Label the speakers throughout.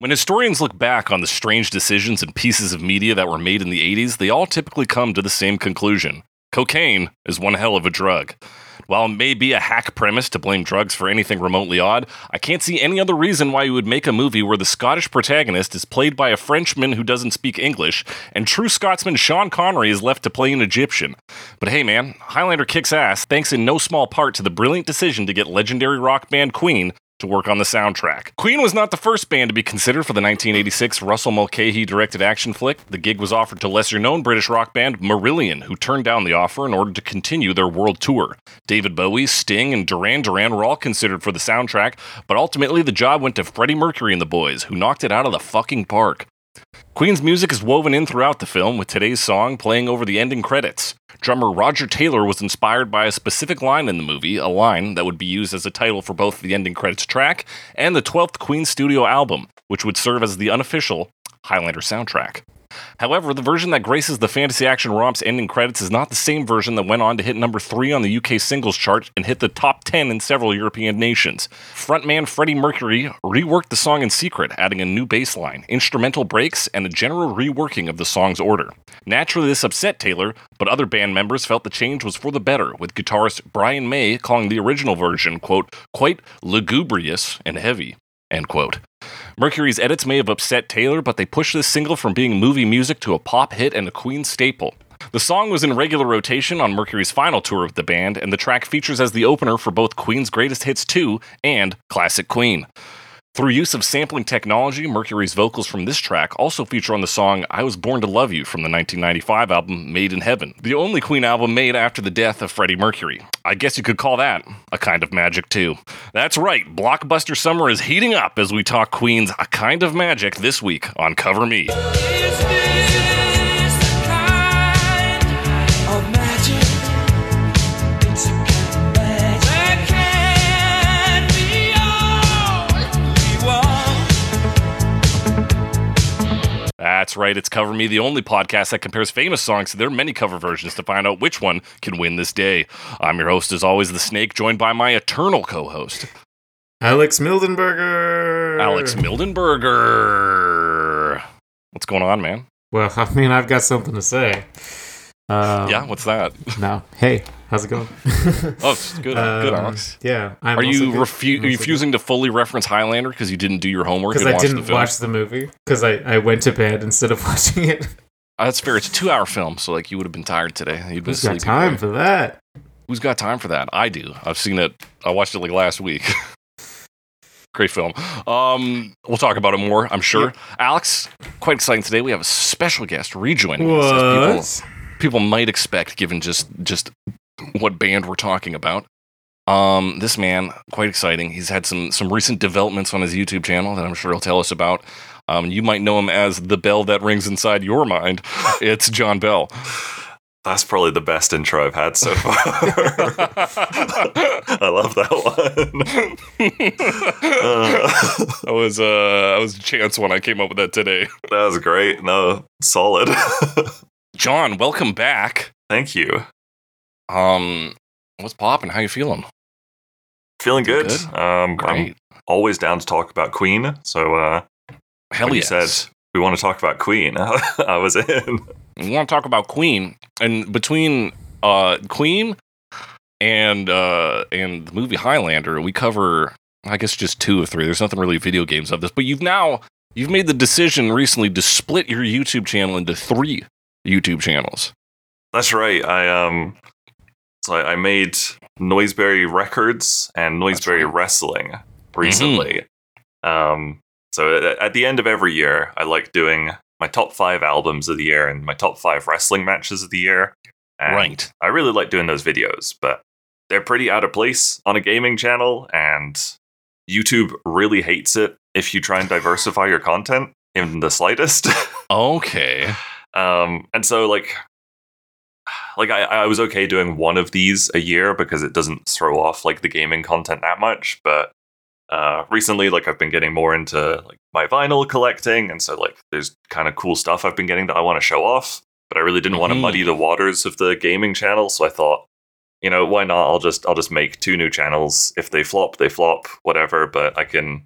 Speaker 1: When historians look back on the strange decisions and pieces of media that were made in the 80s, they all typically come to the same conclusion cocaine is one hell of a drug. While it may be a hack premise to blame drugs for anything remotely odd, I can't see any other reason why you would make a movie where the Scottish protagonist is played by a Frenchman who doesn't speak English, and true Scotsman Sean Connery is left to play an Egyptian. But hey man, Highlander kicks ass thanks in no small part to the brilliant decision to get legendary rock band Queen to work on the soundtrack. Queen was not the first band to be considered for the 1986 Russell Mulcahy directed action flick. The gig was offered to lesser known British rock band Marillion, who turned down the offer in order to continue their world tour. David Bowie, Sting, and Duran Duran were all considered for the soundtrack, but ultimately the job went to Freddie Mercury and the boys, who knocked it out of the fucking park. Queen's music is woven in throughout the film, with today's song playing over the ending credits. Drummer Roger Taylor was inspired by a specific line in the movie, a line that would be used as a title for both the ending credits track and the 12th Queen studio album, which would serve as the unofficial Highlander soundtrack. However, the version that graces the fantasy action romp's ending credits is not the same version that went on to hit number 3 on the UK singles chart and hit the top 10 in several European nations. Frontman Freddie Mercury reworked the song in secret, adding a new bass line, instrumental breaks, and a general reworking of the song's order. Naturally, this upset Taylor, but other band members felt the change was for the better, with guitarist Brian May calling the original version, quote, quite lugubrious and heavy, end quote. Mercury's edits may have upset Taylor, but they pushed this single from being movie music to a pop hit and a Queen staple. The song was in regular rotation on Mercury's final tour with the band, and the track features as the opener for both Queen's Greatest Hits 2 and Classic Queen. Through use of sampling technology, Mercury's vocals from this track also feature on the song I Was Born to Love You from the 1995 album Made in Heaven, the only Queen album made after the death of Freddie Mercury. I guess you could call that a kind of magic, too. That's right, Blockbuster Summer is heating up as we talk Queen's A Kind of Magic this week on Cover Me.
Speaker 2: Is this the kind of magic? It's a kind of magic that can be all we want.
Speaker 1: That's right, it's Cover Me, the only podcast that compares famous songs to their many cover versions to find out which one can win this day. I'm your host, as always, The Snake, joined by my eternal co host.
Speaker 3: Alex Mildenberger.
Speaker 1: Alex Mildenberger. What's going on, man?
Speaker 3: Well, I mean, I've got something to say. Um,
Speaker 1: yeah, what's that?
Speaker 3: No. Hey, how's it going?
Speaker 1: Oh, it's good, good,
Speaker 3: Um,
Speaker 1: Alex.
Speaker 3: Yeah. I'm
Speaker 1: Are you, refu-
Speaker 3: refusing?
Speaker 1: are you refusing to fully reference Highlander because you didn't do your homework
Speaker 3: Because
Speaker 1: and
Speaker 3: I
Speaker 1: watch the
Speaker 3: didn't
Speaker 1: film?
Speaker 3: watch the movie. Because I, I went to bed instead of watching it.
Speaker 1: Uh, that's fair. It's a two-hour film, so like you would have been tired today. You'd been
Speaker 3: Who's got
Speaker 1: sleeping.
Speaker 3: time for that?
Speaker 1: Who's got time for that? I do. I've seen it. I watched it like last week. Great film. Um, we'll talk about it more, I'm sure. Alex, quite exciting today. We have a special guest rejoining us. as people-
Speaker 3: What?
Speaker 1: people might expect given just just what band we're talking about. Um, this man, quite exciting. He's had some some recent developments on his YouTube channel that I'm sure he'll tell us about. Um, you might know him as the bell that rings inside your mind. It's John Bell.
Speaker 4: That's probably the best intro I've had so far. I love that one.
Speaker 1: I
Speaker 4: Uh,
Speaker 1: was uh, I was chance when I came up with that today.
Speaker 4: that was great. No, solid.
Speaker 1: John, welcome back.
Speaker 4: Thank you.
Speaker 1: Um, what's poppin'? How you feeling?
Speaker 4: Feeling good.
Speaker 1: Good.
Speaker 4: Um, I'm always down to talk about Queen. So uh,
Speaker 1: Hell
Speaker 4: Like you
Speaker 1: yes.
Speaker 4: said, we want to talk about Queen. I was in.
Speaker 1: we want to talk about Queen and between uh Queen and uh and the movie Highlander, we cover I guess just two of three. There's nothing really video games of this, but you've now you've made the decision recently to split your YouTube channel into three YouTube channels.
Speaker 4: That's right. I um, so I, I made Noiseberry Records and Noiseberry
Speaker 1: right. Mm-hmm.
Speaker 4: Wrestling recently. Um, so a- at the end of every year, I like doing my top five albums of the year and my top five wrestling matches of the year. And
Speaker 1: right.
Speaker 4: I really like doing those videos, but they're pretty out of place on a gaming channel, and YouTube really hates it if you try and diversify your content in the slightest.
Speaker 1: Okay.
Speaker 4: um and so like like I, I was okay doing one of these a year because it doesn't throw off like the gaming content that much but uh recently like i've been getting more into like my vinyl collecting and so like there's kind of cool stuff i've been getting that i want to show off but i really didn't want to
Speaker 1: Mhm.
Speaker 4: muddy the waters of the gaming channel so i thought you know why not i'll just i'll just make two new channels if they flop they flop whatever but i can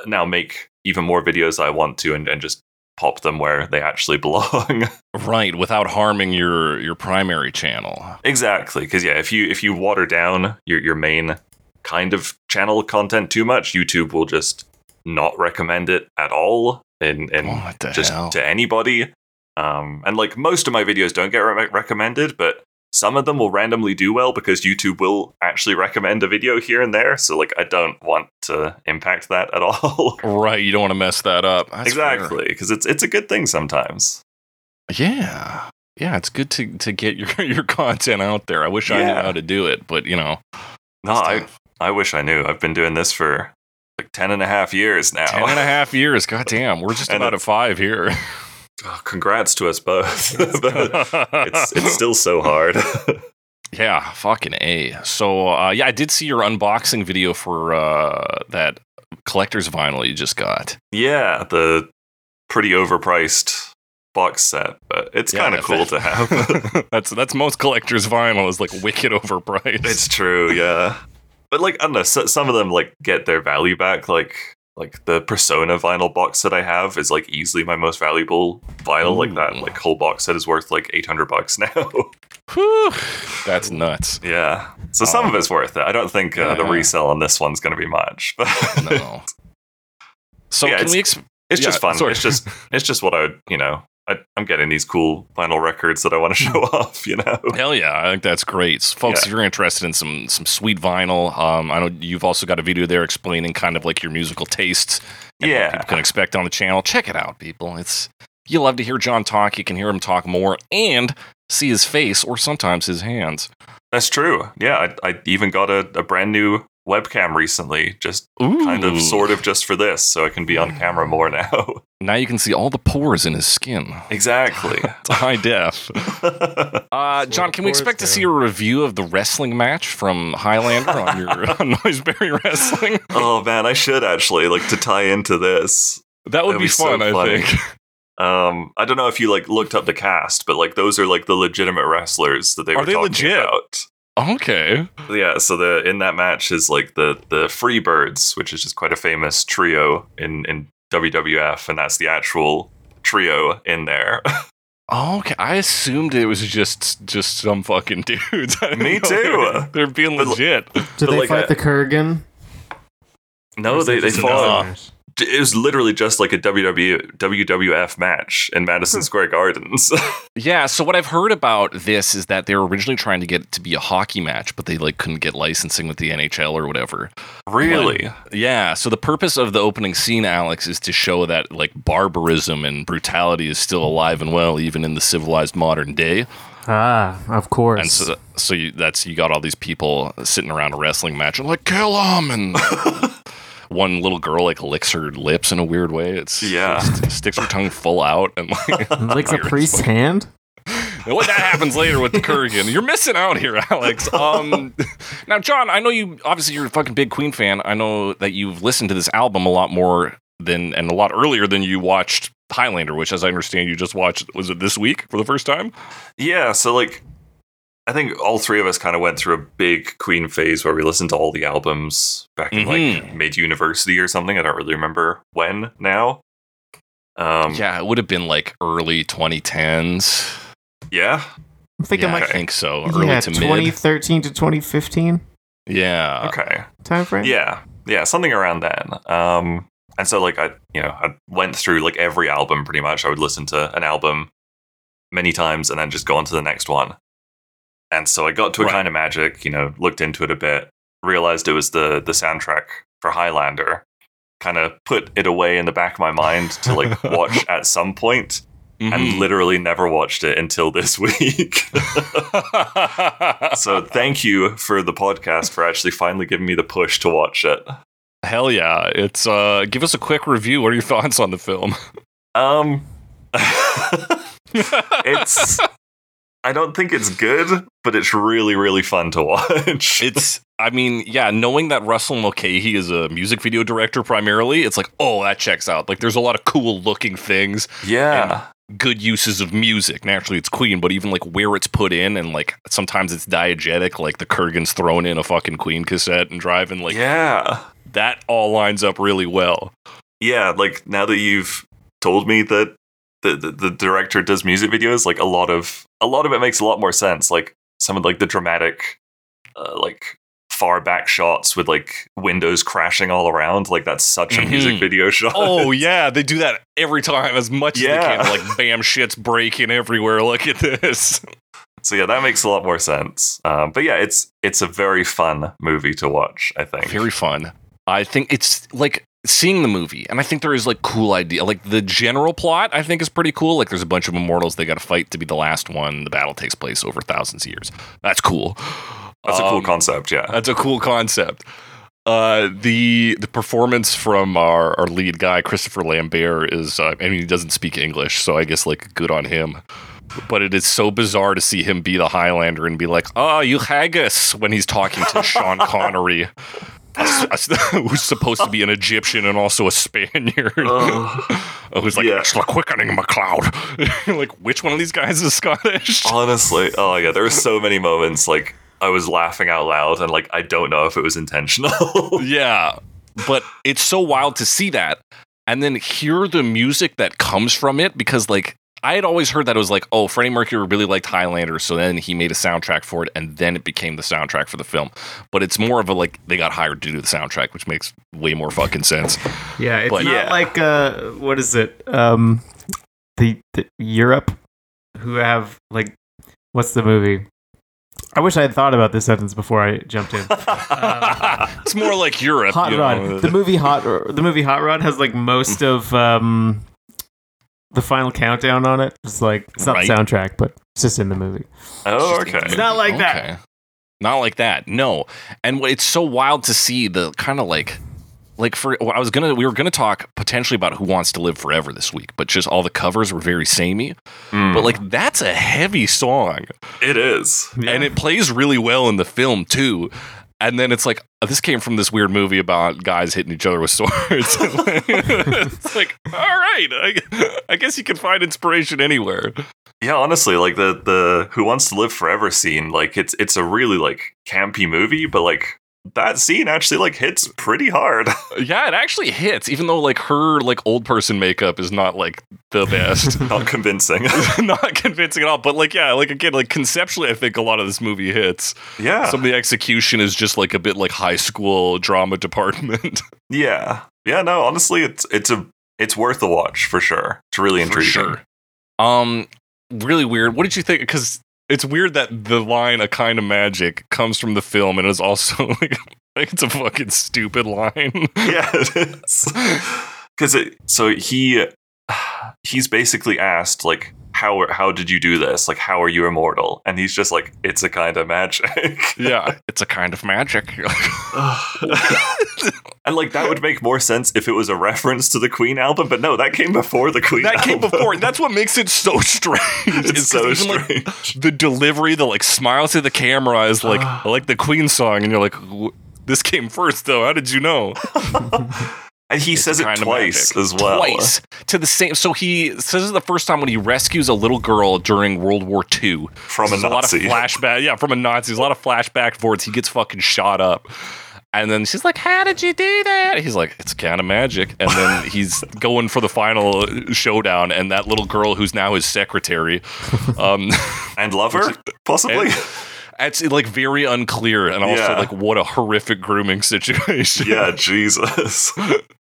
Speaker 4: uh, now make even more videos I want to and, and just pop them where they actually belong.
Speaker 1: Right, without harming your your primary channel.
Speaker 4: exactly. Because yeah, if you if you water down your your main kind of channel content too much, YouTube will just not recommend it at all. And and
Speaker 1: What the
Speaker 4: just
Speaker 1: hell?
Speaker 4: to anybody. Um, and like most of my videos don't get re- recommended, but some of them will randomly do well because YouTube will actually recommend a video here and there. So like I don't want to impact that at all.
Speaker 1: right, you don't want to mess that up. That's fair.
Speaker 4: exactly, because it's it's a good thing sometimes.
Speaker 1: Yeah. Yeah, it's good to, to get your, your content out there. I wish I knew
Speaker 4: Yeah.
Speaker 1: how to do it, but you know,
Speaker 4: No,
Speaker 1: it's
Speaker 4: I,
Speaker 1: tough.
Speaker 4: I wish I knew. I've been doing this for like 10 and a half years now.
Speaker 1: ten and a half years. Goddamn, we're just
Speaker 4: And
Speaker 1: about at
Speaker 4: it's-
Speaker 1: five here.
Speaker 4: Oh, congrats to us both. but
Speaker 1: it's,
Speaker 4: it's it's still so hard.
Speaker 1: yeah, fucking a. So uh, yeah, I did see your unboxing video for uh, that collector's vinyl you just got.
Speaker 4: yeah, the pretty overpriced box set, but it's
Speaker 1: Yeah,
Speaker 4: kind
Speaker 1: that-
Speaker 4: of cool to have.
Speaker 1: that's that's most collectors vinyl is like wicked overpriced.
Speaker 4: It's true, yeah. But like I don't know, so, some of them like get their value back. Like like the Persona vinyl box that I have is like easily my most valuable vinyl. Like that
Speaker 1: Ooh.
Speaker 4: like whole box set is worth like eight hundred bucks now.
Speaker 1: Whew, that's nuts.
Speaker 4: yeah. So some
Speaker 1: Oh.
Speaker 4: of it's worth it. I don't think uh, the
Speaker 1: Yeah.
Speaker 4: resale on this one's going to be much, but
Speaker 1: No. So
Speaker 4: Yeah,
Speaker 1: can
Speaker 4: it's-
Speaker 1: we? Exp-
Speaker 4: it's just
Speaker 1: Yeah,
Speaker 4: fun.
Speaker 1: sorry.
Speaker 4: It's just it's just what I would you know. I, I'm getting these cool vinyl records that I want to show
Speaker 1: Mm.
Speaker 4: off. You know.
Speaker 1: Hell yeah, I think that's great, So, folks.
Speaker 4: Yeah.
Speaker 1: If you're interested in some some sweet vinyl, um, I know you've also got a video there explaining kind of like your musical tastes. and what
Speaker 4: Yeah.
Speaker 1: people can expect on the channel. Check it out, people. It's you love to hear John talk. You can hear him talk more and see his face or sometimes his hands.
Speaker 4: That's true. Yeah, I, I even got a, a brand new webcam recently, just
Speaker 1: Ooh, Mm.
Speaker 4: kind of sort of just for this, so I can be on camera more now.
Speaker 1: Now you can see all the pores in his skin.
Speaker 4: exactly.
Speaker 1: It's high def. Uh,
Speaker 3: Sort
Speaker 1: John,
Speaker 3: of
Speaker 1: can we
Speaker 3: pores
Speaker 1: expect to
Speaker 3: there.
Speaker 1: see a review of the wrestling match from Highlander on your on Noiseberry Wrestling?
Speaker 4: oh man, I should actually like to tie into this.
Speaker 1: That would
Speaker 4: That'd
Speaker 1: be,
Speaker 4: be so
Speaker 1: fun, I
Speaker 4: funny.
Speaker 1: think.
Speaker 4: Um, I don't know if you like looked up the cast, but like those are like the legitimate wrestlers that they
Speaker 1: Are
Speaker 4: were
Speaker 1: they
Speaker 4: talking
Speaker 1: legit?
Speaker 4: about.
Speaker 1: Okay.
Speaker 4: Yeah, so the in that match is like the the Freebirds, which is just quite a famous trio in in WWF, and that's the actual trio in there.
Speaker 1: Oh, Okay, I assumed it was just just some fucking dudes. I didn't
Speaker 4: Me
Speaker 1: know they
Speaker 4: too.
Speaker 1: were- They're being
Speaker 4: But-
Speaker 1: legit.
Speaker 3: Did
Speaker 4: But
Speaker 3: they
Speaker 4: like
Speaker 1: uh,
Speaker 3: fight
Speaker 4: a-
Speaker 3: the Kurgan?
Speaker 1: Oh,
Speaker 4: no, they they
Speaker 3: Just
Speaker 4: fought.
Speaker 3: another match.
Speaker 4: it was literally just like a WW, WWF match in Madison
Speaker 1: Hmm.
Speaker 4: Square Gardens.
Speaker 1: Yeah, so what I've heard about this is that they were originally trying to get it to be a hockey match, but they like couldn't get licensing with the NHL or whatever.
Speaker 4: really?
Speaker 1: Yeah, so the purpose of the opening scene, Alex, is to show that like barbarism and brutality is still alive and well even in the civilized modern day.
Speaker 3: Ah, of course.
Speaker 1: And so so you, that's you got all these people sitting around a wrestling match and like kill 'em!" and one little girl like licks her lips in a weird way. It's
Speaker 4: Yeah.
Speaker 1: st- sticks her tongue full out and like
Speaker 3: Licks a priest's hand?
Speaker 1: And what that happens later with the Kurgan. You're missing out here, Alex. Um, now, John, I know you obviously you're a fucking big Queen fan. I know that you've listened to this album a lot more than and a lot earlier than you watched Highlander, which, as I understand, you just watched was it this week for the first time?
Speaker 4: Yeah. So like, I think all three of us kind of went through a big Queen phase where we listened to all the albums back in like
Speaker 1: Mhm.
Speaker 4: mid university or something. I don't really remember when now. Um, yeah.
Speaker 1: Yeah, it would have been like early 2010s.
Speaker 3: I'm thinking
Speaker 1: yeah, I
Speaker 3: like
Speaker 1: think so.
Speaker 3: yeah,
Speaker 1: Early to mid.
Speaker 3: 2013 to 2015
Speaker 1: Yeah.
Speaker 4: Okay.
Speaker 3: time frame.
Speaker 4: Yeah. Yeah. Something around then. Um, and so like I, you know, I went through like every album pretty much. I would listen to an album many times and then just go on to the next one. And so I got to a
Speaker 1: Right.
Speaker 4: kind of magic, you know, looked into it a bit, realized it was the the soundtrack for Highlander. Kind of put it away in the back of my mind to like watch at some point, and
Speaker 1: Mhm.
Speaker 4: literally never watched it until this week. so thank you for the podcast for actually finally giving me the push to watch it.
Speaker 1: Hell yeah. It's uh give us a quick review. What are your thoughts on the film?
Speaker 4: Um, it's. I don't think it's good, but it's really, really fun to watch.
Speaker 1: it's I mean, yeah, knowing that Russell Mulcahy is a music video director primarily, it's like, oh, that checks out. Like there's a lot of cool looking things,
Speaker 4: yeah,
Speaker 1: good uses of music. Naturally it's Queen, but even like where it's put in and like sometimes it's diegetic, like the Kurgan's thrown in a fucking Queen cassette and driving like
Speaker 4: yeah.
Speaker 1: that all lines up really well.
Speaker 4: yeah, like now that you've told me that the, the the director does music videos, like a lot of a lot of it makes a lot more sense. Like some of like the dramatic, uh, like far back shots with like windows crashing all around. Like that's such a music
Speaker 1: Mhm.
Speaker 4: video shot.
Speaker 1: Oh yeah, they do that every time as much
Speaker 4: Yeah.
Speaker 1: as they can. Like bam, shit's breaking everywhere. Look at this.
Speaker 4: So yeah, that makes a lot more sense. Um, but yeah, it's it's a very fun movie to watch. I think.
Speaker 1: Very fun. I think it's like seeing the movie, and I think there is like cool idea. Like the general plot, I think is pretty cool. Like there's a bunch of immortals they got to fight to be the last one. The battle takes place over thousands of years. That's cool.
Speaker 4: that's a cool
Speaker 1: Um,
Speaker 4: concept. Yeah.
Speaker 1: That's a cool concept. Uh, the the performance from our, our lead guy Christopher Lambert is uh, I mean he doesn't speak English so I guess like good on him, but it is so bizarre to see him be the Highlander and be like oh you haggis when he's talking to Sean Connery, a s- a s- who's supposed to be an Egyptian and also a Spaniard,
Speaker 4: Ugh.
Speaker 1: who's like
Speaker 4: yeah.
Speaker 1: it's the quickening McLeod, like which one of these guys is Scottish?
Speaker 4: Honestly, oh yeah, there were so many moments like I was laughing out loud and like I don't know if it was intentional.
Speaker 1: yeah but it's so wild to see that and then hear the music that comes from it because like i had always heard that it was like oh freddie mercury really liked highlander so then he made a soundtrack for it and then it became the soundtrack for the film but it's more of a like they got hired to do the soundtrack which makes way more fucking sense
Speaker 5: Yeah, it's
Speaker 1: But-
Speaker 5: not
Speaker 4: Yeah.
Speaker 5: like uh, what is it? Um, the, the Europe who have like what's the movie? I wish I had thought about this sentence before I jumped in.
Speaker 1: it's more like europe
Speaker 5: Hot
Speaker 1: you
Speaker 5: Rod.
Speaker 1: know.
Speaker 5: The movie Hot the movie Hot Rod has like most
Speaker 1: Mm.
Speaker 5: of um the final countdown on it. It's like it's not
Speaker 1: Right.
Speaker 5: the soundtrack, but it's just in the movie.
Speaker 4: oh,
Speaker 1: Just in the
Speaker 4: okay.
Speaker 1: movie.
Speaker 5: not like that.
Speaker 1: Not like that. No. And wh- it's so wild to see the kind of like like for well, I was gonna we were gonna talk potentially about who wants to live forever this week, but just all the covers were very samey.
Speaker 4: Mm.
Speaker 5: Hmm.
Speaker 1: But like that's a heavy song,
Speaker 4: it is.
Speaker 1: and it plays really well in the film too. And then it's like oh, this came from this weird movie about guys hitting each other with swords. it's like all right, I, I guess you can find inspiration anywhere.
Speaker 4: Yeah, honestly, like the the Who Wants to Live Forever scene, like it's it's a really like campy movie, but like that scene actually like hits pretty hard.
Speaker 1: Yeah, it actually hits, even though like her like old person makeup is not like the best.
Speaker 4: Not convincing.
Speaker 1: not convincing at all. But like yeah, like again, like conceptually I think a lot of this movie hits.
Speaker 4: yeah.
Speaker 1: Some of the execution is just like a bit like high school drama department.
Speaker 4: yeah. Yeah, no, honestly, it's it's a it's worth a watch for sure. It's really
Speaker 1: For
Speaker 4: intriguing.
Speaker 1: Um really weird. What did you think cuz it's weird that the line a kind of magic comes from the film and is also like like it's a fucking stupid line.
Speaker 4: yeah, it is. Because it so he he's basically asked like how how did you do this? Like how are you immortal? And he's just like it's a kind of magic.
Speaker 1: yeah, it's a kind of magic.
Speaker 4: and like that would make more sense if it was a reference to the Queen album, but no, that came before the Queen.
Speaker 1: that came
Speaker 4: album.
Speaker 1: before. That's what makes it so strange.
Speaker 4: It's
Speaker 1: is 'cause
Speaker 4: so
Speaker 1: even, like,
Speaker 4: strange.
Speaker 1: the delivery, the like smile to the camera is like I like the Queen song, and you're like, "Wh- this came first though. How did you know?
Speaker 4: and he says it
Speaker 1: Kinda
Speaker 4: twice
Speaker 1: magic.
Speaker 4: as well.
Speaker 1: Twice to the same. So he so this is the first time when he rescues a little girl during World War II
Speaker 4: from a
Speaker 1: There's
Speaker 4: Nazi.
Speaker 1: A lot of flashback. Yeah, from a Nazi. There's a lot of flashback forwards. He gets fucking shot up. And then she's like, How did you do that? He's like, It's kind of magic. And then he's going for the final showdown. And that little girl who's now his secretary, um,
Speaker 4: and lover, possibly.
Speaker 1: it's like very unclear. And also,
Speaker 4: Yeah.
Speaker 1: like, what a horrific grooming situation.
Speaker 4: yeah, Jesus.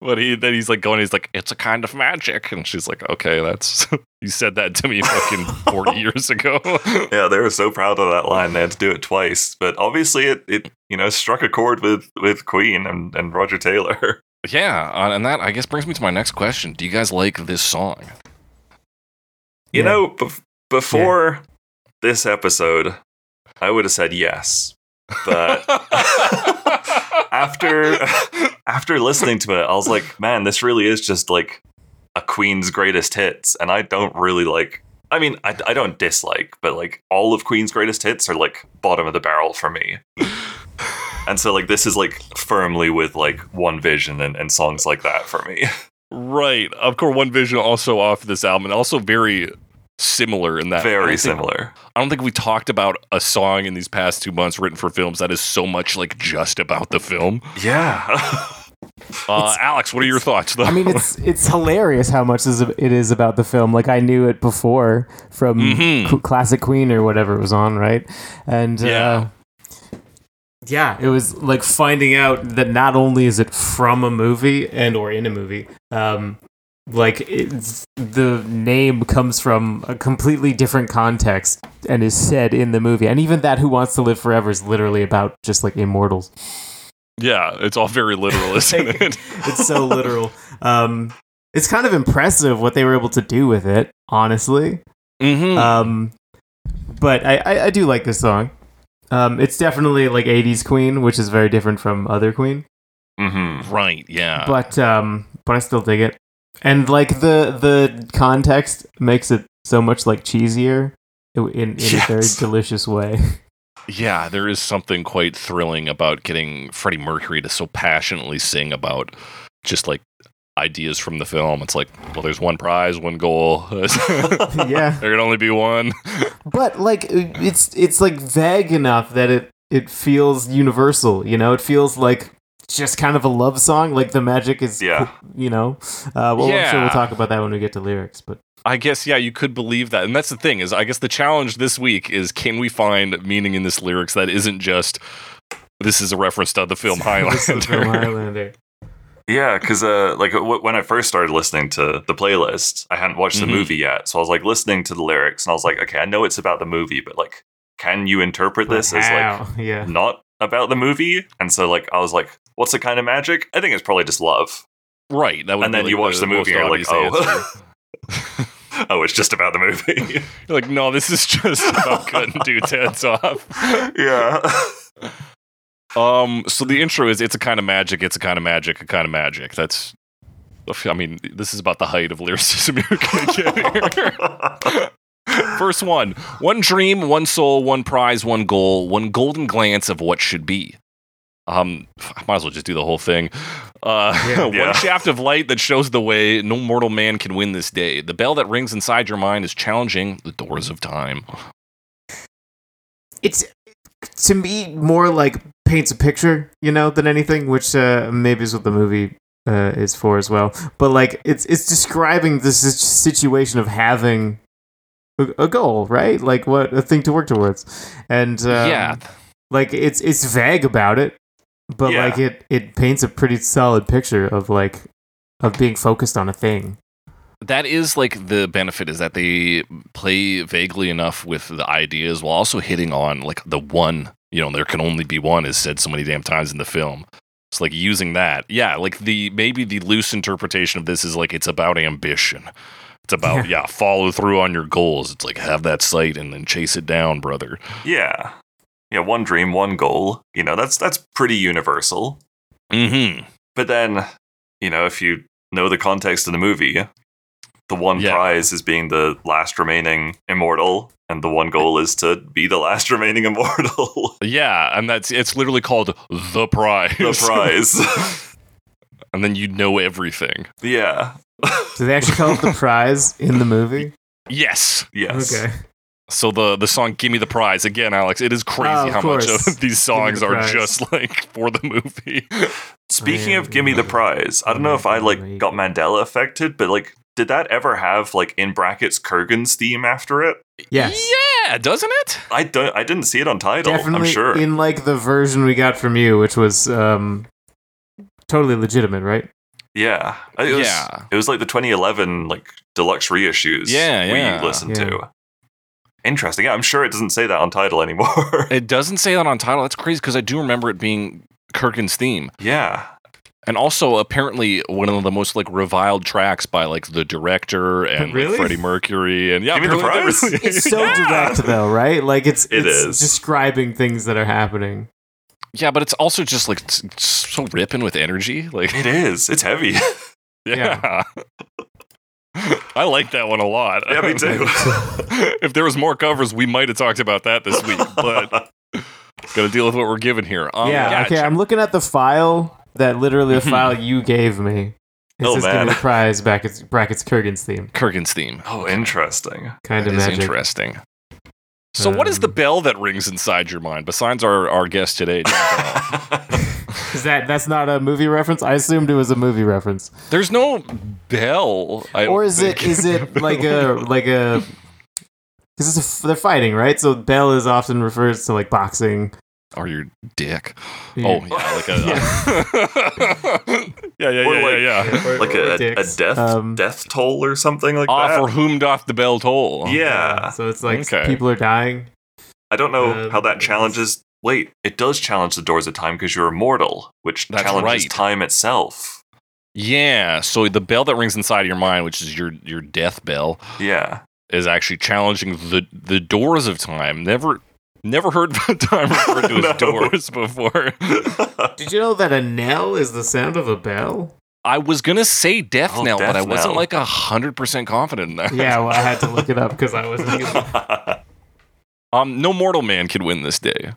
Speaker 1: But he then he's like going, he's like, It's a kind of magic. And she's like, Okay, that's, you said that to me fucking 40 years ago.
Speaker 4: Yeah, they were so proud of that line. They had to do it twice, but obviously it, it you know struck a chord with with Queen and, and Roger Taylor.
Speaker 1: Yeah, uh, and that I guess brings me to my next question. Do you guys like this song?
Speaker 4: You
Speaker 5: Yeah.
Speaker 4: know, bef- before this episode, I would have said yes, but after after listening to it, I was like, man, this really is just like a Queen's greatest hits, and I don't really like. I mean, I, I don't dislike, but like all of Queen's greatest hits are like bottom of the barrel for me. and so like this is like firmly with like One Vision and, and songs like that for me.
Speaker 1: right, of course, One Vision also off this album, and also very similar in that. I don't
Speaker 4: Very
Speaker 1: think-
Speaker 4: similar.
Speaker 1: I don't think we talked about a song in these past two months written for films that is so much like just about the film.
Speaker 4: Yeah.
Speaker 1: Uh, Alex, what are your thoughts? Though?
Speaker 5: I mean, it's it's hilarious how much is it is about the film. Like I knew it before from
Speaker 1: Mhm.
Speaker 5: Qu- classic Queen or whatever it was on, right? And
Speaker 1: Yeah.
Speaker 5: uh, yeah, it was like finding out that not only is it from a movie and or in a movie, um, like it's, the name comes from a completely different context and is said in the movie. And even that "Who Wants to Live Forever" is literally about just like immortals.
Speaker 1: yeah, it's all very literal, isn't
Speaker 5: Like,
Speaker 1: it?
Speaker 5: it's so literal. Um, it's kind of impressive what they were able to do with it, honestly.
Speaker 1: hmm
Speaker 5: Um, but I, I, I do like this song. Um, it's definitely like '80s Queen, which is very different from other Queen.
Speaker 4: Mm-hmm.
Speaker 1: right, yeah.
Speaker 5: But um, but I still dig it, and like the the context makes it so much like cheesier in, in a very
Speaker 1: Yes.
Speaker 5: delicious way.
Speaker 1: yeah, there is something quite thrilling about getting Freddie Mercury to so passionately sing about just like ideas from the film. It's like, well, there's one prize, one goal. there
Speaker 5: yeah.
Speaker 1: can only be one.
Speaker 5: but like uh, it's it's like vague enough that it it feels universal you know it feels like just kind of a love song like the magic is
Speaker 4: Yeah.
Speaker 5: you know uh well i'm sure
Speaker 1: Yeah.
Speaker 5: we'll talk about that when we get to lyrics but
Speaker 1: I guess yeah, you could believe that. And that's the thing is I guess the challenge this week is can we find meaning in this lyrics that isn't just this is a reference to the film
Speaker 5: This is from
Speaker 1: Highlander.
Speaker 5: highlander
Speaker 4: Yeah, because uh, like w- when I first started listening to the playlist, I hadn't watched
Speaker 1: Mhm.
Speaker 4: the movie yet, so I was like listening to the lyrics, and I was like, okay, I know it's about the movie, but like, can you interpret this as like
Speaker 5: Wow. yeah
Speaker 4: not about the movie? And so like, I was like, what's the kind of magic? I think it's probably just love.
Speaker 1: right. That would
Speaker 4: and
Speaker 1: be,
Speaker 4: then
Speaker 1: like,
Speaker 4: you watch the, movie, and
Speaker 1: most
Speaker 4: you're like,
Speaker 1: obvious answer.
Speaker 4: oh, oh, it's just about the movie.
Speaker 1: You're like, no, this is just about cutting dudes' heads off.
Speaker 4: yeah.
Speaker 1: Um, so the intro is it's a kind of magic, it's a kind of magic, a kind of magic. That's I mean, this is about the height of lyricism you're gonna get here. First one. One dream, one soul, one prize, one goal, one golden glance of what should be. Um, I might as well just do the whole thing. Uh,
Speaker 5: Yeah.
Speaker 1: one
Speaker 4: Yeah.
Speaker 1: shaft of light that shows the way no mortal man can win this day. The bell that rings inside your mind is challenging the doors of time.
Speaker 5: it's to me more like paints a picture you know than anything which uh maybe is what the movie uh, is for as well but like it's it's describing this s- situation of having a, a goal right like what a thing to work towards and um,
Speaker 1: yeah,
Speaker 5: like it's it's vague about it but
Speaker 4: Yeah.
Speaker 5: like it it paints a pretty solid picture of like of being focused on a thing
Speaker 1: that is like the benefit is that they play vaguely enough with the ideas while also hitting on like the one you know there can only be one is said so many damn times in the film it's like using that yeah like the maybe the loose interpretation of this is like it's about ambition it's about yeah, follow through on your goals it's like have that sight and then chase it down brother
Speaker 4: yeah, yeah. One dream, one goal. You know, that's that's pretty universal.
Speaker 1: mm-hmm
Speaker 4: But then, you know, if you know the context of the movie, the one
Speaker 1: Yeah.
Speaker 4: prize is being the last remaining immortal, and the one goal is to be the last remaining immortal.
Speaker 1: yeah and that's it's literally called the prize
Speaker 4: the prize.
Speaker 1: and then you know everything
Speaker 4: yeah.
Speaker 5: do they actually call it the prize in the movie
Speaker 1: yes
Speaker 4: Yes.
Speaker 5: okay
Speaker 1: So the the song "Give Me the Prize" again, Alex. It is crazy
Speaker 5: Oh, of
Speaker 1: how much
Speaker 5: course.
Speaker 1: of these songs
Speaker 5: the
Speaker 1: are
Speaker 5: prize.
Speaker 1: just like for the movie.
Speaker 4: Speaking
Speaker 5: I,
Speaker 4: of Gimme the
Speaker 5: uh,
Speaker 4: Prize, I don't know if I like
Speaker 5: Right.
Speaker 4: got Mandela affected, but like did that ever have like in brackets Kurgan's theme after it?
Speaker 5: yes
Speaker 1: Yeah, doesn't it?
Speaker 4: I don't I didn't see it on title,
Speaker 5: definitely
Speaker 4: I'm sure.
Speaker 5: in like the version we got from you, which was um, totally legitimate, right?
Speaker 4: yeah. It was,
Speaker 1: Yeah.
Speaker 4: It was like the 2011 like deluxe reissues.
Speaker 1: Yeah, yeah.
Speaker 4: We listened
Speaker 5: Yeah.
Speaker 4: to. Interesting. Yeah, I'm sure it doesn't say that on title anymore.
Speaker 1: It doesn't say that on title. That's crazy because I do remember it being Kirkin's theme,
Speaker 4: yeah.
Speaker 1: and also apparently one of the most like reviled tracks by like the director and like,
Speaker 5: Really?
Speaker 1: Freddie Mercury. And yeah,
Speaker 4: Give me the
Speaker 1: apparently
Speaker 4: prize.
Speaker 1: they really-
Speaker 5: It's so
Speaker 1: yeah.
Speaker 5: direct, though, right? Like it's
Speaker 4: It
Speaker 5: it's
Speaker 4: is.
Speaker 5: describing things that are happening.
Speaker 1: Yeah, but it's also just like s- s- so ripping with energy. Like
Speaker 4: It is. It's heavy.
Speaker 1: Yeah. I like that one a lot.
Speaker 4: Yeah, me too.
Speaker 1: if there was more covers, we might have talked about that this week, but gotta deal with what we're given here. Um,
Speaker 5: yeah, okay.
Speaker 1: check-
Speaker 5: I'm looking at the file that literally the file you gave me. It
Speaker 4: Oh,
Speaker 5: says "Give me
Speaker 4: man.
Speaker 5: the prize brackets brackets Kurgan's theme.
Speaker 1: Kurgan's theme.
Speaker 4: oh, interesting.
Speaker 5: Kind
Speaker 1: That
Speaker 5: of
Speaker 1: is
Speaker 5: magic.
Speaker 1: interesting. So, what is the
Speaker 5: Um,
Speaker 1: bell that rings inside your mind besides our, our guest today? John Bell?
Speaker 5: Is that that's not a movie reference? I assumed it was a movie reference.
Speaker 1: There's no bell. I
Speaker 5: or
Speaker 1: don't
Speaker 5: is it
Speaker 1: think.
Speaker 5: is it like a like a because it's a, they're fighting right? So bell is often refers to like boxing.
Speaker 1: Or your dick.
Speaker 5: Yeah.
Speaker 1: Oh, yeah. Like a. yeah, yeah, yeah,
Speaker 4: Or
Speaker 1: yeah,
Speaker 4: like-
Speaker 1: yeah.
Speaker 5: Or-
Speaker 4: like
Speaker 5: or
Speaker 4: a, a
Speaker 5: dicks.
Speaker 4: death
Speaker 5: Um,
Speaker 4: death toll or something like
Speaker 1: Ah,
Speaker 4: that.
Speaker 1: for whom doth the bell toll?
Speaker 4: yeah,
Speaker 5: So it's like
Speaker 1: Okay.
Speaker 5: people are dying.
Speaker 4: I don't know
Speaker 5: Um,
Speaker 4: how that challenges. Wait, it does challenge the doors of time because you're immortal, which
Speaker 1: That's
Speaker 4: challenges
Speaker 1: right.
Speaker 4: time itself.
Speaker 1: Yeah. So the bell that rings inside of your mind, which is your your death bell,
Speaker 4: Yeah,
Speaker 1: is actually challenging the the doors of time. Never never heard time referred to as
Speaker 4: No.
Speaker 1: doors before.
Speaker 5: Did you know that a knell is the sound of a bell?
Speaker 1: I was gonna say death
Speaker 4: Oh,
Speaker 1: knell, but
Speaker 4: death
Speaker 1: I wasn't
Speaker 4: knell.
Speaker 1: like a hundred percent confident in that.
Speaker 5: Yeah, well, I had to look it up because I wasn't. using-
Speaker 1: Um, no mortal man could win this day.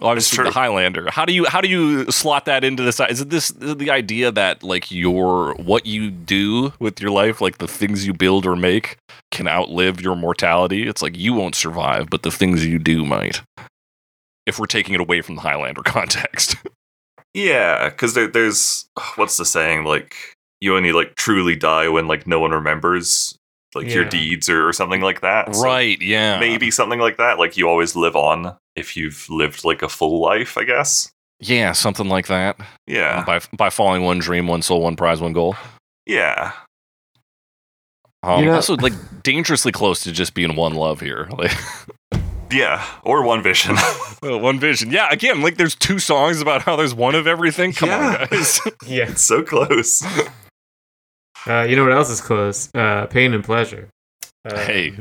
Speaker 1: Obviously,
Speaker 4: true.
Speaker 1: the Highlander. How do you how do you slot that into this? Is it this is it the idea that like your what you do with your life, like the things you build or make, can outlive your mortality? It's like you won't survive, but the things you do might. If we're taking it away from the Highlander context,
Speaker 4: yeah, because there, there's what's the saying? Like you only like truly die when like no one remembers like your
Speaker 5: Yeah.
Speaker 4: deeds or, or something like that. So
Speaker 1: right? Yeah,
Speaker 4: Maybe something like that. Like you always live on if you've lived like a full life, I guess.
Speaker 1: yeah, something like that.
Speaker 4: Yeah.
Speaker 1: By by following one dream, one soul, one prize, one goal.
Speaker 4: Yeah.
Speaker 1: Um,
Speaker 5: You know-
Speaker 1: also, like dangerously close to just being one love here. Like,
Speaker 4: Yeah. Or one vision.
Speaker 1: Well, one vision. Yeah, again, like there's two songs about how there's one of everything. Come
Speaker 4: Yeah.
Speaker 1: on, guys.
Speaker 5: yeah.
Speaker 4: so close.
Speaker 5: Uh, you know what else is close? Uh, pain and pleasure. Uh,
Speaker 1: hey,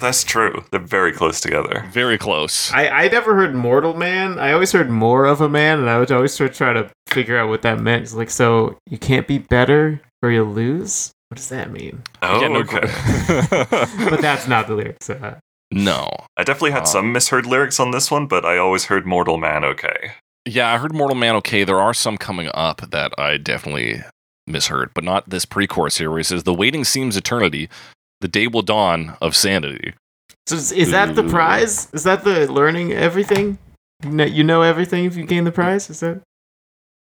Speaker 4: That's true. They're very close together.
Speaker 1: very close.
Speaker 5: I, I never heard mortal man. I always heard more of a man, and I would always try, try to figure out what that meant. It's like, so you can't be better or you'll lose? What does that mean?
Speaker 4: Oh,
Speaker 1: Yeah, no
Speaker 4: okay.
Speaker 5: But that's not the lyrics. Uh,
Speaker 1: no.
Speaker 4: I definitely had
Speaker 1: Um,
Speaker 4: some misheard lyrics on this one, but I always heard Mortal Man okay.
Speaker 1: Yeah, I heard Mortal Man okay. There are some coming up that I definitely misheard, but not this pre chorus here where he says, The waiting seems eternity. The day will dawn of sanity.
Speaker 5: so is, is that the
Speaker 1: Ooh.
Speaker 5: prize? Is that the learning everything? You know, you know everything if you gain the prize? Is that?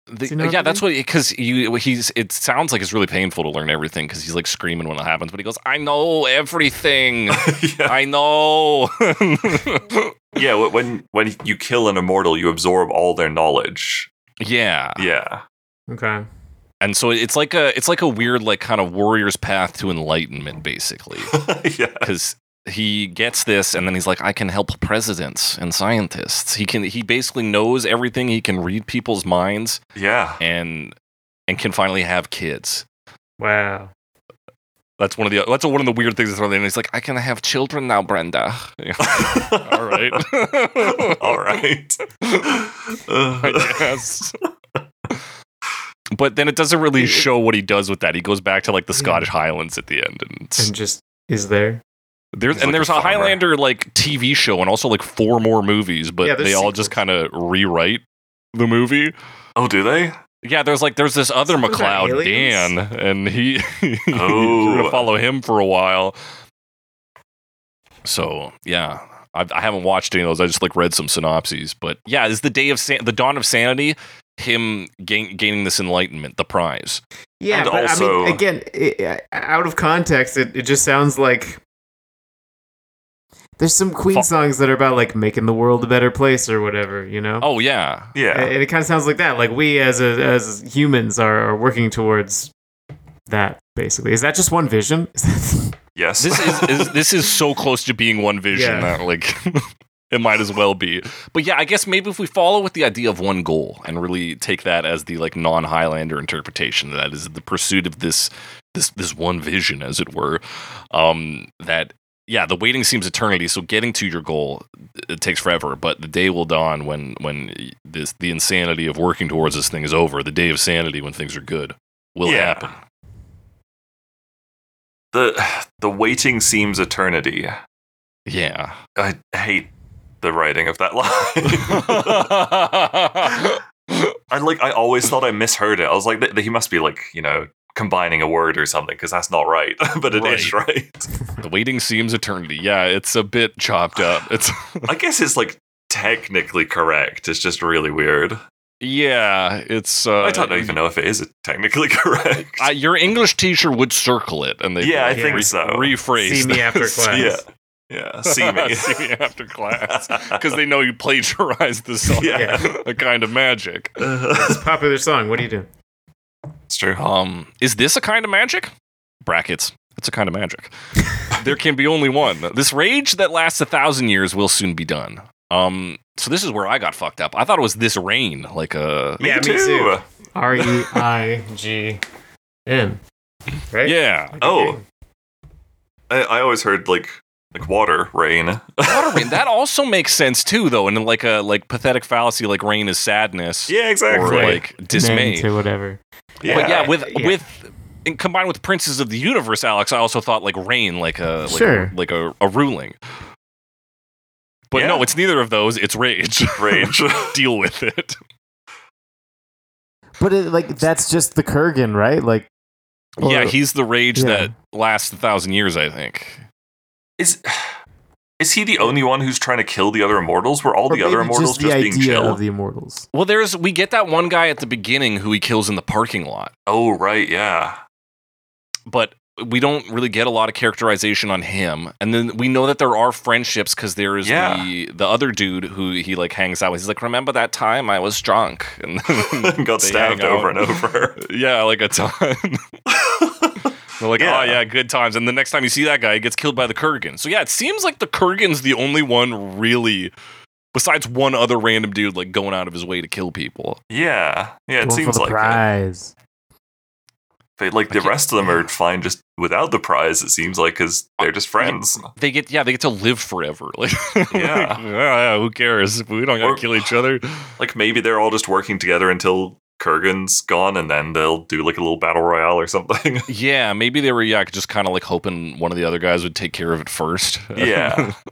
Speaker 1: The,
Speaker 5: Do you know
Speaker 1: yeah,
Speaker 5: what I
Speaker 1: that's what because you he's it sounds like it's really painful to learn everything because he's like screaming when it happens, but he goes, "I know everything,
Speaker 4: yeah.
Speaker 1: I know."
Speaker 4: yeah, wh- when when you kill an immortal, you absorb all their knowledge.
Speaker 1: yeah,
Speaker 4: Yeah.
Speaker 5: Okay.
Speaker 1: and so it's like a it's like a weird like kind of warrior's path to enlightenment basically
Speaker 4: yeah.
Speaker 1: because he gets this and then he's like i can help presidents and scientists he can he basically knows everything he can read people's minds
Speaker 4: Yeah.
Speaker 1: and and can finally have kids
Speaker 5: Wow.
Speaker 1: that's one of the that's one of the weird things that's thrown in he's like i can have children now brenda all right
Speaker 4: all right.
Speaker 1: I guess. But then it doesn't really show what he does with that. He goes back to like the
Speaker 5: Yeah.
Speaker 1: Scottish Highlands at the end, and it's-
Speaker 5: And just is there?
Speaker 1: There's
Speaker 4: He's
Speaker 1: and
Speaker 4: like a
Speaker 1: there's a,
Speaker 4: farmer.
Speaker 1: Highlander like TV show and also like four more movies, but
Speaker 5: Yeah,
Speaker 1: they
Speaker 5: there's
Speaker 1: all just
Speaker 5: sequels.
Speaker 1: kind of rewrite the movie.
Speaker 4: oh, do they?
Speaker 1: Yeah, there's like there's this other
Speaker 5: Those are
Speaker 1: McLeod Dan,
Speaker 5: aliens?
Speaker 1: and he
Speaker 4: Oh.
Speaker 1: you're gonna follow him for a while. So yeah, I, I haven't watched any of those. I just like read some synopses, but yeah, is the day of san- the dawn of sanity. Him gain- gaining this enlightenment, the prize.
Speaker 5: Yeah,
Speaker 4: And
Speaker 5: but I
Speaker 4: also-
Speaker 5: mean, again, i i out of context, it, it just sounds like there's some Queen
Speaker 1: Fu-
Speaker 5: songs that are about like making the world a better place or whatever, you know.
Speaker 1: Oh yeah,
Speaker 5: and
Speaker 4: Yeah.
Speaker 5: and it kind of sounds like that. Like we as a, as humans are, are working towards that. Basically, is that just one vision?
Speaker 4: Yes.
Speaker 1: this is, is this is so close to being one vision
Speaker 5: Yeah.
Speaker 1: that like it might as well be. But yeah, I guess maybe if we follow with the idea of one goal and really take that as the like non Highlander interpretation, that is the pursuit of this this this one vision, as it were. Um, that yeah, the waiting seems eternity. So getting to your goal it takes forever, but the day will dawn when when this the insanity of working towards this thing is over. The day of sanity when things are good will
Speaker 4: Yeah.
Speaker 1: happen.
Speaker 4: the the waiting seems eternity.
Speaker 1: Yeah.
Speaker 4: I hate the writing of that line. I like. I always thought I misheard it. I was like, th- he must be like, you know, combining a word or something because that's not right, but it is right.
Speaker 1: The waiting seems eternity. Yeah, it's a bit chopped up. It's Uh,
Speaker 4: I guess it's like technically correct. It's just really weird.
Speaker 1: Yeah, it's. Uh,
Speaker 4: I don't even know if it is technically correct.
Speaker 1: I- your English teacher would circle it, and they
Speaker 4: yeah, I think
Speaker 3: Yeah.
Speaker 4: so.
Speaker 1: rephrase.
Speaker 3: See me after
Speaker 4: See
Speaker 3: class.
Speaker 4: ya. yeah, see me.
Speaker 1: See me after class because they know you plagiarized this song.
Speaker 4: yeah,
Speaker 1: A kind of magic.
Speaker 3: It's a popular song. What do you do?
Speaker 4: it's true.
Speaker 1: Um, is this a kind of magic? Brackets. It's a kind of magic. there can be only one. This rage that lasts a thousand years will soon be done. Um, so this is where I got fucked up. I thought it was this rain, like a
Speaker 3: Yeah, me too. R E I G N. Right?
Speaker 1: yeah.
Speaker 4: Oh, I, I always heard like like water rain.
Speaker 1: Water rain. That also makes sense too, though, and in like a like pathetic fallacy, like rain is sadness
Speaker 4: yeah,
Speaker 1: or
Speaker 4: exactly.
Speaker 1: like dismay.
Speaker 5: to whatever.
Speaker 4: yeah.
Speaker 1: But yeah, with
Speaker 5: Yeah.
Speaker 1: with and combined with Princes of the Universe, Alex, I also thought like rain, like a like,
Speaker 5: Sure.
Speaker 1: like a, a ruling. But
Speaker 4: Yeah.
Speaker 1: no, it's neither of those. It's rage.
Speaker 4: rage.
Speaker 1: Deal with it.
Speaker 5: But it, like that's just the Kurgan, right? Like
Speaker 1: yeah,
Speaker 5: Or-
Speaker 1: he's the rage
Speaker 5: yeah.
Speaker 1: that lasts a thousand years. I think.
Speaker 4: is is he the only one who's trying to kill the other immortals? Were all
Speaker 5: or
Speaker 4: the other
Speaker 5: maybe
Speaker 4: immortals
Speaker 5: the
Speaker 4: just, being
Speaker 5: idea
Speaker 4: chill?
Speaker 5: of the immortals.
Speaker 1: Well, there's we get that one guy at the beginning who he kills in the parking lot,
Speaker 4: oh right, yeah.
Speaker 1: but we don't really get a lot of characterization on him. And then we know that there are friendships because there is
Speaker 4: Yeah.
Speaker 1: the the other dude who he like hangs out with. He's like, remember that time I was drunk and
Speaker 4: Got
Speaker 1: They
Speaker 4: stabbed
Speaker 1: hang out.
Speaker 4: over and over.
Speaker 1: Yeah, like a ton. They're like,
Speaker 4: Yeah.
Speaker 1: oh yeah, good times. And the next time you see that guy, he gets killed by the Kurgan. So yeah, it seems like the Kurgan's the only one really, besides one other random dude, like going out of his way to kill people.
Speaker 4: yeah, yeah. It
Speaker 5: Going for
Speaker 4: seems
Speaker 5: the
Speaker 4: like it.
Speaker 5: prize.
Speaker 4: But, like the
Speaker 1: can't-
Speaker 4: rest of them are fine just without the prize. It seems like because they're just friends.
Speaker 1: They get yeah, they get to live forever. Like, like, "Oh,
Speaker 4: Yeah.
Speaker 1: yeah, who cares? We don't gotta
Speaker 4: Or-
Speaker 1: kill each other.
Speaker 4: Like maybe they're all just working together until Kurgan's gone, and then they'll do like a little battle royale or something.
Speaker 1: Yeah, maybe they were yeah, just kind of like hoping one of the other guys would take care of it first.
Speaker 4: Yeah.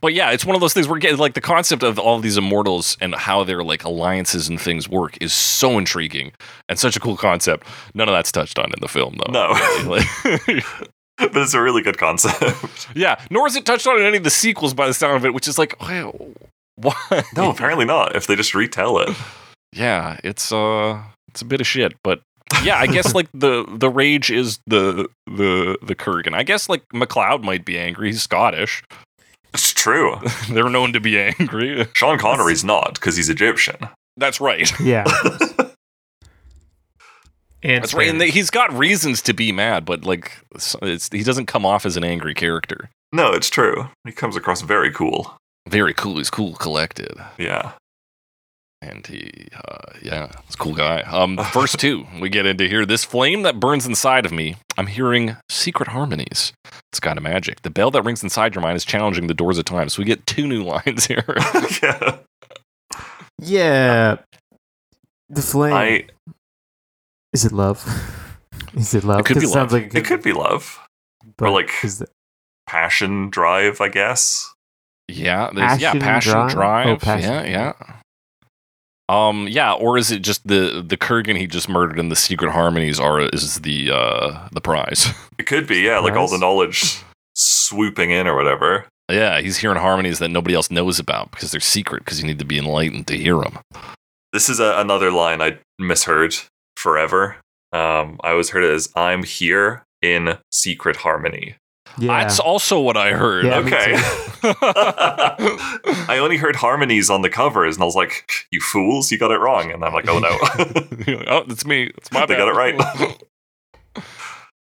Speaker 1: but yeah, it's one of those things where getting like the concept of all these immortals and how their like alliances and things work is so intriguing and such a cool concept. None of that's touched on in the film though.
Speaker 4: No.
Speaker 1: Like-
Speaker 4: but it's a really good concept.
Speaker 1: yeah, nor is it touched on in any of the sequels by the sound of it, which is like, wow, why?
Speaker 4: No, apparently not. If they just retell it,
Speaker 1: yeah, it's uh it's a bit of shit, but yeah, I guess like the the rage is the the the Kurgan. I guess like McLeod might be angry. He's Scottish.
Speaker 4: it's true.
Speaker 1: They're known to be angry.
Speaker 4: Sean Connery's not because he's Egyptian.
Speaker 1: That's right.
Speaker 5: Yeah.
Speaker 3: And
Speaker 1: That's right. And they, he's got reasons to be mad, but like it's, it's he doesn't come off as an angry character.
Speaker 4: No, it's true. He comes across very cool.
Speaker 1: Very cool. He's cool, collected,
Speaker 4: Yeah.
Speaker 1: and he uh, yeah, he's a cool guy. Um, verse two, we get into here. This flame that burns inside of me, I'm hearing secret harmonies. It's kind of magic. The bell that rings inside your mind is challenging the doors of time. So we get two new lines here.
Speaker 4: yeah.
Speaker 5: yeah. The flame.
Speaker 4: I.
Speaker 5: Is it love? Is it love?
Speaker 1: It could
Speaker 5: 'Cause
Speaker 1: be
Speaker 5: sounds
Speaker 1: love.
Speaker 5: like
Speaker 4: It could be love,
Speaker 5: but
Speaker 4: or like
Speaker 5: is the-
Speaker 4: passion, drive. I guess.
Speaker 1: Yeah, there's yeah,
Speaker 5: Passion and
Speaker 1: passion drive.
Speaker 5: drive? Oh, passion.
Speaker 1: Yeah, yeah. Um, yeah, or is it just the the Kurgan he just murdered and the secret harmonies are is the uh the prize?
Speaker 4: It could be. Yeah, like all the
Speaker 5: Nice.
Speaker 4: knowledge swooping in or whatever.
Speaker 1: yeah, he's hearing harmonies that nobody else knows about because they're secret because you need to be enlightened to hear them.
Speaker 4: This is a, another line I misheard forever. Um, I always heard it as "I'm here in secret harmony."
Speaker 5: yeah.
Speaker 1: That's also what I heard.
Speaker 5: Yeah, me
Speaker 4: Okay.
Speaker 1: I
Speaker 4: I only heard harmonies on the covers, and I was like, "You fools, you got it wrong!" And I'm like, "Oh no."
Speaker 1: oh, it's me. It's my
Speaker 4: They
Speaker 1: bad.
Speaker 4: got it right.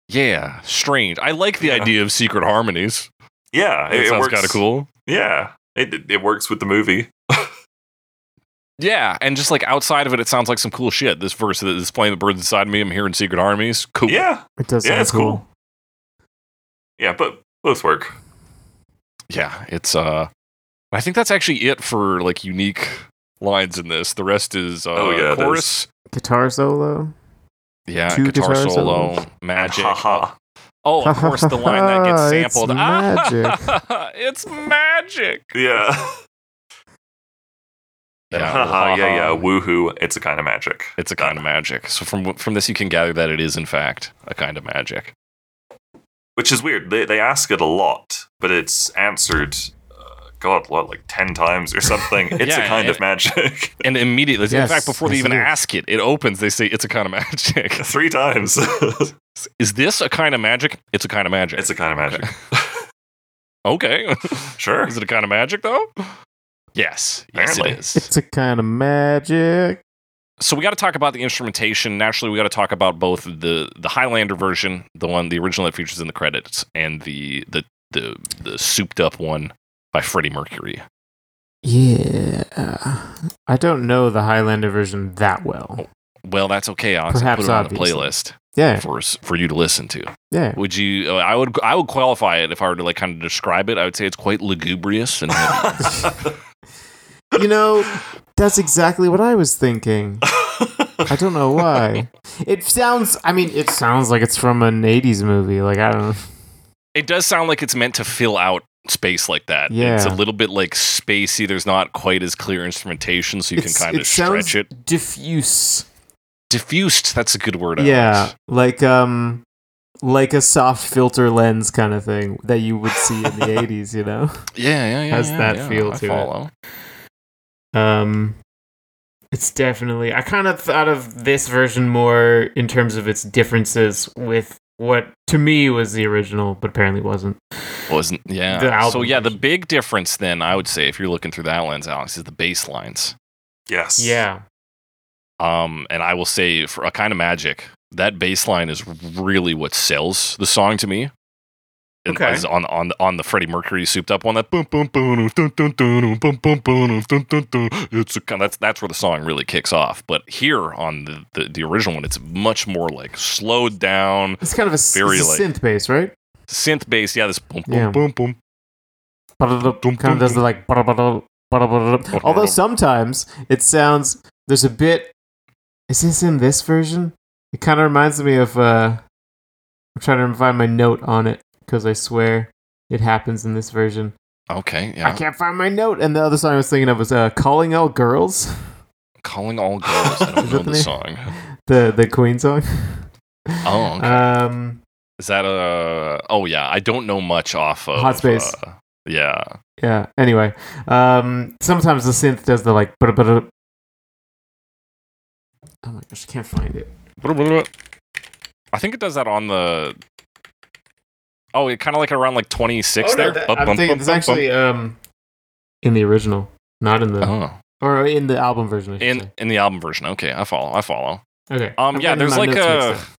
Speaker 1: yeah, strange. I like the
Speaker 4: Yeah.
Speaker 1: idea of secret harmonies.
Speaker 4: yeah,
Speaker 1: It, sounds kind of cool.
Speaker 4: Yeah, it it works with the movie.
Speaker 1: Yeah, and just like outside of it, it sounds like some cool shit. This verse that is playing the birds inside me. I'm hearing secret armies. Cool.
Speaker 4: Yeah,
Speaker 5: it does
Speaker 4: yeah,
Speaker 5: sound
Speaker 4: it's cool. yeah, but both work.
Speaker 1: yeah. It's uh, I think that's actually it for like unique lines in this. The rest is uh,
Speaker 4: Oh, yeah,
Speaker 1: chorus.
Speaker 5: Guitar solo.
Speaker 1: Yeah,
Speaker 5: Two
Speaker 1: guitar,
Speaker 5: guitar
Speaker 1: solo,
Speaker 5: solos.
Speaker 1: magic.
Speaker 4: Haha.
Speaker 1: Oh, of course, the line that gets
Speaker 5: It's
Speaker 1: sampled.
Speaker 5: magic.
Speaker 1: it's magic.
Speaker 4: Yeah. Haha, yeah, yeah. Woohoo! It's a kind of magic.
Speaker 1: It's a kind of magic. So from from this, you can gather that it is in fact a kind of magic.
Speaker 4: Which is weird. They they ask it a lot, but it's answered uh, god, what, like ten times or something. It's
Speaker 1: Yeah,
Speaker 4: a kind
Speaker 1: and-
Speaker 4: of magic.
Speaker 1: And immediately, in
Speaker 5: Yes,
Speaker 1: fact, before they
Speaker 5: yes, it
Speaker 1: even
Speaker 5: is.
Speaker 1: ask it, it opens. They say it's a kind of magic.
Speaker 4: Three times.
Speaker 1: Is this a kind of magic? It's a kind of magic.
Speaker 4: it's a kind of magic.
Speaker 1: okay.
Speaker 4: Sure.
Speaker 1: is it a kind of magic though? Yes. Yes,
Speaker 4: Apparently.
Speaker 1: it is.
Speaker 5: It's a kind of magic.
Speaker 1: so we got to talk about the instrumentation. Naturally, we got to talk about both the the Highlander version, the one, the original that features in the credits, and the the the, the souped up one by Freddie Mercury.
Speaker 5: Yeah. I don't know the Highlander version that well.
Speaker 1: Well, that's okay. Alex. I'll
Speaker 5: Perhaps
Speaker 1: put it on the
Speaker 5: obviously.
Speaker 1: playlist
Speaker 5: Yeah.
Speaker 1: for us- for you to listen to.
Speaker 5: Yeah.
Speaker 1: Would you? uh, I would. I would qualify it if I were to like kind of describe it. I would say it's quite lugubrious and heavy.
Speaker 5: You know, that's exactly what I was thinking. I don't know why. It sounds, I mean, it sounds like it's from an 80s movie. Like, I don't know.
Speaker 1: it does sound like it's meant to fill out space like that.
Speaker 5: Yeah.
Speaker 1: It's a little bit like spacey. There's not quite as clear instrumentation, so you
Speaker 5: It's-
Speaker 1: can kind of
Speaker 5: it sounds
Speaker 1: stretch it.
Speaker 5: Diffuse.
Speaker 1: Diffused. That's a good word. Alex.
Speaker 5: Yeah. Like, um,. Like a soft filter lens kind of thing that you would see in the 80s, you know?
Speaker 1: Yeah, yeah, yeah.
Speaker 5: Has
Speaker 1: yeah,
Speaker 5: that
Speaker 1: yeah,
Speaker 5: feel
Speaker 1: I
Speaker 5: to it.
Speaker 1: follow.
Speaker 5: Um, it's definitely. I kind of thought of this version more in terms of its differences with what to me was the original, but apparently wasn't.
Speaker 1: Wasn't yeah.
Speaker 5: The album
Speaker 1: so yeah, the
Speaker 5: version.
Speaker 1: big difference then I would say if you're looking through that lens, Alex, is the bass lines.
Speaker 4: yes.
Speaker 5: Yeah.
Speaker 1: Um, and I will say for a kind of magic, that bass line is really what sells the song to me. And
Speaker 5: Okay.
Speaker 1: is on on on the Freddie Mercury souped up one that boom boom boom dun, dun, dun, boom boom boom dun, dun, dun. it's a, kind- that's that's where the song really kicks off. But here on the, the the original one, it's much more like slowed down
Speaker 5: It's kind of a, s-
Speaker 1: Very
Speaker 5: it's a
Speaker 1: like-
Speaker 5: synth bass, right?
Speaker 1: synth bass. Yeah, this boom boom
Speaker 5: Yeah.
Speaker 1: boom boom.
Speaker 5: Ba-da-da,
Speaker 1: Dum,
Speaker 5: Kind of
Speaker 1: dum,
Speaker 5: does the like. ba-da-ba-da, ba-da-ba-da. Although sometimes it sounds there's a bit. Is this in this version? It kind of reminds me of. uh I'm trying to find my note on it because I swear it happens in this version.
Speaker 1: Okay,
Speaker 5: I
Speaker 1: yeah.
Speaker 5: can't find my note. And the other song I was thinking of was uh, "Calling All Girls,"
Speaker 1: Calling all girls. I don't
Speaker 5: Is
Speaker 1: know the
Speaker 5: that the name?
Speaker 1: song.
Speaker 5: the the Queen song.
Speaker 1: Oh, okay.
Speaker 5: Um,
Speaker 1: Is that a? Oh yeah, I don't know much off of
Speaker 5: Hot Space.
Speaker 1: uh, yeah,
Speaker 5: yeah. Anyway, um, sometimes the synth does the like. bada bada- Oh my gosh, I can't find it.
Speaker 1: I think it does that on the. Oh, it kind of like around like 26 there. Bum,
Speaker 5: Oh, I'm
Speaker 1: bum,
Speaker 5: thinking
Speaker 1: bum,
Speaker 5: it's
Speaker 1: bum,
Speaker 5: actually um, in the original, not in the
Speaker 1: bum. Oh.
Speaker 5: or in the album version. I should
Speaker 1: In
Speaker 5: say.
Speaker 1: in the album version. Okay, I follow. I follow.
Speaker 5: okay.
Speaker 1: Um
Speaker 5: I'm
Speaker 1: yeah,
Speaker 5: getting
Speaker 1: there's
Speaker 5: my
Speaker 1: like
Speaker 5: notes
Speaker 1: a
Speaker 5: mixed up.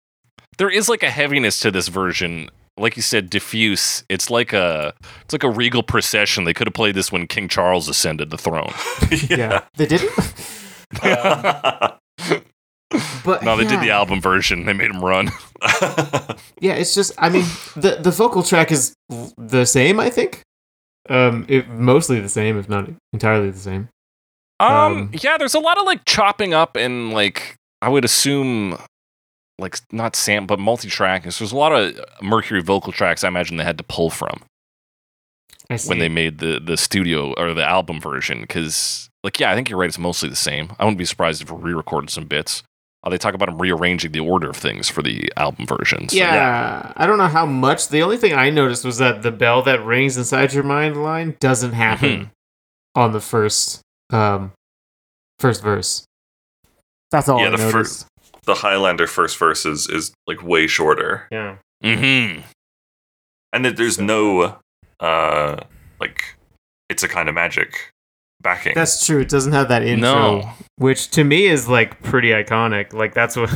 Speaker 1: there is like a heaviness to this version. Like you said diffuse. It's like a it's like a regal procession. They could have played this when King Charles ascended the throne.
Speaker 5: Yeah.
Speaker 4: yeah.
Speaker 5: they didn't. But
Speaker 1: no, they did the
Speaker 5: yeah.
Speaker 1: album version. They made him run.
Speaker 5: Yeah, it's just I mean the the vocal track is l- the same, I think. Um it mostly the same, if not entirely the same.
Speaker 1: Um,
Speaker 5: Um,
Speaker 1: yeah, there's a lot of like chopping up and like I would assume like not sam but multi-track. So there's a lot of Mercury vocal tracks I imagine they had to pull from
Speaker 5: I see.
Speaker 1: when they made the the studio or the album version cuz like yeah, I think you're right it's mostly the same. I wouldn't be surprised if we re-recorded some bits. Uh, they talk about them rearranging the order of things for the album version. so
Speaker 5: yeah, I don't know how much. The only thing I noticed was that the bell that rings inside your mind line doesn't happen on the first um first verse. That's all
Speaker 4: Yeah,
Speaker 5: I
Speaker 4: the fir-
Speaker 5: noticed.
Speaker 4: the Highlander first verse is, is like way shorter.
Speaker 5: yeah.
Speaker 1: Mhm.
Speaker 4: And that there's no uh like it's a kind of magic backing.
Speaker 5: That's true. It doesn't have that intro,
Speaker 1: No.
Speaker 5: which to me is like pretty iconic. Like that's what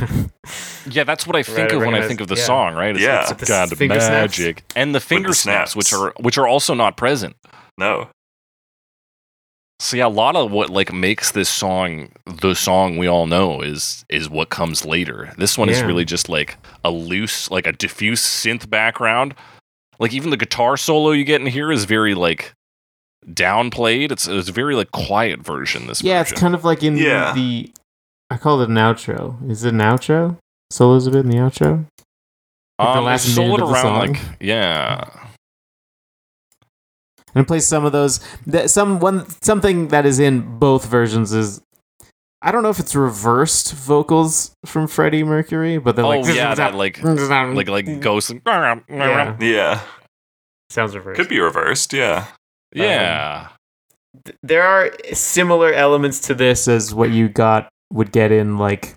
Speaker 1: Yeah, that's what I think
Speaker 5: I
Speaker 1: of when I
Speaker 5: recognize-
Speaker 1: think of the
Speaker 5: yeah.
Speaker 1: song, right? It's,
Speaker 4: Yeah.
Speaker 1: it's
Speaker 5: With the
Speaker 1: kind of
Speaker 5: finger snaps.
Speaker 1: magic. And the finger snaps,
Speaker 4: snaps.
Speaker 1: which are which are also not present.
Speaker 4: no.
Speaker 1: So yeah, a lot of what like makes this song the song we all know is is what comes later. This one is
Speaker 5: Yeah.
Speaker 1: really just like a loose, like a diffuse synth background. Like even the guitar solo you get in here is very like downplayed. It's it's a very like quiet version. This
Speaker 5: Yeah, it's
Speaker 1: version.
Speaker 5: kind of like in
Speaker 4: Yeah.
Speaker 5: the. I call it an outro. Is it an outro? Solo's a bit in the outro. like the last
Speaker 1: they solo it
Speaker 5: minute of the song.
Speaker 1: like yeah.
Speaker 5: And it plays some of those. That some one something that is in both versions is. I don't know if it's reversed vocals from Freddie Mercury, but then like
Speaker 1: oh yeah, that like like like ghost. And,
Speaker 5: Yeah.
Speaker 4: Yeah.
Speaker 5: sounds reversed.
Speaker 4: Could be reversed, yeah.
Speaker 1: Yeah.
Speaker 5: th- there are similar elements to this as what you got would get in like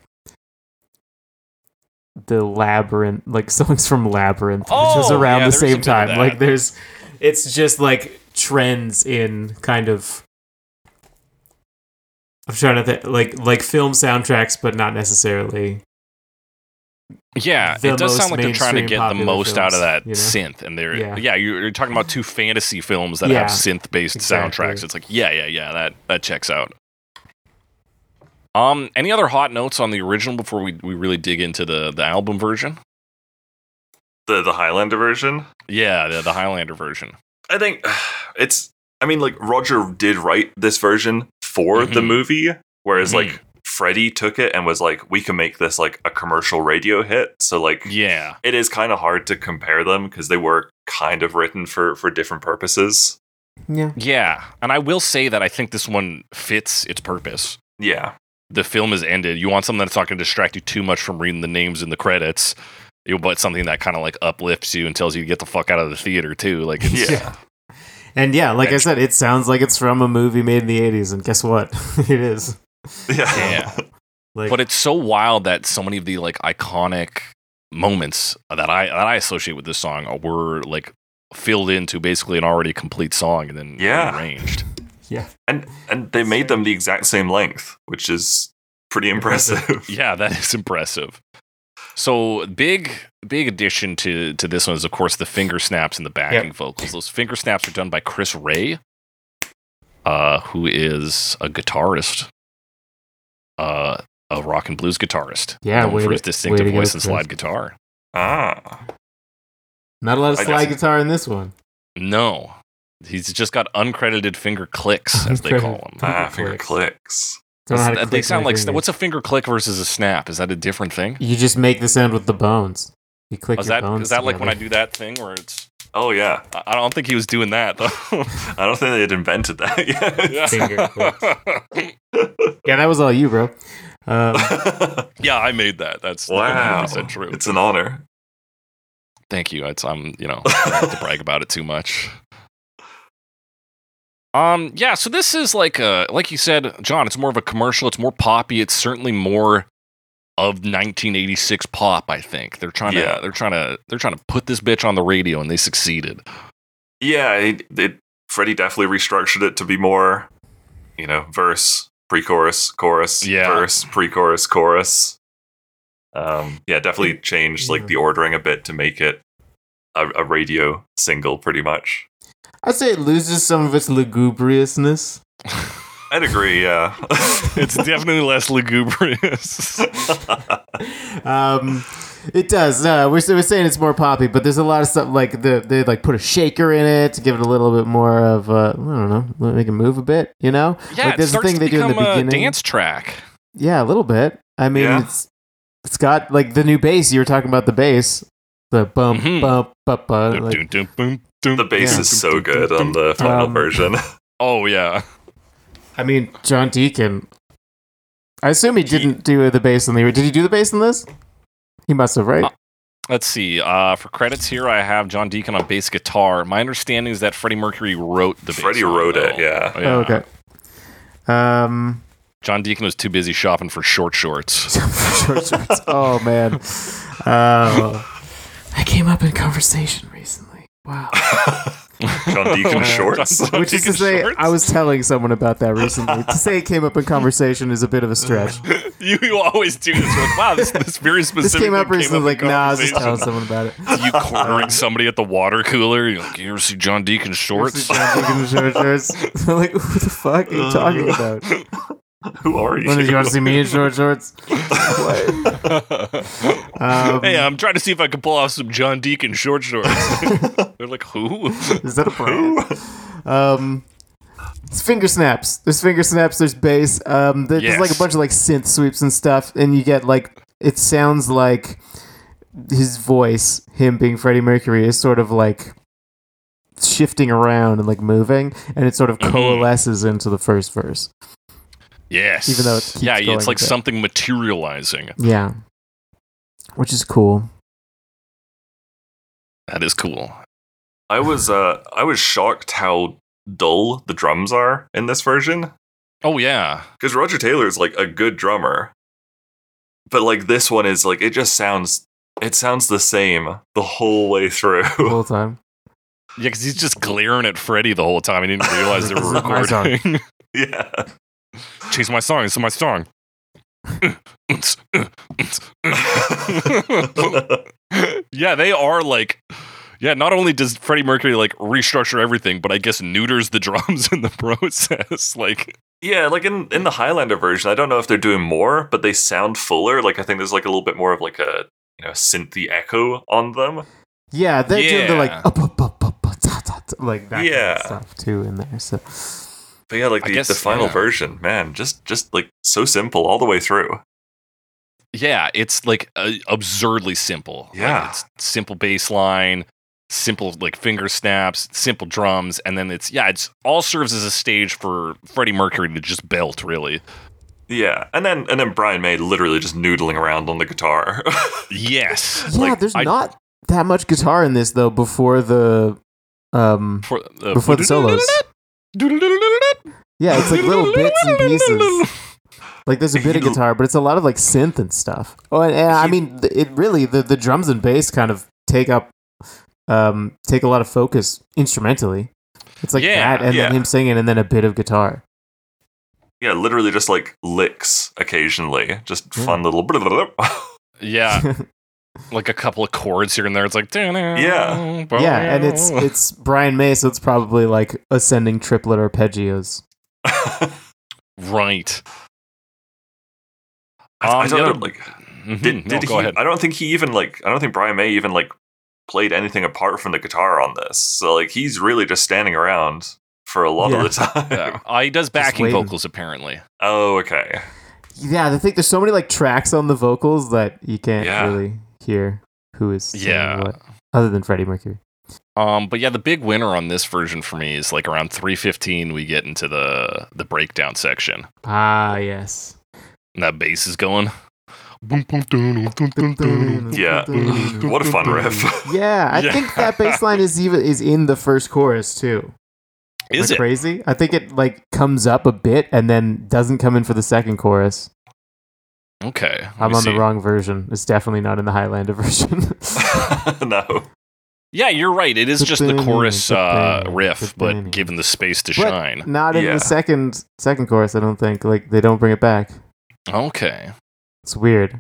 Speaker 5: the labyrinth, like songs from Labyrinth, which was
Speaker 1: Oh, yeah,
Speaker 5: around the
Speaker 1: there was a
Speaker 5: same
Speaker 1: bit of
Speaker 5: time.
Speaker 1: that.
Speaker 5: Like there's, it's just like trends in kind of. I'm trying to think, like like film soundtracks, but not necessarily
Speaker 1: Yeah,
Speaker 5: the
Speaker 1: it does sound
Speaker 5: most
Speaker 1: like they're trying to
Speaker 5: mainstream
Speaker 1: get the
Speaker 5: popular
Speaker 1: most out of
Speaker 5: films,
Speaker 1: that
Speaker 5: you know?
Speaker 1: synth, and they're
Speaker 5: Yeah.
Speaker 1: yeah, you're, you're talking about two fantasy films that
Speaker 5: Yeah,
Speaker 1: have synth-based
Speaker 5: exactly.
Speaker 1: soundtracks. It's like yeah, yeah, yeah, that that checks out. Um, any other hot notes on the original before we, we really dig into the the album version?
Speaker 4: The the Highlander version.
Speaker 1: Yeah, the, the Highlander version.
Speaker 4: I think it's. I mean, like Roger did write this version for the
Speaker 1: Mhm.
Speaker 4: movie, whereas
Speaker 1: Mhm.
Speaker 4: like Freddie took it and was like, "We can make this like a commercial radio hit." So like,
Speaker 1: Yeah,
Speaker 4: it is kind of hard to compare them because they were kind of written for for different purposes.
Speaker 5: yeah.
Speaker 1: yeah, and I will say that I think this one fits its purpose.
Speaker 4: Yeah,
Speaker 1: the film is ended. You want something that's not going to distract you too much from reading the names in the credits, you- but something that kind of like uplifts you and tells you to get the fuck out of the theater too. Like, it's,
Speaker 4: yeah.
Speaker 5: And yeah, like I said, it sounds like it's from a movie made in the 80s, and guess what? it is.
Speaker 4: Yeah.
Speaker 1: Yeah.
Speaker 5: Like,
Speaker 1: but it's so wild that so many of the like iconic moments that I that I associate with this song were like filled into basically an already complete song and then
Speaker 4: Yeah.
Speaker 1: arranged.
Speaker 5: yeah,
Speaker 4: And and they made them the exact same length, which is pretty impressive.
Speaker 1: Yeah, that is impressive. So big, big addition to to this one is of course the finger snaps and the backing vocals. Those finger snaps are done by Chris Ray, uh, who is a guitarist, uh, a rock and blues guitarist.
Speaker 5: Yeah,
Speaker 1: known
Speaker 5: way
Speaker 1: for
Speaker 5: to-
Speaker 1: his distinctive
Speaker 5: way to go,
Speaker 1: voice and
Speaker 5: Chris.
Speaker 1: slide guitar.
Speaker 4: ah.
Speaker 5: not a lot of
Speaker 4: I
Speaker 5: slide
Speaker 4: guess-
Speaker 5: guitar in this one.
Speaker 1: No, he's just got uncredited finger clicks as they call them.
Speaker 4: Ah, finger clicks.
Speaker 5: Don't know how to
Speaker 1: That- they
Speaker 5: click
Speaker 1: sound
Speaker 5: my
Speaker 1: like
Speaker 5: fingers.
Speaker 1: what's a finger click versus a snap? Is that a different thing?
Speaker 5: You just make the sound with the bones. You click
Speaker 1: Is
Speaker 5: your
Speaker 1: that
Speaker 5: bones.
Speaker 1: is that like when I
Speaker 5: together.
Speaker 1: do that thing where it's?
Speaker 4: Oh yeah.
Speaker 1: I I don't think he was doing that though.
Speaker 4: I don't think they had invented that yet.
Speaker 1: Yeah.
Speaker 5: Finger clicks. Yeah, that was all you, bro. Um,
Speaker 1: yeah, I made that. That's
Speaker 4: wow.
Speaker 1: 100% true.
Speaker 4: It's an honor.
Speaker 1: Thank you. It's, I'm, you know, I don't have to brag about it too much. Um, yeah, so this is like a, like you said, John, it's more of a commercial. It's more poppy. It's certainly more of 1986 pop, I think. They're trying
Speaker 4: Yeah.
Speaker 1: to, they're trying to, they're trying to put this bitch on the radio and they succeeded.
Speaker 4: Yeah, it, it Freddie definitely restructured it to be more, you know, verse, pre-chorus, chorus,
Speaker 1: Yeah.
Speaker 4: verse, pre-chorus, chorus. Um, yeah, definitely changed
Speaker 5: Yeah.
Speaker 4: like the ordering a bit to make it a, a radio single, pretty much.
Speaker 5: I'd say it loses some of its lugubriousness.
Speaker 4: I'd agree. Yeah,
Speaker 1: It's definitely less lugubrious.
Speaker 5: um, it does. No, we're, we're saying it's more poppy, but there's a lot of stuff like the they like put a shaker in it to give it a little bit more of uh, I don't know, make it move a bit. You know,
Speaker 1: yeah,
Speaker 5: like
Speaker 1: it
Speaker 5: there's a
Speaker 1: starts
Speaker 5: thing
Speaker 1: to
Speaker 5: they do in the
Speaker 1: become a
Speaker 5: beginning.
Speaker 1: dance track.
Speaker 5: Yeah, a little bit. I mean,
Speaker 4: Yeah.
Speaker 5: it's it's got like the new bass. You were talking about the bass, the bump,
Speaker 1: Mhm.
Speaker 5: bump, bump, bump. Like,
Speaker 4: the
Speaker 1: The
Speaker 4: bass
Speaker 5: Yeah.
Speaker 4: is so good on the final
Speaker 5: Um,
Speaker 4: version.
Speaker 1: Oh yeah.
Speaker 5: I mean, John Deacon. I assume he didn't do the bass in the. Did he do the bass in this? He must have, right?
Speaker 1: Let's see. Uh, for credits here, I have John Deacon on bass guitar. My understanding is that Freddie Mercury wrote the bass.
Speaker 4: Freddie
Speaker 1: line,
Speaker 4: wrote it.
Speaker 1: though.
Speaker 4: Yeah,
Speaker 1: Yeah.
Speaker 5: Oh, okay. Um.
Speaker 1: John Deacon was too busy shopping for short shorts.
Speaker 5: Short shorts. Oh man. Oh. I came up in conversation recently. Wow.
Speaker 4: John Deacon shorts.
Speaker 1: John-
Speaker 5: Which is to
Speaker 1: Deacon
Speaker 5: say,
Speaker 1: shorts?
Speaker 5: I was telling someone about that recently. to say it came up in conversation is a bit of a stretch.
Speaker 1: you, you always do this. You're like, wow, this, this very specific.
Speaker 5: This came up
Speaker 1: thing
Speaker 5: recently.
Speaker 1: in
Speaker 5: like, nah, I was just telling
Speaker 1: conversation.
Speaker 5: someone about it.
Speaker 1: You cornering somebody at the water cooler. You're like, you ever see John Deacon shorts?
Speaker 5: John Deacon short shorts. I'm like, who the fuck are you talking about?
Speaker 4: Who are you?
Speaker 5: When did you want to see me in short shorts? What? Um,
Speaker 1: hey, I'm trying to see if I can pull off some John Deacon short shorts. They're like, who?
Speaker 5: Is that a brand? um, it's finger snaps. There's finger snaps. There's bass. Um, there- there's like a
Speaker 1: Yes.
Speaker 5: bunch of like synth sweeps and stuff, and you get like it sounds like his voice, him being Freddie Mercury, is sort of like shifting around and like moving, and it sort of
Speaker 1: Mhm.
Speaker 5: coalesces into the first verse.
Speaker 1: Yes.
Speaker 5: Even though it keeps
Speaker 1: yeah,
Speaker 5: going
Speaker 1: it's like
Speaker 5: a bit.
Speaker 1: something materializing.
Speaker 5: Yeah, which is cool.
Speaker 1: That is cool.
Speaker 4: I was uh I was shocked how dull the drums are in this version.
Speaker 1: Oh yeah,
Speaker 4: Because Roger Taylor is like a good drummer. But like this one is like it just sounds it sounds the same the whole way through.
Speaker 5: the whole time.
Speaker 1: yeah, because he's just glaring at Freddy the whole time. He didn't realize they were
Speaker 5: This is my song.
Speaker 1: recording.
Speaker 4: yeah.
Speaker 1: Change my song. This is my song. yeah, they are like. Yeah, not only does Freddie Mercury like restructure everything, but I guess neuters the drums in the process. Like,
Speaker 4: yeah, like in in the Highlander version, I don't know if they're doing more, but they sound fuller. Like I think there's like a little bit more of like a you know synthy echo on them.
Speaker 5: Yeah, they're doing the like
Speaker 1: Yeah.
Speaker 5: up, up, up, up, up, ta, ta, ta, like that kind
Speaker 4: Yeah.
Speaker 5: of stuff too in there. So
Speaker 4: But yeah, like
Speaker 1: I
Speaker 4: the,
Speaker 1: guess-
Speaker 4: the final
Speaker 1: yeah.
Speaker 4: version, man, just just like so simple all the way through.
Speaker 1: yeah, it's like uh, absurdly simple. Like,
Speaker 4: Yeah.
Speaker 1: it's simple bass line, simple like finger snaps, simple drums, and then it's yeah, it's all serves as a stage for Freddie Mercury to just belt really.
Speaker 4: Yeah, and then and then Brian May literally just noodling around on the guitar.
Speaker 1: Yes,
Speaker 5: yeah,
Speaker 1: Like,
Speaker 5: there's
Speaker 1: I-
Speaker 5: not that much guitar in this though. Before the um,
Speaker 1: for, uh,
Speaker 5: before the solos, yeah, it's like little bits and pieces. Like there's a bit of
Speaker 4: He-
Speaker 5: guitar, but it's a lot of like synth and stuff. Oh, and, and I mean, th- it really the the drums and bass kind of take up um take a lot of focus instrumentally. It's like
Speaker 1: Yeah,
Speaker 5: that, and then
Speaker 4: yeah.
Speaker 5: him singing, and then a bit of guitar.
Speaker 4: yeah, literally just like licks occasionally, just
Speaker 1: Hmm.
Speaker 5: Yeah.
Speaker 4: fun little.
Speaker 1: Yeah, like a couple of chords here and there. It's like
Speaker 4: Yeah.
Speaker 5: yeah, and it's it's Brian May, so it's probably like ascending triplet arpeggios.
Speaker 1: right.
Speaker 4: I
Speaker 1: Um,
Speaker 4: don't
Speaker 1: the
Speaker 4: know,
Speaker 1: other-
Speaker 4: like
Speaker 1: Mhm,
Speaker 4: did,
Speaker 1: no,
Speaker 4: did
Speaker 1: go
Speaker 4: he?
Speaker 1: ahead.
Speaker 4: I don't think he even like. I don't think Brian May even like played anything apart from the guitar on this. So like he's really just standing around for a lot
Speaker 5: Yeah.
Speaker 4: of the time.
Speaker 1: Yeah. Uh, he does backing
Speaker 5: waiting.
Speaker 1: vocals apparently.
Speaker 4: Oh, okay.
Speaker 5: Yeah, the thing there's so many like tracks on the vocals that you can't
Speaker 4: Yeah.
Speaker 5: really hear who is singing
Speaker 1: Yeah.
Speaker 5: what, other than Freddie Mercury.
Speaker 1: Um, but yeah, the big winner on this version for me is like around 315. We get into the the breakdown section,
Speaker 5: Ah, yes.
Speaker 1: and that bass is going.
Speaker 4: Yeah. What a fun riff.
Speaker 5: Yeah, I
Speaker 1: Yeah.
Speaker 5: think that bass line is even is in the first chorus too. Am
Speaker 1: Is
Speaker 5: I
Speaker 1: it?
Speaker 5: crazy? I think it like comes up a bit and then doesn't come in for the second chorus.
Speaker 1: Okay, let
Speaker 5: I'm
Speaker 1: me
Speaker 5: on
Speaker 1: see.
Speaker 5: the wrong version. It's definitely not in the Highlander version.
Speaker 4: no.
Speaker 1: Yeah, you're right. It is just the chorus uh, riff, but given the space to
Speaker 5: But
Speaker 1: shine.
Speaker 5: Not in
Speaker 4: Yeah.
Speaker 5: the second second chorus, I don't think. Like they don't bring it back.
Speaker 1: Okay,
Speaker 5: It's weird.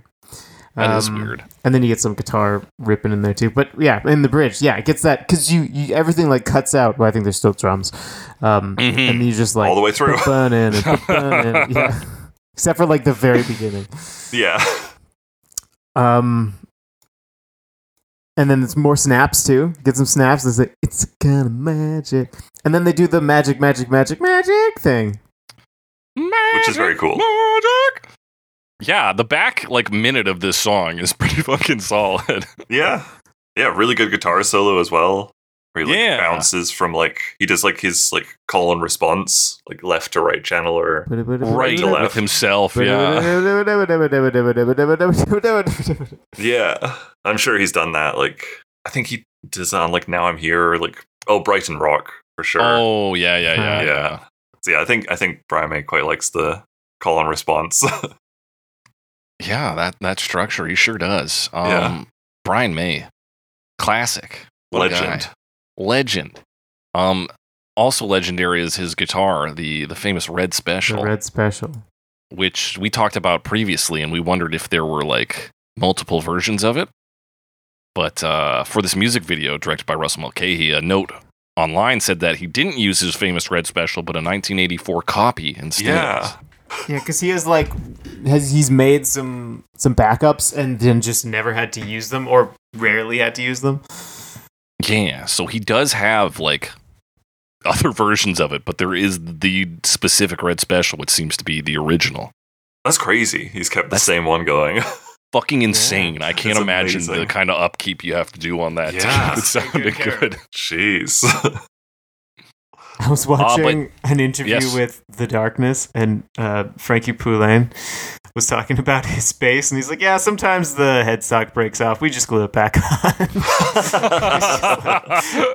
Speaker 1: that is
Speaker 5: Um,
Speaker 1: weird.
Speaker 5: And then you get some guitar ripping in there too. But yeah, in the bridge, yeah, it gets that because you, you everything like cuts out. Well, I think there's still drums, um,
Speaker 1: Mhm.
Speaker 5: and you just like
Speaker 4: Mm-hmm. All the way through.
Speaker 5: ba-bun in and ba-bun in. yeah. Except for like the very beginning.
Speaker 4: Yeah.
Speaker 5: Um, and then it's more snaps too. Get some snaps. It's like it's kind of magic. And then they do the magic, magic, magic, magic thing.
Speaker 4: Which is very cool.
Speaker 1: Magic. Yeah, the back like minute of this song is pretty fucking solid.
Speaker 4: Yeah. Yeah. Really good guitar solo as well. Where he like
Speaker 1: Yeah.
Speaker 4: bounces from like he does like his like call and response like left to right channel or
Speaker 1: right
Speaker 4: to left.
Speaker 1: with himself. Yeah.
Speaker 4: yeah. I'm sure he's done that. Like I think he does that on like Now I'm Here or like oh Brighton Rock for sure.
Speaker 1: Oh yeah, yeah, yeah,
Speaker 5: Huh.
Speaker 1: yeah.
Speaker 4: yeah. So yeah, I think I think Brian May quite likes the call and response.
Speaker 1: Yeah, that that structure, he sure does. Um,
Speaker 4: Yeah.
Speaker 1: Brian May, classic What a guy.
Speaker 4: Legend.
Speaker 1: legend. Um, also legendary is his guitar, the the famous Red
Speaker 5: The
Speaker 1: Special,
Speaker 5: red special.
Speaker 1: which we talked about previously, and we wondered if there were like multiple versions of it. But uh, for this music video directed by Russell Mulcahy, a note online said that he didn't use his famous Red Special, but a 1984 copy instead.
Speaker 4: Yeah.
Speaker 5: Yeah, because he has like has he's made some some backups and then just never had to use them or rarely had to use them.
Speaker 1: Yeah, so he does have like other versions of it, but there is the specific red special, which seems to be the original.
Speaker 4: That's crazy. He's kept the
Speaker 1: That's-
Speaker 4: same one going.
Speaker 1: Fucking insane! I can't
Speaker 4: That's
Speaker 1: imagine the
Speaker 4: amazing.
Speaker 1: kind of upkeep you have to do on that
Speaker 4: Yeah.
Speaker 1: to keep it sounding
Speaker 5: Take good care of
Speaker 1: good.
Speaker 4: Jeez.
Speaker 5: I was watching an interview
Speaker 1: Yes.
Speaker 5: with The Darkness, and uh, Frankie Poulain was talking about his bass, and he's like, "Yeah, sometimes the headstock breaks off. We just glue it back on.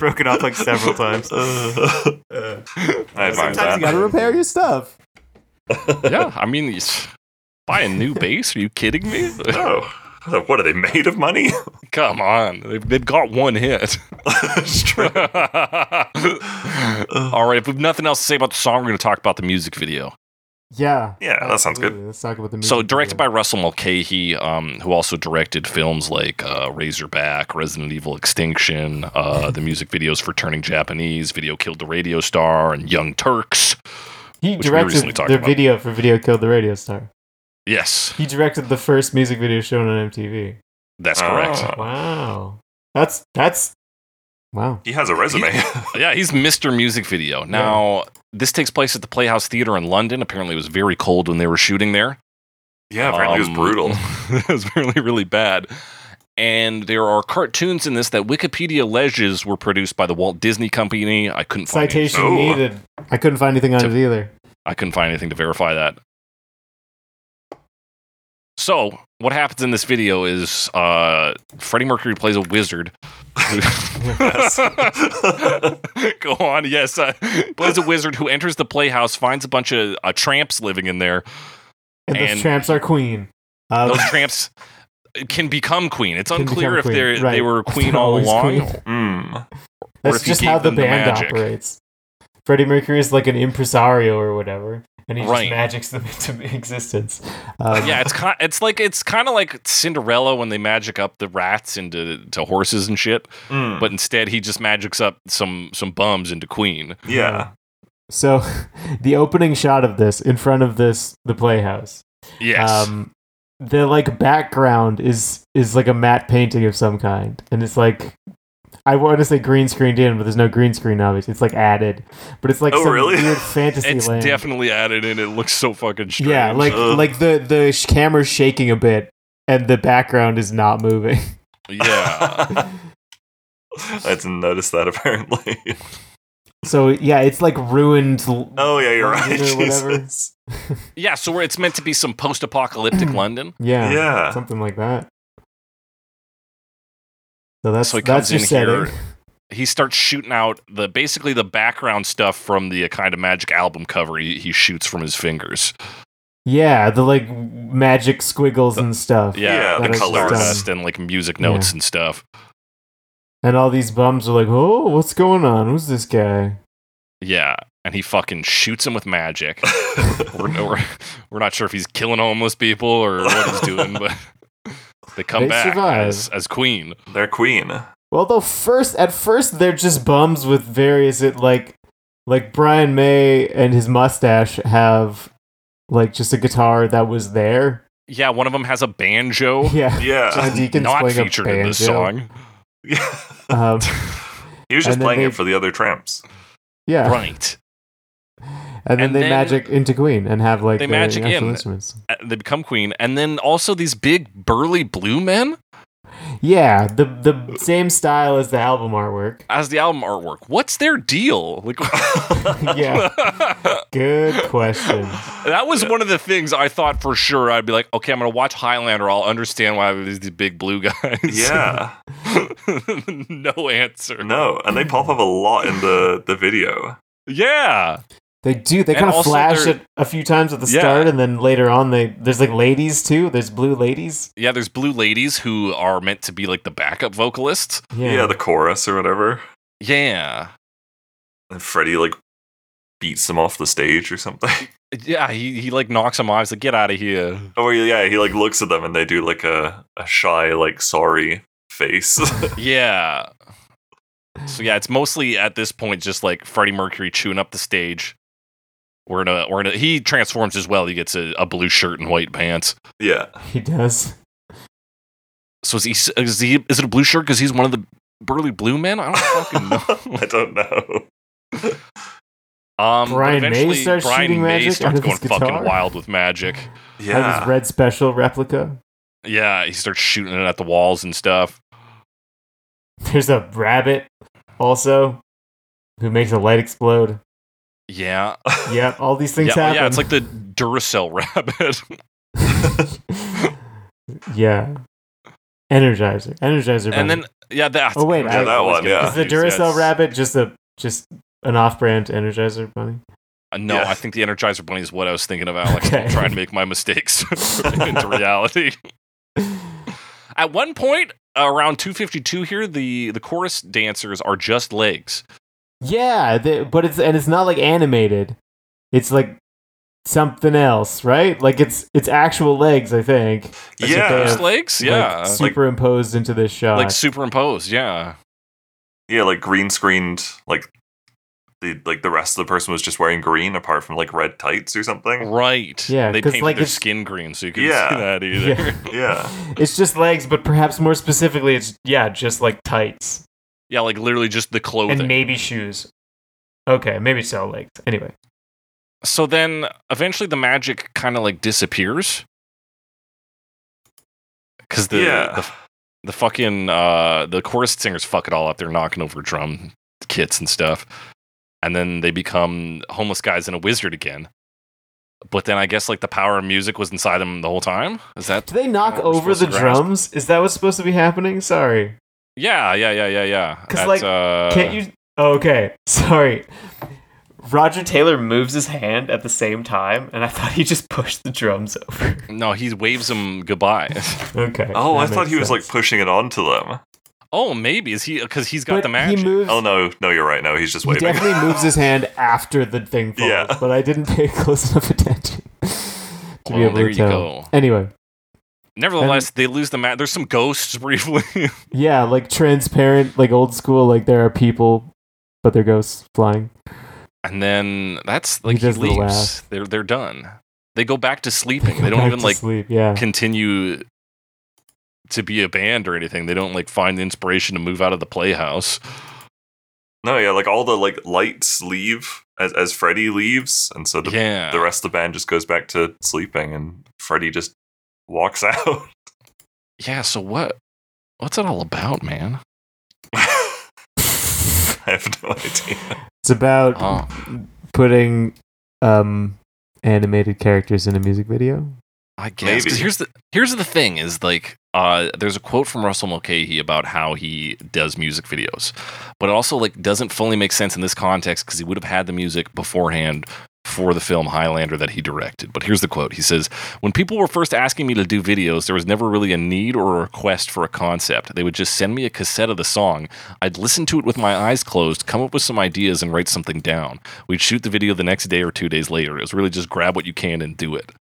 Speaker 5: Broke it off like several times.
Speaker 4: I admire
Speaker 5: sometimes you
Speaker 4: that.
Speaker 5: gotta repair your stuff.
Speaker 1: yeah, I mean, it's- buy a new base? Are you kidding me?
Speaker 4: Oh, what are they made of money?
Speaker 1: Come on, they've, they've got one hit.
Speaker 4: It's true.
Speaker 1: All right, if we've nothing else to say about the song, we're going to talk about the music video.
Speaker 5: Yeah.
Speaker 4: Yeah, that sounds good.
Speaker 5: Absolutely. Let's talk about the
Speaker 1: So,
Speaker 5: music
Speaker 1: directed by
Speaker 5: video.
Speaker 1: Russell Mulcahy, um, who also directed films like uh, Razorback, Resident Evil Extinction, uh, the music videos for Turning Japanese, Video Killed the Radio Star, and Young Turks.
Speaker 5: he
Speaker 1: which we recently
Speaker 5: directed
Speaker 1: talked
Speaker 5: their
Speaker 1: about.
Speaker 5: video for "Video Killed the Radio Star."
Speaker 1: Yes,
Speaker 5: He directed the first music video shown on MTV.
Speaker 1: that's correct.
Speaker 5: Oh.
Speaker 4: Ah.
Speaker 5: Wow, that's that's wow.
Speaker 4: He has a resume.
Speaker 1: Yeah, he's Mr. Music Video. Now, this takes place at the Playhouse Theater in London. Apparently, it was very cold when they were shooting there.
Speaker 4: yeah, apparently it was
Speaker 1: Um,
Speaker 4: brutal.
Speaker 1: it was really, really bad. And there are cartoons in this that Wikipedia alleges were produced by the Walt Disney Company. I couldn't find any-
Speaker 5: Citation
Speaker 4: Oh.
Speaker 5: needed. I couldn't find anything on it either.
Speaker 1: I couldn't find anything to verify that. So, what happens in this video is uh, Freddie Mercury plays a wizard. Go on, yes. Uh, plays a wizard who enters the playhouse, finds a bunch of uh, tramps living in there.
Speaker 5: And,
Speaker 1: And-
Speaker 5: those tramps are queen. Um,
Speaker 1: Those tramps can become queen. It's
Speaker 5: Can
Speaker 1: unclear if
Speaker 5: become
Speaker 1: they're
Speaker 5: queen, right.
Speaker 1: they were queen
Speaker 5: They're
Speaker 1: all
Speaker 5: always
Speaker 1: along.
Speaker 5: queen.
Speaker 4: Mm.
Speaker 1: if
Speaker 5: That's
Speaker 1: you
Speaker 5: just
Speaker 1: gave
Speaker 5: how the
Speaker 1: them the
Speaker 5: band
Speaker 1: magic.
Speaker 5: operates. Freddie Mercury is like an impresario or whatever, and he
Speaker 1: Right.
Speaker 5: just magics them into existence. Um,
Speaker 1: yeah, it's kind. It's like it's kind of like Cinderella when they magic up the rats into to horses and shit.
Speaker 4: Mm.
Speaker 1: But instead, he just magics up some some bums into Queen.
Speaker 4: yeah.
Speaker 5: So, the opening shot of this in front of this the playhouse.
Speaker 1: Yes,
Speaker 5: Um, the like background is is like a matte painting of some kind, and it's like I want to say green screened in, but there's no green screen. Obviously, it's like added, but it's like
Speaker 4: Oh,
Speaker 5: some
Speaker 4: really?
Speaker 5: weird fantasy
Speaker 1: it's
Speaker 5: land.
Speaker 1: definitely added in. It looks so fucking strange.
Speaker 5: yeah, like
Speaker 4: Ugh.
Speaker 5: like the the sh- camera's shaking a bit, and the background is not moving.
Speaker 1: yeah.
Speaker 4: I didn't notice that apparently.
Speaker 5: so yeah, it's like ruined. l-
Speaker 4: Oh yeah, you're
Speaker 5: London
Speaker 4: right.
Speaker 5: or whatever.
Speaker 4: Jesus.
Speaker 1: yeah. So where it's meant to be some post-apocalyptic London.
Speaker 5: Yeah,
Speaker 1: Ah.
Speaker 4: Yeah.
Speaker 5: something like that. So that's
Speaker 1: So he
Speaker 5: that's
Speaker 1: comes
Speaker 5: your
Speaker 1: in
Speaker 5: setting.
Speaker 1: here. He starts shooting out the basically the background stuff from the uh, kind of magic album cover. He, he shoots from his fingers.
Speaker 5: Yeah, the like magic squiggles and stuff.
Speaker 1: Uh, Yeah,
Speaker 4: Yeah,
Speaker 5: that
Speaker 1: the
Speaker 5: is
Speaker 1: colors
Speaker 5: done.
Speaker 1: and like music notes and stuff.
Speaker 5: And all these bums are like, oh, what's going on? Who's this guy?
Speaker 1: Yeah, and he fucking shoots him with magic. we're, we're, we're not sure if he's killing homeless people or what he's doing, but they come
Speaker 5: They
Speaker 1: back
Speaker 5: survive.
Speaker 1: as, as queen.
Speaker 4: They're queen.
Speaker 5: Well, though first, at first, they're just bums with various it like, like Brian May and his mustache have like just a guitar that was there.
Speaker 1: Yeah, one of them has a banjo. uh,
Speaker 5: Yeah,
Speaker 4: Yeah.
Speaker 5: John Deacon's
Speaker 1: Not
Speaker 5: playing a
Speaker 1: featured in this
Speaker 5: banjo.
Speaker 1: song.
Speaker 4: Yeah.
Speaker 5: Um,
Speaker 4: He was
Speaker 5: And
Speaker 4: just
Speaker 5: then
Speaker 4: playing
Speaker 5: they-
Speaker 4: it for the other tramps.
Speaker 5: yeah,
Speaker 1: Right.
Speaker 5: and then
Speaker 1: And
Speaker 5: they
Speaker 1: then-
Speaker 5: magic into Queen and have like
Speaker 1: They
Speaker 5: their
Speaker 1: magic
Speaker 5: actual
Speaker 1: in.
Speaker 5: instruments.
Speaker 1: Uh, They become queen. And then also these big burly blue men
Speaker 5: Yeah, the the same style as the album artwork.
Speaker 1: as the album artwork. What's their deal? Like,
Speaker 5: yeah, good question.
Speaker 1: That was one of the things I thought for sure. I'd be like, okay, I'm gonna watch Highlander. I'll understand why there's these big blue guys.
Speaker 4: Yeah.
Speaker 1: no answer.
Speaker 4: No, and they pop up a lot in the the video.
Speaker 1: Yeah.
Speaker 5: They do. They
Speaker 1: And
Speaker 5: kind of
Speaker 1: also
Speaker 5: flash
Speaker 1: they're-
Speaker 5: it a few times at the
Speaker 1: Yeah.
Speaker 5: start, and then later on, they there's like ladies too. There's blue ladies.
Speaker 1: Yeah, there's blue ladies who are meant to be like the backup vocalists.
Speaker 4: Yeah, the chorus or whatever.
Speaker 1: Yeah.
Speaker 4: And Freddy like beats him off the stage or something.
Speaker 1: Yeah, he, he like knocks him off. He's like, get out of here.
Speaker 4: Oh yeah, he like looks at them and they do like a, a shy, like sorry face.
Speaker 1: yeah. So yeah, it's mostly at this point just like Freddie Mercury chewing up the stage. We're in a we're in a he transforms as well. He gets a, a blue shirt and white pants.
Speaker 4: yeah.
Speaker 5: he does.
Speaker 1: So is he is he is it a blue shirt because he's one of the burly blue men? I don't fucking know.
Speaker 4: I don't know.
Speaker 1: Um, but
Speaker 5: Brian May
Speaker 1: eventually
Speaker 5: starts
Speaker 1: Brian
Speaker 5: shooting
Speaker 1: May
Speaker 5: magic
Speaker 1: starts
Speaker 5: out of
Speaker 1: going
Speaker 5: his
Speaker 1: fucking
Speaker 5: guitar.
Speaker 1: wild with magic.
Speaker 5: Yeah. Have
Speaker 4: Yeah.
Speaker 5: his red special replica.
Speaker 1: Yeah, he starts shooting it at the walls and stuff.
Speaker 5: There's a rabbit also who makes a light explode.
Speaker 1: Yeah.
Speaker 5: Yep, all these things
Speaker 1: yeah, well,
Speaker 5: happen.
Speaker 1: yeah, it's like the Duracell rabbit.
Speaker 5: yeah. Energizer. Energizer.
Speaker 1: and
Speaker 5: bunny.
Speaker 1: then uh, yeah, that's
Speaker 5: Oh, wait,
Speaker 4: Yeah,
Speaker 5: I-
Speaker 4: that one. Yeah.
Speaker 5: is the Duracell rabbit just a just an off-brand Energizer bunny?
Speaker 1: Uh, No,
Speaker 4: Yeah.
Speaker 1: I think the Energizer Bunny is what I was thinking of, Alex.
Speaker 5: Okay.
Speaker 1: I'm trying to make my mistakes into reality. At one point, around 252 here, the, the chorus dancers are just legs.
Speaker 5: Yeah, they, but it's and it's not like animated. It's like something else, right? Like it's it's actual legs, I think.
Speaker 4: Yeah.
Speaker 5: That's
Speaker 1: Just
Speaker 5: Uh,
Speaker 1: legs?
Speaker 5: like,
Speaker 1: Yeah. Like,
Speaker 5: superimposed into this shot.
Speaker 1: superimposed, yeah.
Speaker 4: yeah, like green screened, like the like the rest of the person was just wearing green apart from like red tights or something.
Speaker 1: Right.
Speaker 5: Yeah,
Speaker 1: They
Speaker 5: 'cause,
Speaker 1: painted
Speaker 5: like,
Speaker 1: their
Speaker 5: it's-
Speaker 1: skin green so you couldn't
Speaker 4: Yeah.
Speaker 1: see that either. Yeah.
Speaker 5: Yeah.
Speaker 4: Yeah.
Speaker 5: it's just legs, but perhaps more specifically, it's yeah, just like tights
Speaker 1: like literally just the clothing.
Speaker 5: and maybe shoes. Okay, maybe so. Legs. Anyway,
Speaker 1: so then eventually the magic kind of like disappears. Because the,
Speaker 4: yeah.
Speaker 1: the the fucking uh the chorus singers fuck it all up. They're knocking over drum kits and stuff. And then they become homeless guys and a wizard again. But then I guess like the power of music was inside them the whole time. Is that
Speaker 5: do they knock
Speaker 1: We're
Speaker 5: over
Speaker 1: supposed
Speaker 5: the
Speaker 1: to grasp.
Speaker 5: drums? Is that what's supposed to be happening? Sorry.
Speaker 1: Yeah, yeah, yeah, yeah, yeah.
Speaker 5: 'Cause,
Speaker 1: At,
Speaker 5: like,
Speaker 1: uh,
Speaker 5: Can't you? Okay, sorry. Roger Taylor moves his hand at the same time, and I thought he just pushed the drums over.
Speaker 1: No, he waves them goodbye.
Speaker 5: Okay.
Speaker 4: oh, I thought he was like pushing it onto them.
Speaker 1: oh, maybe is he? Because he's got the magic.
Speaker 5: He moves.
Speaker 4: Oh no, no, you're right. No, he's just
Speaker 5: He
Speaker 4: waving.
Speaker 5: definitely moves his hand after the thing falls,
Speaker 4: Yeah.
Speaker 5: but I didn't pay close enough attention to
Speaker 1: Well,
Speaker 5: be able
Speaker 1: Oh, there
Speaker 5: to
Speaker 1: you
Speaker 5: tell.
Speaker 1: go.
Speaker 5: Anyway,
Speaker 1: Nevertheless, they lose the match. There's some ghosts briefly.
Speaker 5: yeah, like transparent, like old school, like there are people, but they're ghosts flying.
Speaker 1: and then that's like he,
Speaker 5: does the
Speaker 1: leaves.
Speaker 5: laugh.
Speaker 1: they're they're done. They go back to sleeping.
Speaker 5: go
Speaker 1: They don't
Speaker 5: back
Speaker 1: even
Speaker 5: to
Speaker 1: like
Speaker 5: sleep. Yeah,
Speaker 1: continue to be a band or anything. They don't like find the inspiration to move out of the playhouse.
Speaker 4: No, yeah, like all the like lights leave as as Freddy leaves, and so the
Speaker 1: yeah.
Speaker 4: the rest of the band just goes back to sleeping, and Freddy just walks out.
Speaker 1: yeah. So what? What's it all about, man?
Speaker 4: I have no idea.
Speaker 5: it's about
Speaker 1: Oh,
Speaker 5: putting um animated characters in a music video.
Speaker 1: I guess 'cause
Speaker 4: Maybe.
Speaker 1: here's the here's the thing is like uh, there's a quote from Russell Mulcahy about how he does music videos, but it also like doesn't fully make sense in this context because he would have had the music beforehand for the film Highlander that he directed. But here's the quote: He says, "When people were first asking me to do videos, there was never really a need or a request for a concept. They would just send me a cassette of the song. I'd listen to it with my eyes closed, come up with some ideas, and write something down. We'd shoot the video the next day or two days later. It was really just grab what you can and do it."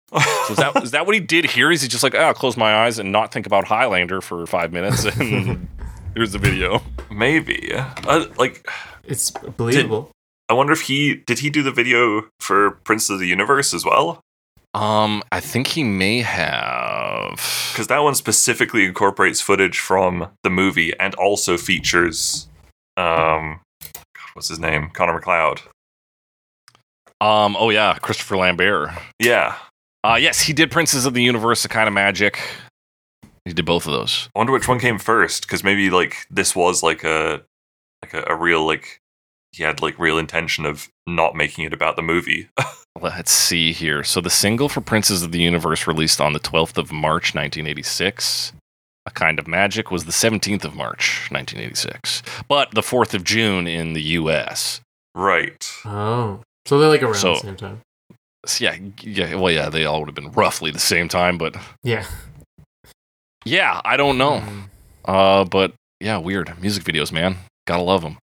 Speaker 1: So is that is that what he did here? Is he just like, oh, I'll close my eyes and not think about Highlander for five minutes, and here's the video.
Speaker 4: Maybe. Uh, like,
Speaker 5: It's
Speaker 4: believable. I wonder if he did he do the video for Prince of the Universe as well?
Speaker 1: Um, I think he may have.
Speaker 4: Because that one specifically incorporates footage from the movie and also features, um, God, what's his name? Connor McLeod.
Speaker 1: Um, oh yeah, Christopher Lambert.
Speaker 4: Yeah,
Speaker 1: Uh, yes, he did Princes of the Universe, a kind of magic. He did both of those.
Speaker 4: I wonder which one came first, because maybe like this was like a like a, a real like he had like real intention of not making it about the movie.
Speaker 1: Let's see here. So the single for Princes of the Universe released on the 12th of March 1986. A Kind of Magic was the 17th of March 1986, but the 4th of June in the US.
Speaker 4: right.
Speaker 5: Oh, so they're like around
Speaker 1: So-
Speaker 5: the same time.
Speaker 1: So, yeah, yeah, well, yeah, they all would have been roughly the same time, but
Speaker 5: Yeah. Hmm.
Speaker 1: yeah, I don't know. Uh, but yeah, weird music videos, man. Gotta love them.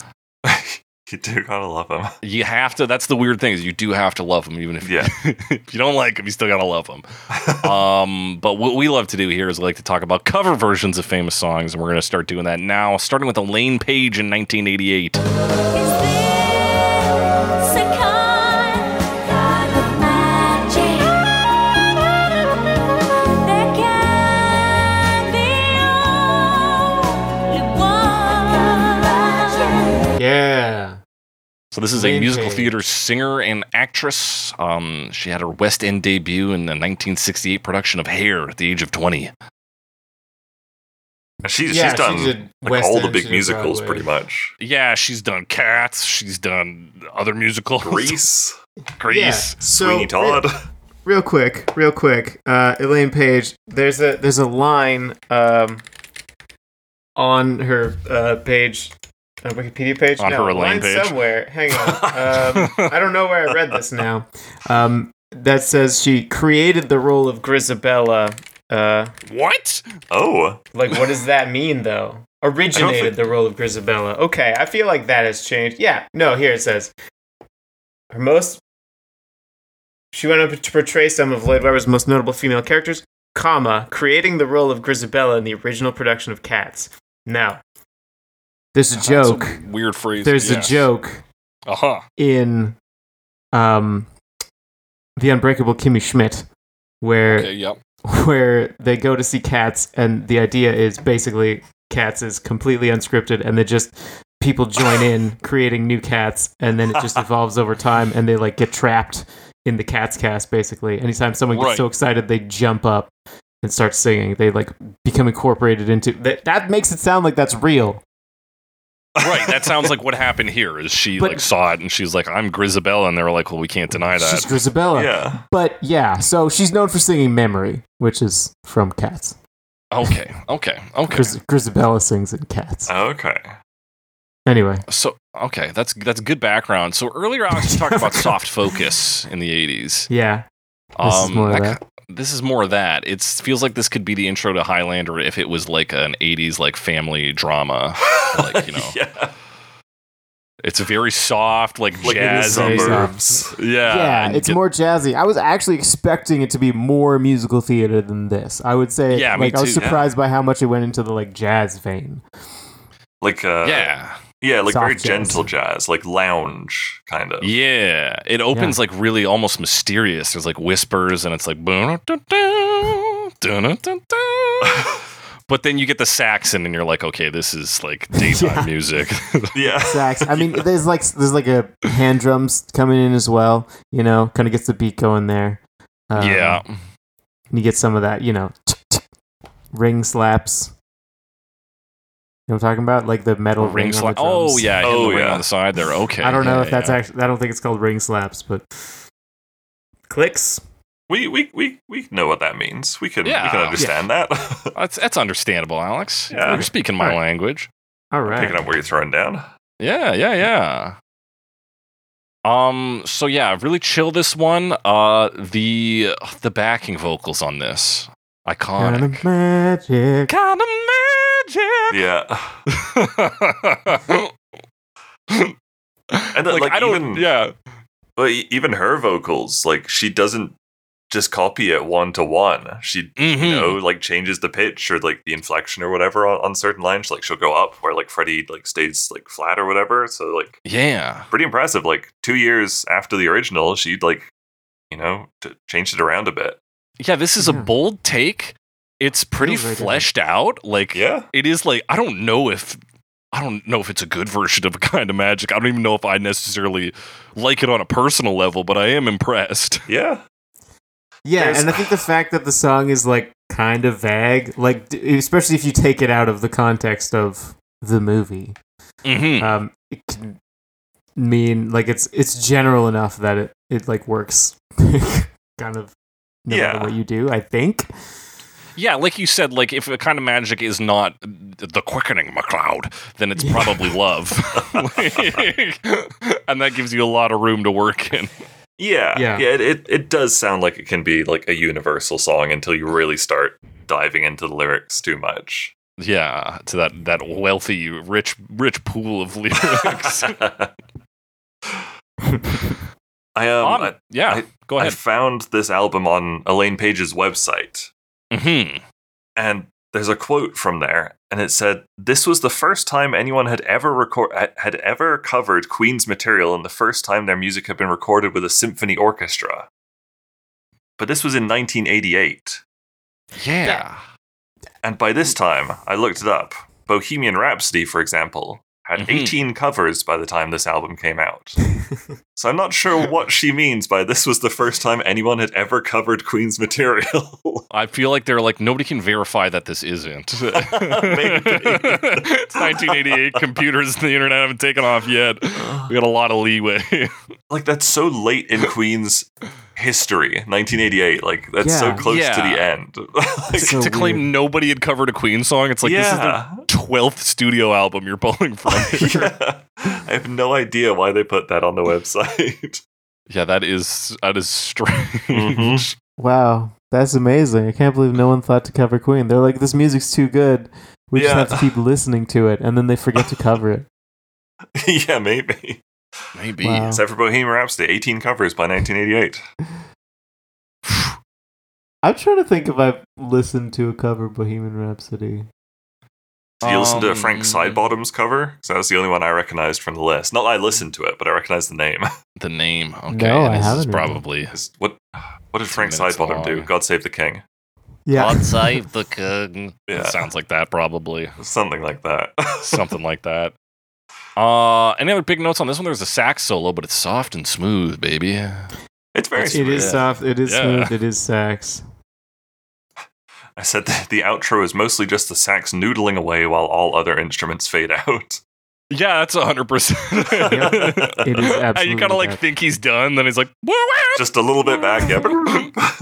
Speaker 4: you do gotta love him.
Speaker 1: You have to. That's the weird thing is you do have to love them, even if
Speaker 4: Yeah.
Speaker 1: if you don't like them, you still gotta love them.
Speaker 5: Uh,
Speaker 1: um, but what we love to do here is we like to talk about cover versions of famous songs, and we're gonna start doing that now, starting with Elaine Page in 1988.
Speaker 6: Is this a kind of magic? There can be only one.
Speaker 5: Mm. Yeah.
Speaker 1: So this is a
Speaker 5: Elaine
Speaker 1: musical
Speaker 5: Page.
Speaker 1: theater singer and actress. Um, she had her West End debut in the 1968 production of Hair at the age of 20.
Speaker 4: And she's
Speaker 5: Yeah,
Speaker 4: she's
Speaker 5: she
Speaker 4: done
Speaker 5: did
Speaker 4: like,
Speaker 5: West
Speaker 4: all the
Speaker 5: End, she
Speaker 4: big
Speaker 5: did
Speaker 4: musicals
Speaker 5: Broadway.
Speaker 4: pretty much.
Speaker 1: Yeah, she's done Cats. She's done other musicals.
Speaker 4: Grease,
Speaker 5: Yeah,
Speaker 1: Grease.
Speaker 5: so
Speaker 4: Sweeney Todd.
Speaker 5: real quick, real quick, uh, Elaine Page. There's a there's a line um, on her uh, page, uh, Wikipedia page.
Speaker 1: On
Speaker 5: no,
Speaker 1: her
Speaker 5: a
Speaker 1: Elaine
Speaker 5: line
Speaker 1: page?
Speaker 5: somewhere. Hang on. Um, I don't know where I read this now. Um, that says she created the role of Grisabella. Uh,
Speaker 1: What?
Speaker 4: Oh,
Speaker 5: like, what does that mean, though? Originated
Speaker 4: think-
Speaker 5: the role of Grisabella. Okay, I feel like that has changed. Yeah, no, here it says. Her most. She went on to portray some of Lloyd Webber's most notable female characters, comma, creating the role of Grisabella in the original production of Cats. Now, there's a joke.
Speaker 1: That's a weird phrase.
Speaker 5: There's a
Speaker 1: Yes.
Speaker 5: joke
Speaker 1: Uh-huh.
Speaker 5: in um, The Unbreakable Kimmy Schmidt where
Speaker 1: Okay, yep.
Speaker 5: where they go to see cats and the idea is basically cats is completely unscripted and they just people join in creating new cats and then it just evolves over time and they like get trapped in the cats cast basically anytime someone gets
Speaker 1: Right.
Speaker 5: so excited they jump up and start singing they like become incorporated into that, that makes it sound like that's real
Speaker 1: Right. That sounds like what happened here is she
Speaker 5: But-
Speaker 1: like saw it and she's like, I'm Grisabella, and they were like, Well, we can't deny
Speaker 5: she's
Speaker 1: that.
Speaker 5: grisabella
Speaker 4: yeah.
Speaker 5: but yeah so she's known for singing memory which is from cats
Speaker 1: Okay, okay, okay. Uh.
Speaker 5: Gris- grisabella sings in cats
Speaker 4: Okay.
Speaker 5: anyway
Speaker 1: so okay, that's that's good background. So earlier I was talking about soft focus in the eighties. Um,
Speaker 5: yeah This is more of that.
Speaker 1: This is more of that. It feels like this could be the intro to Highlander if it was like an '80s like family drama. Like, you know.
Speaker 4: yeah.
Speaker 1: It's very soft, like,
Speaker 4: Like in the
Speaker 1: jazz.
Speaker 5: very
Speaker 4: suburbs.
Speaker 1: Yeah,
Speaker 5: yeah,
Speaker 1: Uh, and
Speaker 5: it's
Speaker 1: get-
Speaker 5: more jazzy. I was actually expecting it to be more musical theater than this. I would say,
Speaker 1: Yeah, me
Speaker 5: like, I was
Speaker 1: too.
Speaker 5: surprised by how much it went into the like jazz vein.
Speaker 4: Like uh,
Speaker 1: Yeah,
Speaker 4: yeah, like
Speaker 5: Soft
Speaker 4: very
Speaker 5: jazz.
Speaker 4: gentle jazz, like lounge kind of.
Speaker 1: yeah. It opens like really almost mysterious. There's like whispers, and it's like boom, but then you get the saxon, and you're like, okay, this is like daytime
Speaker 5: Yeah.
Speaker 1: music.
Speaker 4: Yeah.
Speaker 5: Sax. I mean, there's like there's like a hand drums coming in as well. You know, kind of gets the beat going there. Um,
Speaker 1: yeah,
Speaker 5: and you get some of that. You know, ring slaps. You know what I'm talking about? Like the metal ring,
Speaker 1: ring
Speaker 5: on the
Speaker 1: slide. Oh
Speaker 5: drums.
Speaker 1: yeah,
Speaker 4: Oh,
Speaker 1: oh yeah.
Speaker 4: yeah.
Speaker 1: On the side there. Okay.
Speaker 5: I don't know if that's
Speaker 1: actually.
Speaker 5: actually. I don't think it's called ring slaps, but clicks.
Speaker 4: We, we we we know what that means. We can we
Speaker 1: Yeah.
Speaker 4: can understand that.
Speaker 1: That's that's understandable, Alex.
Speaker 4: Yeah.
Speaker 1: You're speaking my
Speaker 5: Right.
Speaker 1: language.
Speaker 5: All right.
Speaker 4: Picking up where you're throwing down.
Speaker 1: Yeah, yeah, yeah. Um, so yeah, really chill this one. Uh the the backing vocals on this.
Speaker 5: Kinda
Speaker 1: Iconic.
Speaker 5: magic.
Speaker 1: Kinda magic.
Speaker 4: Yeah. And then,
Speaker 1: like,
Speaker 4: like,
Speaker 1: I don't
Speaker 4: even-
Speaker 1: yeah.
Speaker 4: But e- even her vocals, like she doesn't just copy it one to one. She you
Speaker 1: Mhm.
Speaker 4: know like changes the pitch or like the inflection or whatever on, on certain lines. Like she'll go up where like Freddie like stays like flat or whatever. So like
Speaker 1: Yeah.
Speaker 4: pretty impressive. Like two years after the original, she'd like you know t- changed it around a bit.
Speaker 1: Yeah, this is a
Speaker 5: Yeah.
Speaker 1: bold take. It's pretty
Speaker 5: Feels very different.
Speaker 1: fleshed out. Like
Speaker 4: Yeah.
Speaker 1: it is like I don't know if I don't know if it's a good version of a kind of magic. I don't even know if I necessarily like it on a personal level, but I am impressed.
Speaker 4: Yeah.
Speaker 5: Yeah,
Speaker 4: There's-
Speaker 5: and I think the fact that the song is like kind of vague, like d- especially if you take it out of the context of the movie,
Speaker 4: Hmm.
Speaker 1: Mm-hmm.
Speaker 5: um, it can mean like it's it's general enough that it it like works, kind of. No
Speaker 4: Yeah.
Speaker 5: matter what you do, I think.
Speaker 1: Yeah, like you said, like if a kind of magic is not the quickening McCloud, then it's probably love, and that gives you a lot of room to work in.
Speaker 4: Yeah,
Speaker 5: Yeah.
Speaker 4: yeah, it, it it does sound like it can be like a universal song until you really start diving into the lyrics too much.
Speaker 1: Yeah, to that that wealthy, rich, rich pool of lyrics.
Speaker 4: I um
Speaker 1: Um,
Speaker 4: I,
Speaker 1: yeah,
Speaker 4: I-
Speaker 1: go
Speaker 4: I
Speaker 1: ahead.
Speaker 4: found this album on Elaine Page's website,
Speaker 1: mm-hmm.
Speaker 4: and there's a quote from there, and it said, "This was the first time anyone had ever record had- had ever covered Queen's material, and the first time their music had been recorded with a symphony orchestra." But this was in 1988.
Speaker 1: Yeah.
Speaker 4: And by this time, I looked it up. Bohemian Rhapsody, for example, had
Speaker 1: Mhm.
Speaker 4: 18 covers by the time this album came out. so I'm not sure what she means by this was the first time anyone had ever covered Queen's material.
Speaker 1: I feel like they're like nobody can verify that this isn't. it's 1988. Computers and the internet haven't taken off yet. We got a lot of leeway.
Speaker 4: like that's so late in Queen's history, 1988. Like that's so
Speaker 5: Yeah.
Speaker 4: close to
Speaker 1: Yeah.
Speaker 4: the end. Like,
Speaker 5: So
Speaker 1: to claim
Speaker 5: weird.
Speaker 1: nobody had covered a Queen song, it's like
Speaker 4: yeah.
Speaker 1: this is the 12th studio album you're pulling from.
Speaker 4: yeah. I have no idea why they put that on the website.
Speaker 1: yeah, that is that is strange.
Speaker 4: Mhm.
Speaker 5: Wow, that's amazing. I can't believe no one thought to cover Queen. They're like, this music's too good. We
Speaker 4: Yeah.
Speaker 5: just have to keep listening to it, and then they forget to cover it.
Speaker 4: yeah, maybe.
Speaker 1: Maybe.
Speaker 5: Wow.
Speaker 4: Except for Bohemian Rhapsody, 18 covers by 1988.
Speaker 5: I'm trying to think if I've listened to a cover of Bohemian Rhapsody.
Speaker 4: Did you listen to
Speaker 1: Um,
Speaker 4: Frank Sidebottom's cover? Because that was the only one I recognized from the list. Not that I listened to it, but I recognized the name.
Speaker 1: The name. Okay.
Speaker 5: No, I
Speaker 1: this is
Speaker 5: haven't.
Speaker 1: probably.
Speaker 4: It's- what what did
Speaker 1: Two
Speaker 4: Frank
Speaker 1: minutes
Speaker 4: Sidebottom do?
Speaker 1: long.
Speaker 4: God Save the King.
Speaker 5: Yeah.
Speaker 1: save the king.
Speaker 4: Yeah.
Speaker 1: Sounds like that, probably.
Speaker 4: Something like that.
Speaker 1: Something like that. Uh, any other big notes on this one? There's a sax solo, but it's soft and smooth, baby.
Speaker 4: it's very
Speaker 5: It
Speaker 4: sweet.
Speaker 5: is soft, it is
Speaker 1: Yeah.
Speaker 5: smooth, it is sax.
Speaker 4: I said that the outro is mostly just the sax noodling away while all other instruments fade out.
Speaker 1: Yeah, that's hundred percent.
Speaker 5: It is absolutely
Speaker 1: You kind of like
Speaker 5: that.
Speaker 1: think he's done, then he's like, "Woo, woo."
Speaker 4: just a little bit back. Yeah.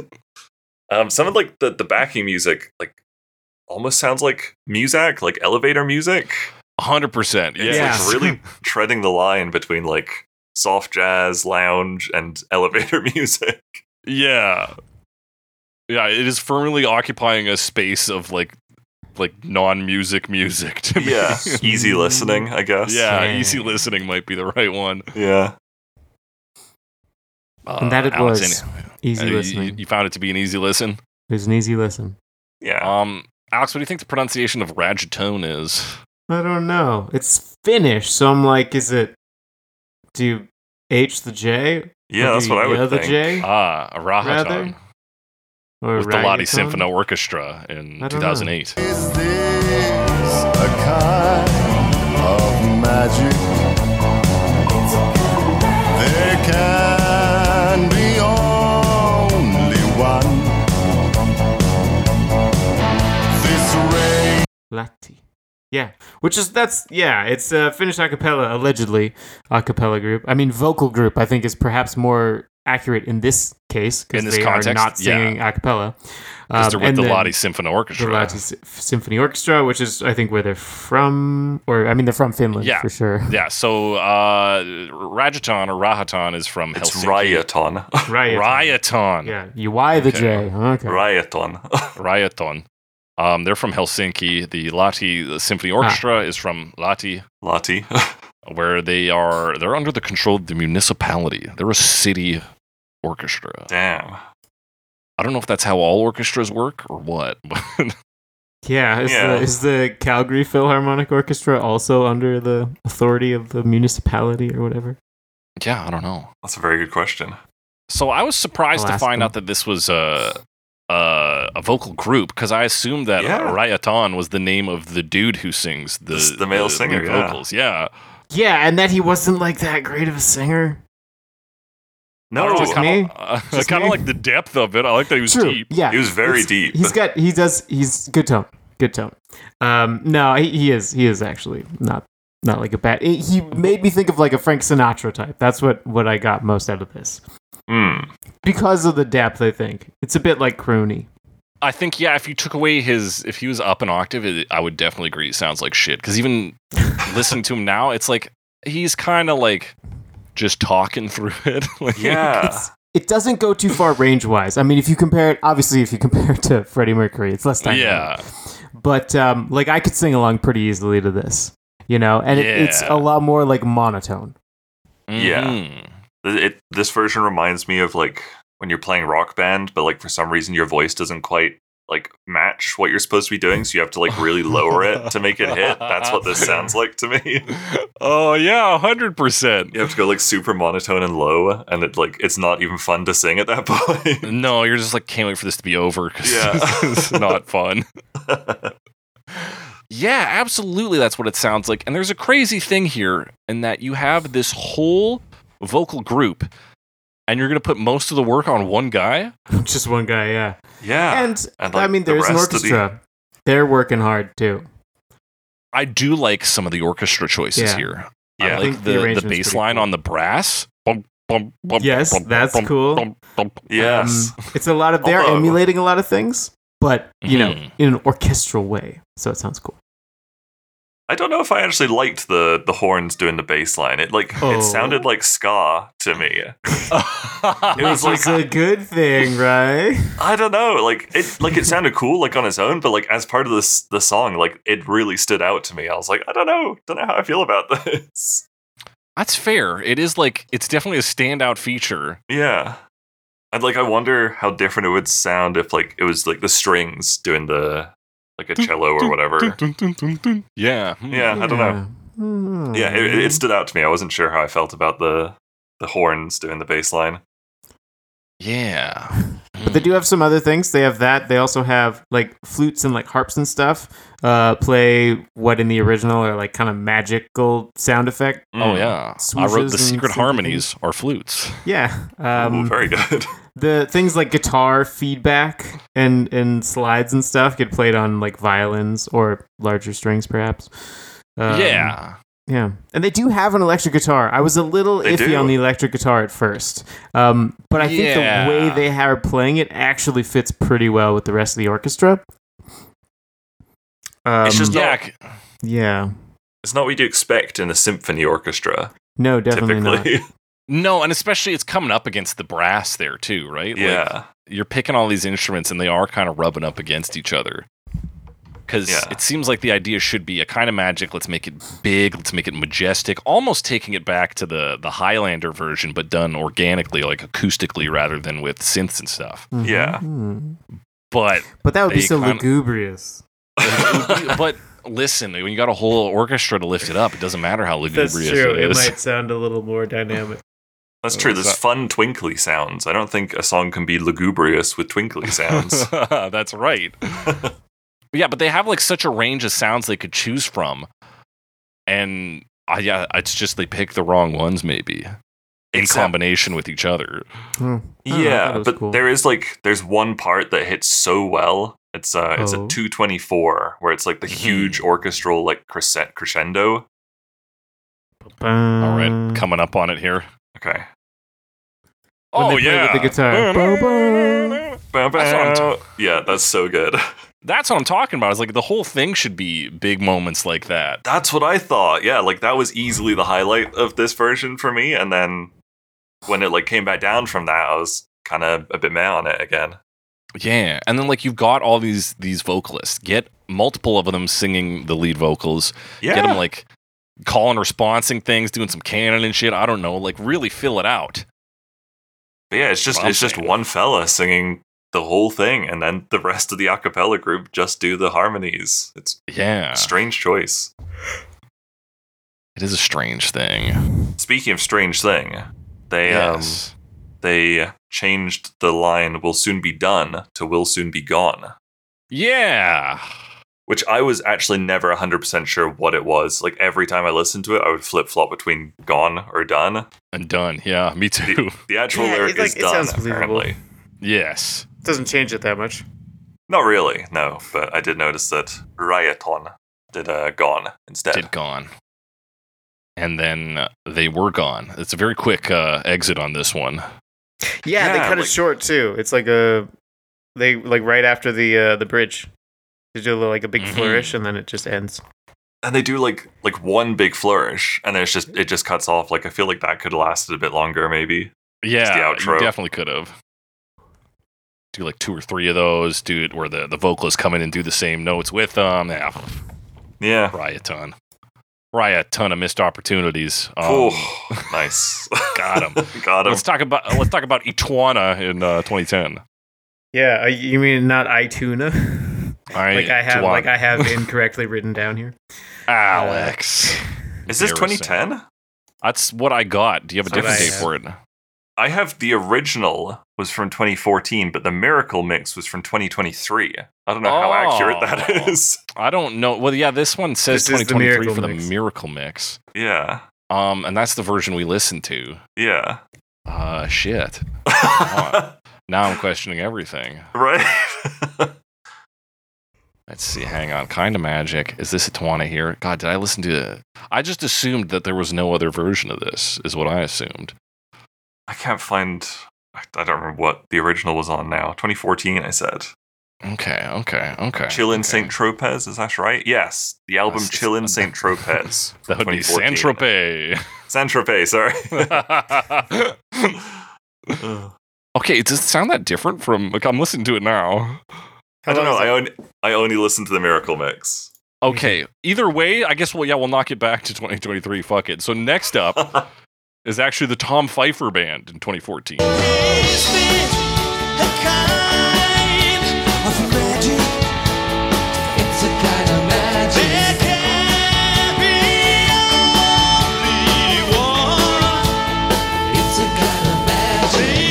Speaker 4: um, some of like the, the backing music, like almost sounds like Muzak, like elevator music.
Speaker 1: hundred percent.
Speaker 4: It's
Speaker 1: Yeah,
Speaker 4: like really treading the line between like soft jazz, lounge, and elevator music.
Speaker 1: yeah, yeah. It is firmly occupying a space of like, like non-music music to me.
Speaker 4: Yeah. Easy listening, I guess.
Speaker 1: yeah.
Speaker 5: Yeah.
Speaker 1: Easy listening might be the right one.
Speaker 4: Yeah.
Speaker 1: Uh,
Speaker 5: And that it
Speaker 1: Alex,
Speaker 5: was.
Speaker 1: any- uh,
Speaker 5: Easy
Speaker 1: you-
Speaker 5: listening.
Speaker 1: You, you found it to be an easy listen.
Speaker 5: it was an easy listen. Uh,
Speaker 4: Yeah.
Speaker 1: Um, Alex, what do you think the pronunciation of ragatone is?
Speaker 5: I don't know. It's Finnish, so I'm like, is it. Do you H the J?
Speaker 4: yeah,
Speaker 5: Or
Speaker 4: that's
Speaker 5: do you
Speaker 4: what I
Speaker 5: yell
Speaker 4: would
Speaker 5: the
Speaker 4: think.
Speaker 5: J?
Speaker 1: Ah, a rahaton
Speaker 5: Rather? Or
Speaker 1: with the Lodi
Speaker 5: Ragaton?
Speaker 1: Symphony Orchestra in
Speaker 5: I don't know.
Speaker 1: 2008.
Speaker 7: Is this a kind of magic? There can be only one. This ray
Speaker 5: Lati. Yeah, which is that's yeah, it's a Finnish a cappella allegedly a cappella group. I mean, vocal group I think is perhaps more accurate in this case
Speaker 1: In
Speaker 5: because
Speaker 1: this
Speaker 5: they are
Speaker 1: context,
Speaker 5: not singing a cappella.
Speaker 1: Because they're
Speaker 5: Um,
Speaker 1: with
Speaker 5: and
Speaker 1: the
Speaker 5: then
Speaker 1: Lodi Symphony
Speaker 5: the
Speaker 1: Orchestra.
Speaker 5: Lahti Sy- Symphony Orchestra, which is I think where they're from, or I mean they're from Finland
Speaker 1: Yeah.
Speaker 5: for sure.
Speaker 1: Yeah, so uh, Rajaton or Rahaton is from
Speaker 4: It's
Speaker 1: Helsinki.
Speaker 4: Rioton.
Speaker 5: Right.
Speaker 1: Rioton.
Speaker 5: Yeah, you Y the J. Okay.
Speaker 4: Rioton.
Speaker 1: Rioton. Um, they're from Helsinki. The Lati Symphony
Speaker 5: Ah.
Speaker 1: Orchestra is from Lati,
Speaker 4: Lati.
Speaker 1: where they are. They're under the control of the municipality. They're a city orchestra.
Speaker 4: Damn.
Speaker 1: I don't know if that's how all orchestras work or what. but
Speaker 5: Yeah, is,
Speaker 4: Yeah.
Speaker 5: The, is the Calgary Philharmonic Orchestra also under the authority of the municipality or whatever?
Speaker 1: yeah, I don't know.
Speaker 4: That's a very good question.
Speaker 1: So I was surprised to
Speaker 5: I'll ask
Speaker 1: find
Speaker 5: them.
Speaker 1: out that this was a a, a vocal group because I assumed that
Speaker 4: Yeah.
Speaker 1: Rayatan was the name of the dude who sings the
Speaker 4: This- the male
Speaker 1: lead
Speaker 4: singer, yeah.
Speaker 1: vocals. Yeah,
Speaker 5: Yeah, and that he wasn't like that great of a singer.
Speaker 1: I
Speaker 4: No,
Speaker 1: don't know, I
Speaker 5: Just
Speaker 1: kinda-
Speaker 5: me?
Speaker 1: uh, I
Speaker 5: Just
Speaker 1: kind of
Speaker 5: me?
Speaker 1: like the depth of it. I like that he was
Speaker 5: True.
Speaker 1: deep.
Speaker 5: Yeah,
Speaker 4: He was very
Speaker 5: It's-
Speaker 4: deep.
Speaker 5: He's got. He does. He's good tone. Good tone. Um, no, he, he is. He is actually not not like a bad. He he made me think of like a Frank Sinatra type. That's what what I got most out of this
Speaker 4: Hmm.
Speaker 5: because of the depth. I think it's a bit like croony.
Speaker 1: I think yeah. If you took away his, if he was up an octave, it, I would definitely agree. It sounds like shit. Because even listening to him now, it's like he's kind of like just talking through it. Like,
Speaker 4: Yeah.
Speaker 5: It doesn't go too far range wise. I mean, if you compare it, obviously, if you compare it to Freddie Mercury, it's less dynamic.
Speaker 1: yeah.
Speaker 5: But um, like I could sing along pretty easily to this, you know, and it, it's
Speaker 1: Yeah.
Speaker 5: a lot more like monotone.
Speaker 4: Yeah.
Speaker 1: Mhm.
Speaker 4: Th- it this version reminds me of like when you're playing rock band but like for some reason your voice doesn't quite like match what you're supposed to be doing so you have to like really lower it to make it hit that's what this sounds like to me
Speaker 1: Oh yeah, hundred percent.
Speaker 4: you have to go like super monotone and low and it like it's not even fun to sing at that point
Speaker 1: No, you're just like can't wait for this to be over because
Speaker 4: Yeah.
Speaker 1: it's not fun. Yeah, absolutely. That's what it sounds like. And there's a crazy thing here in that you have this whole vocal group and you're going to put most of the work on one guy.
Speaker 5: Just one guy, yeah.
Speaker 4: Yeah.
Speaker 5: and,
Speaker 4: Ah, and,
Speaker 5: I
Speaker 4: like,
Speaker 5: mean,
Speaker 4: the
Speaker 5: there's an
Speaker 4: rest of the-
Speaker 5: orchestra. They're working hard too.
Speaker 1: I do like some of the orchestra choices
Speaker 5: Yeah.
Speaker 1: here.
Speaker 4: Yeah.
Speaker 1: I
Speaker 4: I
Speaker 1: like
Speaker 5: think the
Speaker 1: the, the,
Speaker 5: arrangement's
Speaker 1: bass
Speaker 5: pretty
Speaker 1: line
Speaker 5: cool.
Speaker 1: on the brass. Bum, bum, bum,
Speaker 5: Yes,
Speaker 1: bum,
Speaker 5: that's
Speaker 1: bum,
Speaker 5: cool.
Speaker 1: bum, bum.
Speaker 4: yes.
Speaker 5: Um, it's a lot of they're
Speaker 4: Although-
Speaker 5: emulating a lot of things, but you know,
Speaker 1: Mhm.
Speaker 4: Mm-hmm.
Speaker 5: in an orchestral way. So it sounds cool.
Speaker 4: I don't know if I actually liked the the horns doing the bass line. It like
Speaker 5: Oh.
Speaker 4: it sounded like ska to me. It was like
Speaker 5: It's a good thing, right?
Speaker 4: I don't know, like it like it sounded cool like on its own, but like as part of this the song, like it really stood out to me. I was like, I don't know, don't know how I feel about this.
Speaker 1: That's fair. It is like, it's definitely a standout feature.
Speaker 4: yeah. And like I wonder how different it would sound if like it was like the strings doing the like a cello or whatever.
Speaker 1: Dun, dun, dun, dun. Yeah. Hmm.
Speaker 4: Yeah, I don't know.
Speaker 5: know.
Speaker 4: Yeah, it, it stood out to me. I wasn't sure how I felt about the the horns doing the bass line.
Speaker 1: Yeah.
Speaker 5: But they do have some other things. They have that. They also have like flutes and like harps and stuff. Uh, play what in the original are like kind of magical sound effect.
Speaker 4: Mm.
Speaker 1: Oh,
Speaker 4: Hmm.
Speaker 1: yeah. I wrote
Speaker 5: Swooshes
Speaker 1: the
Speaker 5: and
Speaker 1: secret
Speaker 5: something.
Speaker 1: harmonies are flutes.
Speaker 5: Yeah.
Speaker 4: Ooh,
Speaker 5: Um,
Speaker 4: Oh, very good.
Speaker 5: the things like guitar feedback and and slides and stuff get played on like violins or larger strings, perhaps. Um,
Speaker 1: yeah.
Speaker 5: Yeah, and they do have an electric guitar. I was a little
Speaker 4: They
Speaker 5: iffy
Speaker 4: do.
Speaker 5: on the electric guitar at first, um, but I think
Speaker 1: Yeah.
Speaker 5: the way they are playing it actually fits pretty well with the rest of the orchestra. Um,
Speaker 4: It's just not-
Speaker 1: yeah, c-
Speaker 5: yeah,
Speaker 4: It's not what you expect in a symphony orchestra,
Speaker 5: no, definitely not.
Speaker 4: typically.
Speaker 1: no, and especially it's coming up against the brass there too, right? Like,
Speaker 4: yeah.
Speaker 1: you're picking all these instruments and they are kind of rubbing up against each other. Because
Speaker 4: Yeah.
Speaker 1: it seems like the idea should be a kind of magic. Let's make it big. Let's make it majestic. Almost taking it back to the the Highlander version, but done organically, like acoustically, rather than with synths and stuff.
Speaker 5: Mhm.
Speaker 4: Yeah.
Speaker 5: Mhm.
Speaker 1: But
Speaker 5: but that would be
Speaker 1: They
Speaker 5: so
Speaker 1: kinda-
Speaker 5: lugubrious.
Speaker 1: but listen, when you got a whole orchestra to lift it up, it doesn't matter how lugubrious it is.
Speaker 5: sound a little more dynamic.
Speaker 4: That's true. There's
Speaker 1: that-
Speaker 4: fun twinkly sounds. I don't think a song can be lugubrious with twinkly sounds.
Speaker 1: That's right. yeah, but they have like such a range of sounds they could choose from, and I, yeah, it's just they pick the wrong ones maybe in
Speaker 4: Except-
Speaker 1: combination with each other.
Speaker 5: don't know, I thought it
Speaker 4: yeah,
Speaker 5: was
Speaker 4: but
Speaker 5: cool.
Speaker 4: there is like there's one part that hits so well. It's uh it's
Speaker 5: Oh.
Speaker 4: a 224 where it's like the huge orchestral like crescent crescendo.
Speaker 1: All
Speaker 5: Hmm.
Speaker 1: right, coming up on it here.
Speaker 4: Okay.
Speaker 5: When
Speaker 1: oh
Speaker 5: they play
Speaker 1: yeah,
Speaker 5: with the guitar. Ba-ba.
Speaker 4: Bow,
Speaker 1: That's what I'm
Speaker 4: bow. yeah, that's so good.
Speaker 1: That's what I'm talking about. It's like the whole thing should be big moments like that.
Speaker 4: That's what I thought. Yeah, like that was easily the highlight of this version for me and then when it like came back down from that, I was kind of a bit meh on it again.
Speaker 1: Yeah, and then like you've got all these these vocalists. Get multiple of them singing the lead vocals.
Speaker 4: Yeah.
Speaker 1: Get them like call and responsing things, doing some canon and shit. I don't know. Like really fill it out.
Speaker 4: But yeah, it's just
Speaker 1: Well, I'm
Speaker 4: it's just
Speaker 1: saying.
Speaker 4: one fella singing the whole thing, and then the rest of the a cappella group just do the harmonies. It's
Speaker 1: Yeah.
Speaker 4: a strange choice.
Speaker 1: It is a strange thing.
Speaker 4: Speaking of strange thing, they
Speaker 1: Yes.
Speaker 4: um they changed the line "Will soon be done" to "Will soon be gone,"
Speaker 1: Yeah.
Speaker 4: which I was actually never hundred percent sure what it was. Like every time I listened to it, I would flip flop between "gone" or "done."
Speaker 1: And done. Yeah, me too.
Speaker 4: The actual
Speaker 5: Yeah,
Speaker 4: lyric
Speaker 5: it's like-
Speaker 4: is
Speaker 5: it
Speaker 4: "done."
Speaker 5: sounds believable.
Speaker 4: Apparently,
Speaker 1: yes.
Speaker 5: Doesn't change it that much.
Speaker 4: not really. No, but I did notice that Ryaton did uh, "gone" instead.
Speaker 1: Did gone. And then uh, they were gone. It's a very quick uh, exit on this one.
Speaker 4: Yeah, they Yeah, cut it like-
Speaker 5: short too. It's like a they like right after the uh, the bridge. They do like a big
Speaker 1: Mhm. flourish
Speaker 5: and then it just ends.
Speaker 4: and they do like like one big flourish and then it's just it just cuts off like i feel like that could have lasted a bit longer maybe
Speaker 1: Yeah,
Speaker 4: It's the
Speaker 1: you
Speaker 4: outro.
Speaker 1: definitely could have. Do like two or three of those, dude, where the, the vocalists come in and do the same notes with them. Yeah,
Speaker 4: yeah
Speaker 1: riot ton. Riot ton of missed opportunities. Um,
Speaker 4: oh nice
Speaker 1: got 'em.
Speaker 4: got him
Speaker 1: let's talk about let's talk about Itwana in uh, 2010.
Speaker 5: Yeah, uh, you mean not iTuna?
Speaker 1: I,
Speaker 5: like I have
Speaker 1: Tuan-
Speaker 5: like I have incorrectly written down here.
Speaker 1: Alex.
Speaker 4: is this
Speaker 1: Embarrassing.
Speaker 4: 2010
Speaker 1: That's what I got. Do you have a
Speaker 5: That's what
Speaker 1: different
Speaker 5: I
Speaker 1: date
Speaker 5: had.
Speaker 1: for it?
Speaker 4: i have the original was from 2014, but the Miracle Mix was from 2023. I don't know how
Speaker 1: Oh.
Speaker 4: accurate that is.
Speaker 1: I don't know. Well, yeah, this one says
Speaker 5: This is the
Speaker 1: 2023 for the
Speaker 5: Miracle
Speaker 1: Miracle
Speaker 5: Mix.
Speaker 1: Mix.
Speaker 4: yeah,
Speaker 1: Um, and that's the version we listened to.
Speaker 4: yeah,
Speaker 1: Uh, shit. Now I'm questioning everything.
Speaker 4: right.
Speaker 1: Let's see. Hang on. Kind of magic. Is this a Tawana here? God, did I listen to it? I just assumed that there was no other version of this, is what I assumed.
Speaker 4: I can't find. I I don't remember what the original was on now. 2014, I said.
Speaker 1: Okay, okay, okay.
Speaker 4: Chillin'
Speaker 1: okay.
Speaker 4: Saint Tropez, is that right? Yes, the album
Speaker 1: That's-
Speaker 4: Chillin' Saint Tropez.
Speaker 1: That would be
Speaker 4: 2014.
Speaker 1: Saint Tropez.
Speaker 4: Saint Tropez, sorry.
Speaker 1: okay, does it sound that different from like I'm listening to it now?
Speaker 4: I don't know. I only I only listened to the Miracle Mix.
Speaker 1: Okay. Either way, I guess well yeah, we'll knock it back to 2023. Fuck it. So next up is actually the Tom Pfeiffer band in 2014.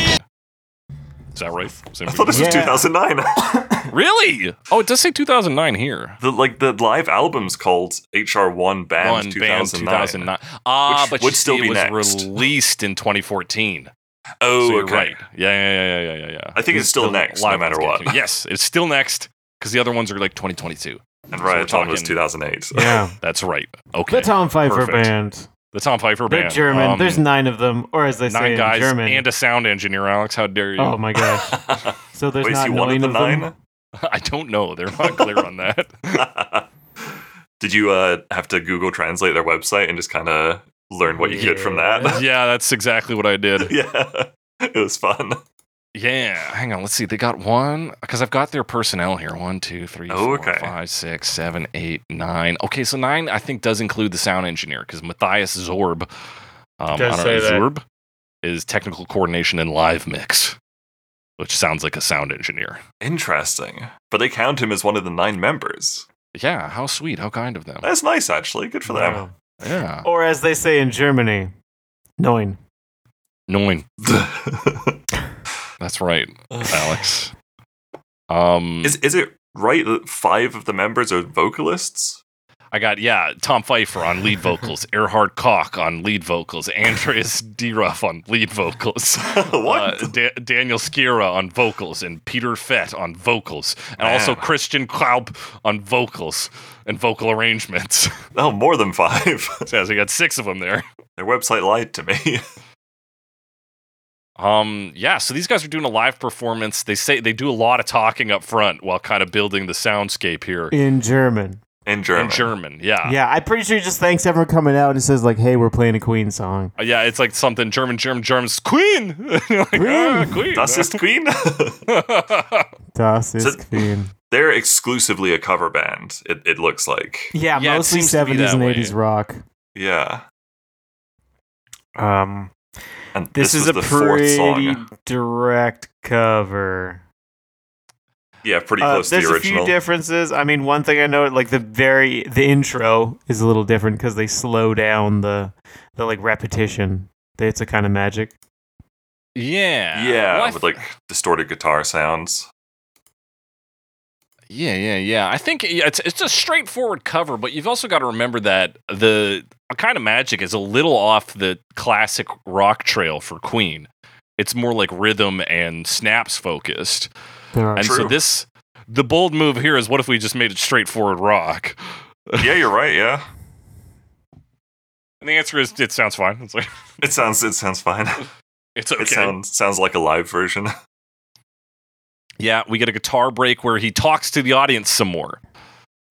Speaker 1: Is that right? Same
Speaker 4: I thought this
Speaker 1: thing?
Speaker 4: was 2009.
Speaker 1: really? Oh, it does say 2009 here.
Speaker 4: the like the live album's called HR1 Band
Speaker 1: One
Speaker 4: 2009.
Speaker 1: band 2009. Ah,
Speaker 4: Which
Speaker 1: but
Speaker 4: would
Speaker 1: you
Speaker 4: still
Speaker 1: see,
Speaker 4: be
Speaker 1: it was
Speaker 4: next.
Speaker 1: released in 2014.
Speaker 4: Oh,
Speaker 1: so you're
Speaker 4: okay.
Speaker 1: right. Yeah, yeah, yeah, yeah, yeah, yeah.
Speaker 4: I think it's still next, no
Speaker 1: live
Speaker 4: matter
Speaker 1: ones
Speaker 4: what.
Speaker 1: getting- Yes, it's still next because the other ones are like 2022.
Speaker 4: And
Speaker 1: So we're
Speaker 4: Riot Tom was
Speaker 1: talking-
Speaker 4: 2008.
Speaker 5: Yeah.
Speaker 1: That's right. Okay.
Speaker 5: The Tom Pfeiffer
Speaker 1: Perfect.
Speaker 5: band.
Speaker 1: The Tom Pfeiffer
Speaker 5: They're
Speaker 1: band.
Speaker 5: German.
Speaker 1: Um,
Speaker 5: There's nine of them, or as they say
Speaker 1: nine
Speaker 5: in
Speaker 1: guys
Speaker 5: German.
Speaker 1: and a sound engineer. Alex, how dare you?
Speaker 5: oh my gosh. So there's
Speaker 4: Wait, is
Speaker 5: not
Speaker 4: he one
Speaker 5: nine
Speaker 4: of the
Speaker 5: them?
Speaker 4: nine?
Speaker 1: I don't know. They're not clear on that.
Speaker 4: Did you uh, have to Google Translate their website and just kind of learn what you could from that?
Speaker 1: yeah, that's exactly what I did.
Speaker 4: yeah, it was fun.
Speaker 1: Yeah. Hang on. Let's see. They got one because I've got their personnel here. One, two, three,
Speaker 4: Oh,
Speaker 1: four,
Speaker 4: okay.
Speaker 1: five, six, seven, eight, nine. Okay, so nine I think does include the sound engineer because Matthias Zorb, um, I
Speaker 3: Does
Speaker 1: don't
Speaker 3: say
Speaker 1: know,
Speaker 3: that.
Speaker 1: Zorb is technical coordination and live mix, which sounds like a sound engineer.
Speaker 4: Interesting. But they count him as one of the nine members.
Speaker 1: Yeah. How sweet. How kind of them.
Speaker 4: That's nice, actually. Good for them.
Speaker 1: Yeah.
Speaker 5: Or as they say in Germany, neun.
Speaker 1: Nine. That's right, Alex. Um,
Speaker 4: is is it right that five of the members are vocalists?
Speaker 1: I got yeah, Tom Pfeiffer on lead vocals, Erhard Koch on lead vocals, Andreas Deruff on lead vocals,
Speaker 4: What?
Speaker 1: uh, Da- Daniel Skira on vocals, and Peter Fett on vocals, and also
Speaker 4: Man.
Speaker 1: Christian Klaup on vocals and vocal arrangements.
Speaker 4: Oh, more than five.
Speaker 1: so I got six of them there.
Speaker 4: Their website lied to me.
Speaker 1: Um, yeah, so these guys are doing a live performance. They say they do a lot of talking up front while kind of building the soundscape here
Speaker 5: In German.
Speaker 4: In German.
Speaker 1: in German. Yeah.
Speaker 5: Yeah, I'm pretty sure he just thanks everyone coming out and says like, "Hey, we're playing a Queen song."
Speaker 1: Uh, Yeah, it's like something German, German, German's Queen. Like, ah, Queen.
Speaker 4: Das ist Queen.
Speaker 5: Das
Speaker 4: So-
Speaker 5: ist Queen.
Speaker 4: They're exclusively a cover band, it, it looks like.
Speaker 5: Yeah,
Speaker 1: Yeah, it
Speaker 5: mostly
Speaker 1: seems to be
Speaker 5: 70s and
Speaker 1: that way.
Speaker 5: 80s rock.
Speaker 4: Yeah.
Speaker 5: Um,
Speaker 4: And
Speaker 5: this, is
Speaker 4: was
Speaker 5: a
Speaker 4: the fourth
Speaker 5: pretty
Speaker 4: song.
Speaker 5: direct cover.
Speaker 4: Yeah, pretty
Speaker 5: Uh,
Speaker 4: close to
Speaker 5: there's
Speaker 4: the
Speaker 5: a few
Speaker 4: original.
Speaker 5: differences. I mean, one thing I know, like the very the intro is a little different because they slow down the the like repetition. It's a kind of magic.
Speaker 1: yeah.
Speaker 4: yeah,
Speaker 1: Well, I
Speaker 4: with
Speaker 1: th-
Speaker 4: like distorted guitar sounds.
Speaker 1: Yeah, yeah, yeah. I think yeah, it's it's a straightforward cover, but you've also got to remember that the kind of magic is a little off the classic rock trail for Queen. It's more like rhythm and snaps focused.
Speaker 5: There are
Speaker 1: And so
Speaker 4: True.
Speaker 1: this the bold move here is what if we just made it straightforward rock?
Speaker 4: Yeah, you're right. Yeah,
Speaker 1: And the answer is it sounds fine. It's like
Speaker 4: it sounds it sounds fine.
Speaker 1: it's okay.
Speaker 4: It sounds sounds like a live version.
Speaker 1: yeah, we get a guitar break where he talks to the audience some more.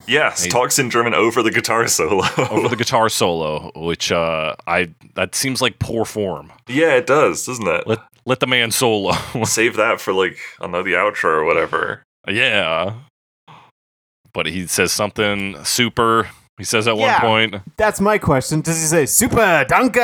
Speaker 4: yes,
Speaker 1: Hey.
Speaker 4: talks in German over the guitar solo.
Speaker 1: over the guitar solo, which uh, I that seems like poor form.
Speaker 4: yeah, it does, doesn't it?
Speaker 1: Let let the man solo.
Speaker 4: Save that for like I don't know the outro or whatever.
Speaker 1: yeah, but he says something super. He says at
Speaker 5: Yeah.
Speaker 1: one point
Speaker 5: That's my question. Does he say super danke?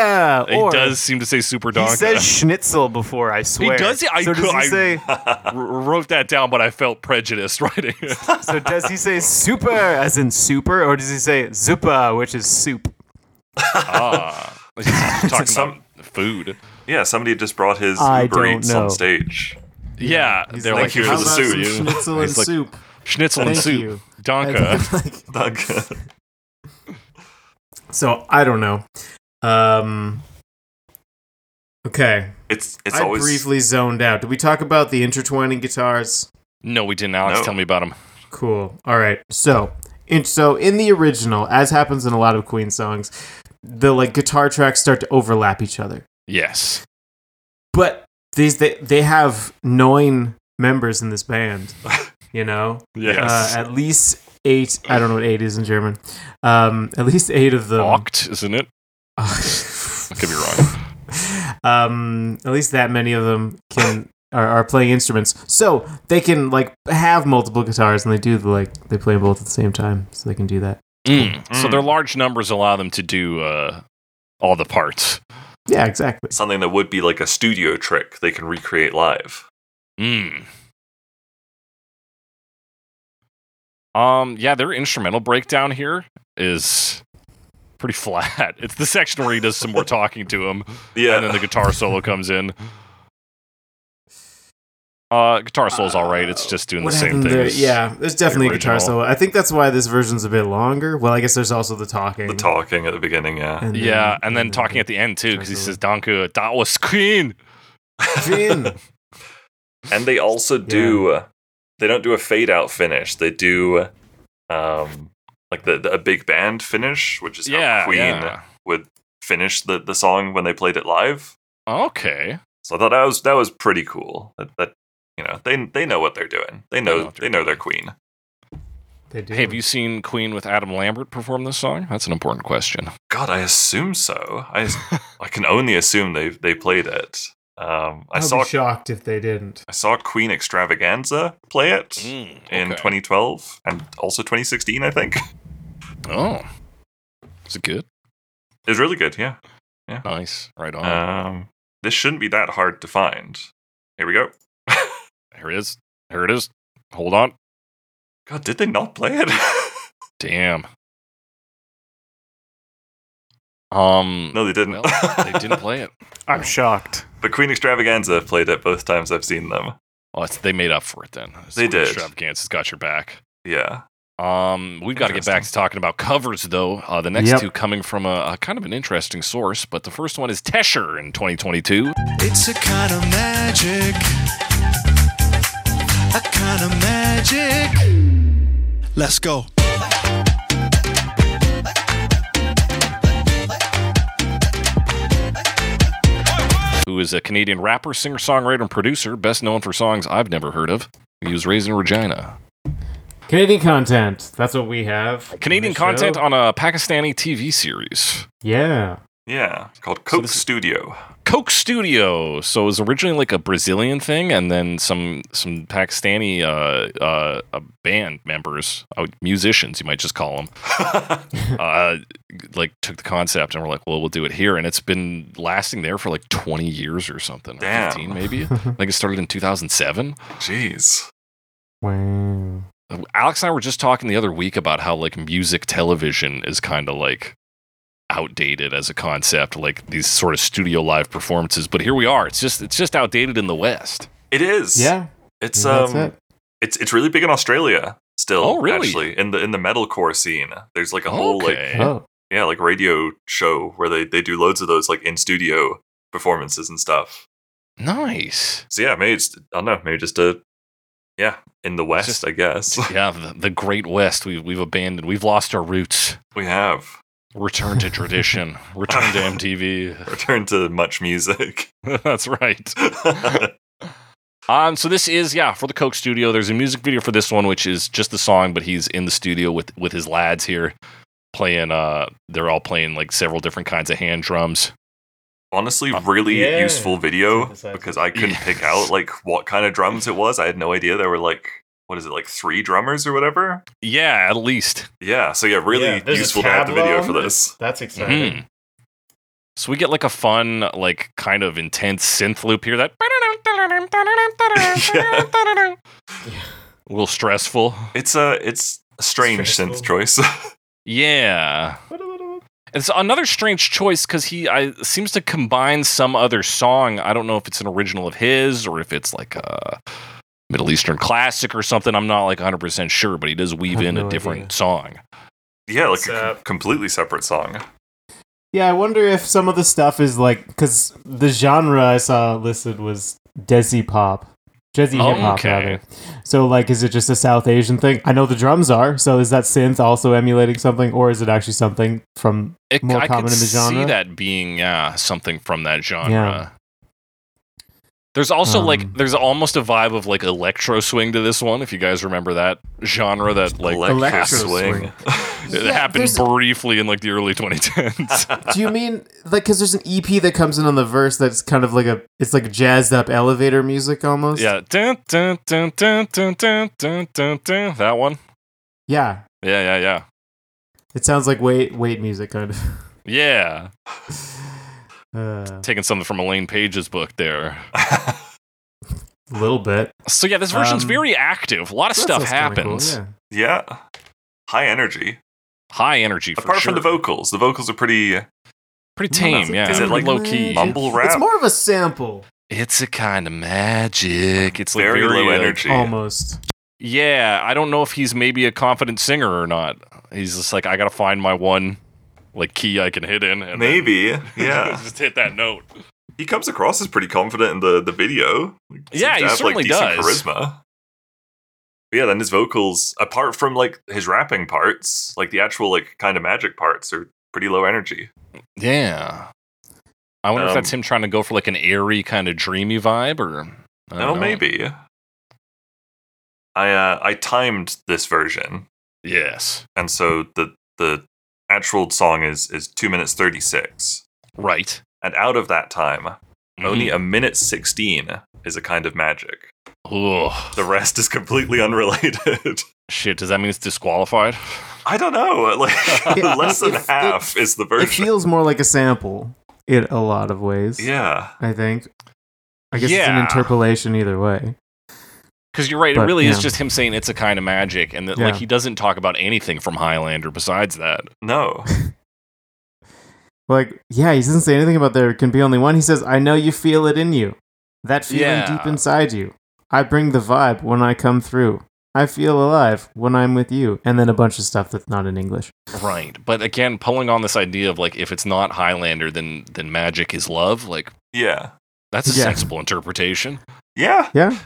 Speaker 1: he
Speaker 5: or
Speaker 1: does seem to say super
Speaker 5: He
Speaker 1: donka.
Speaker 5: says schnitzel before. I swear.
Speaker 1: does? I
Speaker 5: so does
Speaker 1: could-
Speaker 5: he
Speaker 1: I-
Speaker 5: say?
Speaker 1: R- wrote that down, but I felt prejudiced writing it.
Speaker 5: so does he say super as in super, or does he say zupa, which is soup?
Speaker 1: ah, he's talking about
Speaker 4: Some
Speaker 1: food.
Speaker 4: Yeah, somebody just brought his
Speaker 5: I
Speaker 4: Uber
Speaker 5: don't
Speaker 4: Eats
Speaker 5: know.
Speaker 4: on stage.
Speaker 1: Yeah, they're like,
Speaker 4: like,
Speaker 1: here's
Speaker 4: "How
Speaker 1: the
Speaker 4: about
Speaker 1: soup.
Speaker 4: some
Speaker 5: schnitzel and
Speaker 1: He's like,
Speaker 5: soup.
Speaker 1: Schnitzel and
Speaker 5: Thank
Speaker 1: soup.
Speaker 5: you.
Speaker 1: Donka.
Speaker 5: Like,
Speaker 4: Like,
Speaker 5: so I don't know. Um. Okay,
Speaker 4: it's it's
Speaker 5: I
Speaker 4: always
Speaker 5: briefly zoned out. Did we talk about the intertwining guitars?
Speaker 1: No, we didn't. Alex,
Speaker 4: No.
Speaker 1: tell me about him.
Speaker 5: Cool. All right. So, in, so in the original, as happens in a lot of Queen songs, the like guitar tracks start to overlap each other.
Speaker 1: Yes.
Speaker 5: But these they they have nine members in this band. You know,
Speaker 4: yes.
Speaker 5: uh, at least eight. I don't know what eight is in German. Um, at least eight of them.
Speaker 1: Oct, isn't it? I could be wrong.
Speaker 5: um, at least that many of them can are, are playing instruments, so they can like have multiple guitars, and they do the, like they play both at the same time, so they can do that.
Speaker 1: Mm. So
Speaker 4: Mm.
Speaker 1: their large numbers allow them to do uh, all the parts.
Speaker 5: Yeah, exactly.
Speaker 4: Something that would be like a studio trick they can recreate live.
Speaker 1: Mm. Um, yeah, their instrumental breakdown here is pretty flat. It's the section where he does some more talking to him,
Speaker 4: Yeah.
Speaker 1: and then the guitar solo comes in. Uh, guitar solo's all right. It's just doing the
Speaker 5: What
Speaker 1: same
Speaker 5: happened
Speaker 1: thing.
Speaker 5: there?
Speaker 1: as-
Speaker 5: Yeah, there's definitely a guitar
Speaker 1: original.
Speaker 5: solo. I think that's why this version's a bit longer. Well, I guess there's also the talking.
Speaker 4: the talking at the beginning, yeah.
Speaker 5: And
Speaker 1: Yeah, and then talking at the end too, because he says, "Danke, that was Queen."
Speaker 5: Finn!
Speaker 4: And they also do they don't do a fade out finish. They do um like the, the a big band finish, which is
Speaker 1: Yeah,
Speaker 4: how Queen
Speaker 1: yeah.
Speaker 4: would finish the, the song when they played it live.
Speaker 1: Okay.
Speaker 4: So I thought that was that was pretty cool. That, that you know, they they know what they're doing. They
Speaker 1: know
Speaker 4: know
Speaker 1: what
Speaker 4: they
Speaker 1: they're
Speaker 4: know their queen.
Speaker 5: They do.
Speaker 1: Hey, have you seen Queen with Adam Lambert perform this song? That's an important question.
Speaker 4: God, I assume so. I I can only assume they they played it. Um, I
Speaker 5: I'd
Speaker 4: saw
Speaker 5: be shocked if they didn't.
Speaker 4: I saw Queen Extravaganza play it
Speaker 1: Mm.
Speaker 4: in
Speaker 1: okay.
Speaker 4: 2012 and also 2016, I think.
Speaker 1: Oh, is it good?
Speaker 4: It's really good, yeah.
Speaker 1: Nice. Right on.
Speaker 4: Um, this shouldn't be that hard to find. Here we go.
Speaker 1: Here it is. Here it is. Hold on.
Speaker 4: God, did they not play it?
Speaker 1: Damn. Um.
Speaker 4: no, they didn't.
Speaker 1: Well, they didn't play it.
Speaker 8: I'm shocked.
Speaker 4: But Queen Extravaganza played it both times I've seen them.
Speaker 1: Well, it's, they made up for it then. It's
Speaker 4: They
Speaker 1: Queen
Speaker 4: did.
Speaker 1: Extravaganza's got your back.
Speaker 4: Yeah.
Speaker 1: Um, we've got to get back to talking about covers, though. Uh, the next
Speaker 5: Yep.
Speaker 1: two coming from a, a kind of an interesting source, but the first one is Tesher in 2022.
Speaker 2: It's a kind of magic. A kind of magic. Let's go.
Speaker 1: who is a Canadian rapper, singer, songwriter, and producer, best known for songs I've never heard of. He was raised in Regina.
Speaker 5: Canadian content. That's what we have.
Speaker 1: Canadian
Speaker 5: this
Speaker 1: content
Speaker 5: show.
Speaker 1: on a Pakistani TV series.
Speaker 5: Yeah.
Speaker 4: Yeah. It's called Coke
Speaker 1: this-
Speaker 4: Studio.
Speaker 1: Coke Studio. So it was originally like a Brazilian thing, and then some some Pakistani uh, uh, uh, band members, uh, musicians, you might just call them, uh, like took the concept and were like, "Well, we'll do it here," and it's been lasting there for like 20 years or something, or
Speaker 4: Damn.
Speaker 1: 15 maybe. I think it started in 2007.
Speaker 4: Jeez.
Speaker 5: Wow.
Speaker 1: Alex and I were just talking the other week about how like music television is kind of like outdated as a concept, like these sort of studio live performances. But here we are. It's just it's just outdated in the West.
Speaker 4: It is.
Speaker 5: Yeah.
Speaker 4: It's
Speaker 5: that's
Speaker 4: um
Speaker 5: it.
Speaker 4: it's it's really big in Australia still.
Speaker 1: Oh, really?
Speaker 4: Actually, in the in the metalcore scene, there's like a whole like
Speaker 1: Okay.
Speaker 5: Oh.
Speaker 4: yeah like radio show where they they do loads of those like in studio performances and stuff.
Speaker 1: Nice.
Speaker 4: So yeah, maybe it's I don't know, maybe just a yeah in the West,
Speaker 1: just-
Speaker 4: I guess
Speaker 1: Yeah, the, the Great West. We've we've abandoned. We've lost our roots.
Speaker 4: we have
Speaker 1: Return to tradition. Return to MTV.
Speaker 4: returned to much music.
Speaker 1: That's right. Um, so this is yeah for the Coke Studio. There's a music video for this one, which is just the song, but he's in the studio with with his lads here, playing. Uh, they're all playing like several different kinds of hand drums.
Speaker 4: Honestly, really
Speaker 5: Yeah.
Speaker 4: useful video
Speaker 5: Synthesizers.
Speaker 4: because I couldn't pick
Speaker 1: Yes.
Speaker 4: out like what kind of drums it was. I had no idea there were like what is it like three drummers or whatever.
Speaker 1: Yeah, at least.
Speaker 4: Yeah, so yeah, really
Speaker 5: Yeah, there's a
Speaker 4: useful to have the video
Speaker 5: tableau.
Speaker 4: for this.
Speaker 5: That's
Speaker 1: Mhm. So we get like a fun, like kind of intense synth loop here. That
Speaker 4: Yeah.
Speaker 1: a little stressful.
Speaker 4: It's a it's a strange
Speaker 5: Stressful.
Speaker 4: synth choice.
Speaker 1: Yeah. It's another strange choice because he I, seems to combine some other song. I don't know if it's an original of his or if it's like a Middle Eastern classic or something. I'm not like 100% sure, but he does weave
Speaker 5: have
Speaker 1: in a
Speaker 5: no
Speaker 1: different
Speaker 5: idea.
Speaker 1: song.
Speaker 4: Yeah, like
Speaker 3: It's,
Speaker 4: a
Speaker 3: uh,
Speaker 4: com- completely separate song.
Speaker 5: Yeah, I wonder if some of the stuff is like because the genre I saw listed was Desi pop, Desi hip hop
Speaker 1: Oh, Okay.
Speaker 5: rather. So like, is it just a South Asian thing? I know the drums are. So is that synth also emulating something, or is it actually something from?
Speaker 1: It,
Speaker 5: More
Speaker 1: I
Speaker 5: common
Speaker 1: could
Speaker 5: in the genre?
Speaker 1: see that being yeah, something from that genre.
Speaker 5: Yeah.
Speaker 1: There's also like
Speaker 5: Um,
Speaker 1: there's almost a vibe of like electro swing to this one. If you guys remember that genre that like
Speaker 4: Electro
Speaker 5: Electro
Speaker 4: swing.
Speaker 5: swing.
Speaker 1: it
Speaker 5: Yeah,
Speaker 1: happened
Speaker 5: there's-
Speaker 1: briefly in like the early 2010s.
Speaker 5: Do you mean like because there's an EP that comes in on the verse that's kind of like a it's like jazzed up elevator music almost.
Speaker 1: yeah, dun, dun, dun, dun, dun, dun, dun, dun, dun. that one.
Speaker 5: yeah.
Speaker 1: Yeah, yeah, yeah,
Speaker 5: It sounds like wait wait music kind of.
Speaker 1: yeah.
Speaker 5: Uh,
Speaker 1: Taking something from Elaine Page's book there.
Speaker 5: a little bit.
Speaker 1: So yeah, this version's
Speaker 5: Um,
Speaker 1: very active. A lot of
Speaker 5: That
Speaker 1: stuff
Speaker 5: sounds kinda cool,
Speaker 1: happens.
Speaker 5: yeah.
Speaker 4: yeah, high energy.
Speaker 1: High energy for
Speaker 4: Apart
Speaker 1: sure.
Speaker 4: from the vocals, the vocals are pretty.
Speaker 1: Pretty
Speaker 5: Mm,
Speaker 1: tame.
Speaker 5: that's a
Speaker 1: yeah,
Speaker 4: Is it
Speaker 5: kind
Speaker 4: like
Speaker 5: of
Speaker 1: low key?
Speaker 5: magic.
Speaker 4: mumble rap?
Speaker 5: It's more of a sample,
Speaker 1: It's a kind of magic. It's like
Speaker 4: Very low
Speaker 1: uh,
Speaker 4: energy.
Speaker 5: almost.
Speaker 1: Yeah, I don't know if he's maybe a confident singer or not. He's just like, I gotta find my one like key I can hit in. And then
Speaker 4: Maybe. Yeah.
Speaker 1: just hit that note.
Speaker 4: he comes across as pretty confident in the, the video. Like, seems
Speaker 1: Yeah,
Speaker 4: to
Speaker 1: he certainly
Speaker 4: decent
Speaker 1: does.
Speaker 4: Charisma. But yeah, then his vocals, apart from like his rapping parts, like the actual like kind of magic parts are pretty low energy.
Speaker 1: Yeah. I wonder if
Speaker 4: Um,
Speaker 1: that's him trying to go for like an airy kind of dreamy vibe or. I don't
Speaker 4: Oh,
Speaker 1: know.
Speaker 4: maybe. I uh, I timed this version,
Speaker 1: Yes.
Speaker 4: and so the the actual song is is two minutes thirty six,
Speaker 1: Right.
Speaker 4: and out of that time, only
Speaker 1: Mhm.
Speaker 4: a minute sixteen is a kind of magic.
Speaker 1: Ugh.
Speaker 4: The rest is completely unrelated.
Speaker 1: Shit, does that mean it's disqualified?
Speaker 4: I don't know. Like
Speaker 5: Yeah,
Speaker 4: less than
Speaker 5: if-
Speaker 4: half is the
Speaker 5: It
Speaker 4: version.
Speaker 5: feels more like a sample in a lot of ways.
Speaker 4: yeah.
Speaker 5: I think. I guess it's an
Speaker 1: Yeah.
Speaker 5: interpolation either way.
Speaker 1: Because you're right, it
Speaker 5: But,
Speaker 1: really is
Speaker 5: yeah.
Speaker 1: just him saying it's a kind of magic, and that like
Speaker 5: Yeah.
Speaker 1: he doesn't talk about anything from Highlander besides that.
Speaker 4: No.
Speaker 5: Like, yeah, he doesn't say anything about there can be only one. He says, "I know you feel it in you, that feeling
Speaker 1: Yeah.
Speaker 5: deep inside you. I bring the vibe when I come through. I feel alive when I'm with you." And then a bunch of stuff that's not in English.
Speaker 1: Right. But again, pulling on this idea of like if it's not Highlander, then then magic is love. Like
Speaker 4: Yeah.
Speaker 1: that's a
Speaker 5: Yeah.
Speaker 1: sensible interpretation.
Speaker 4: Yeah.
Speaker 5: Yeah, it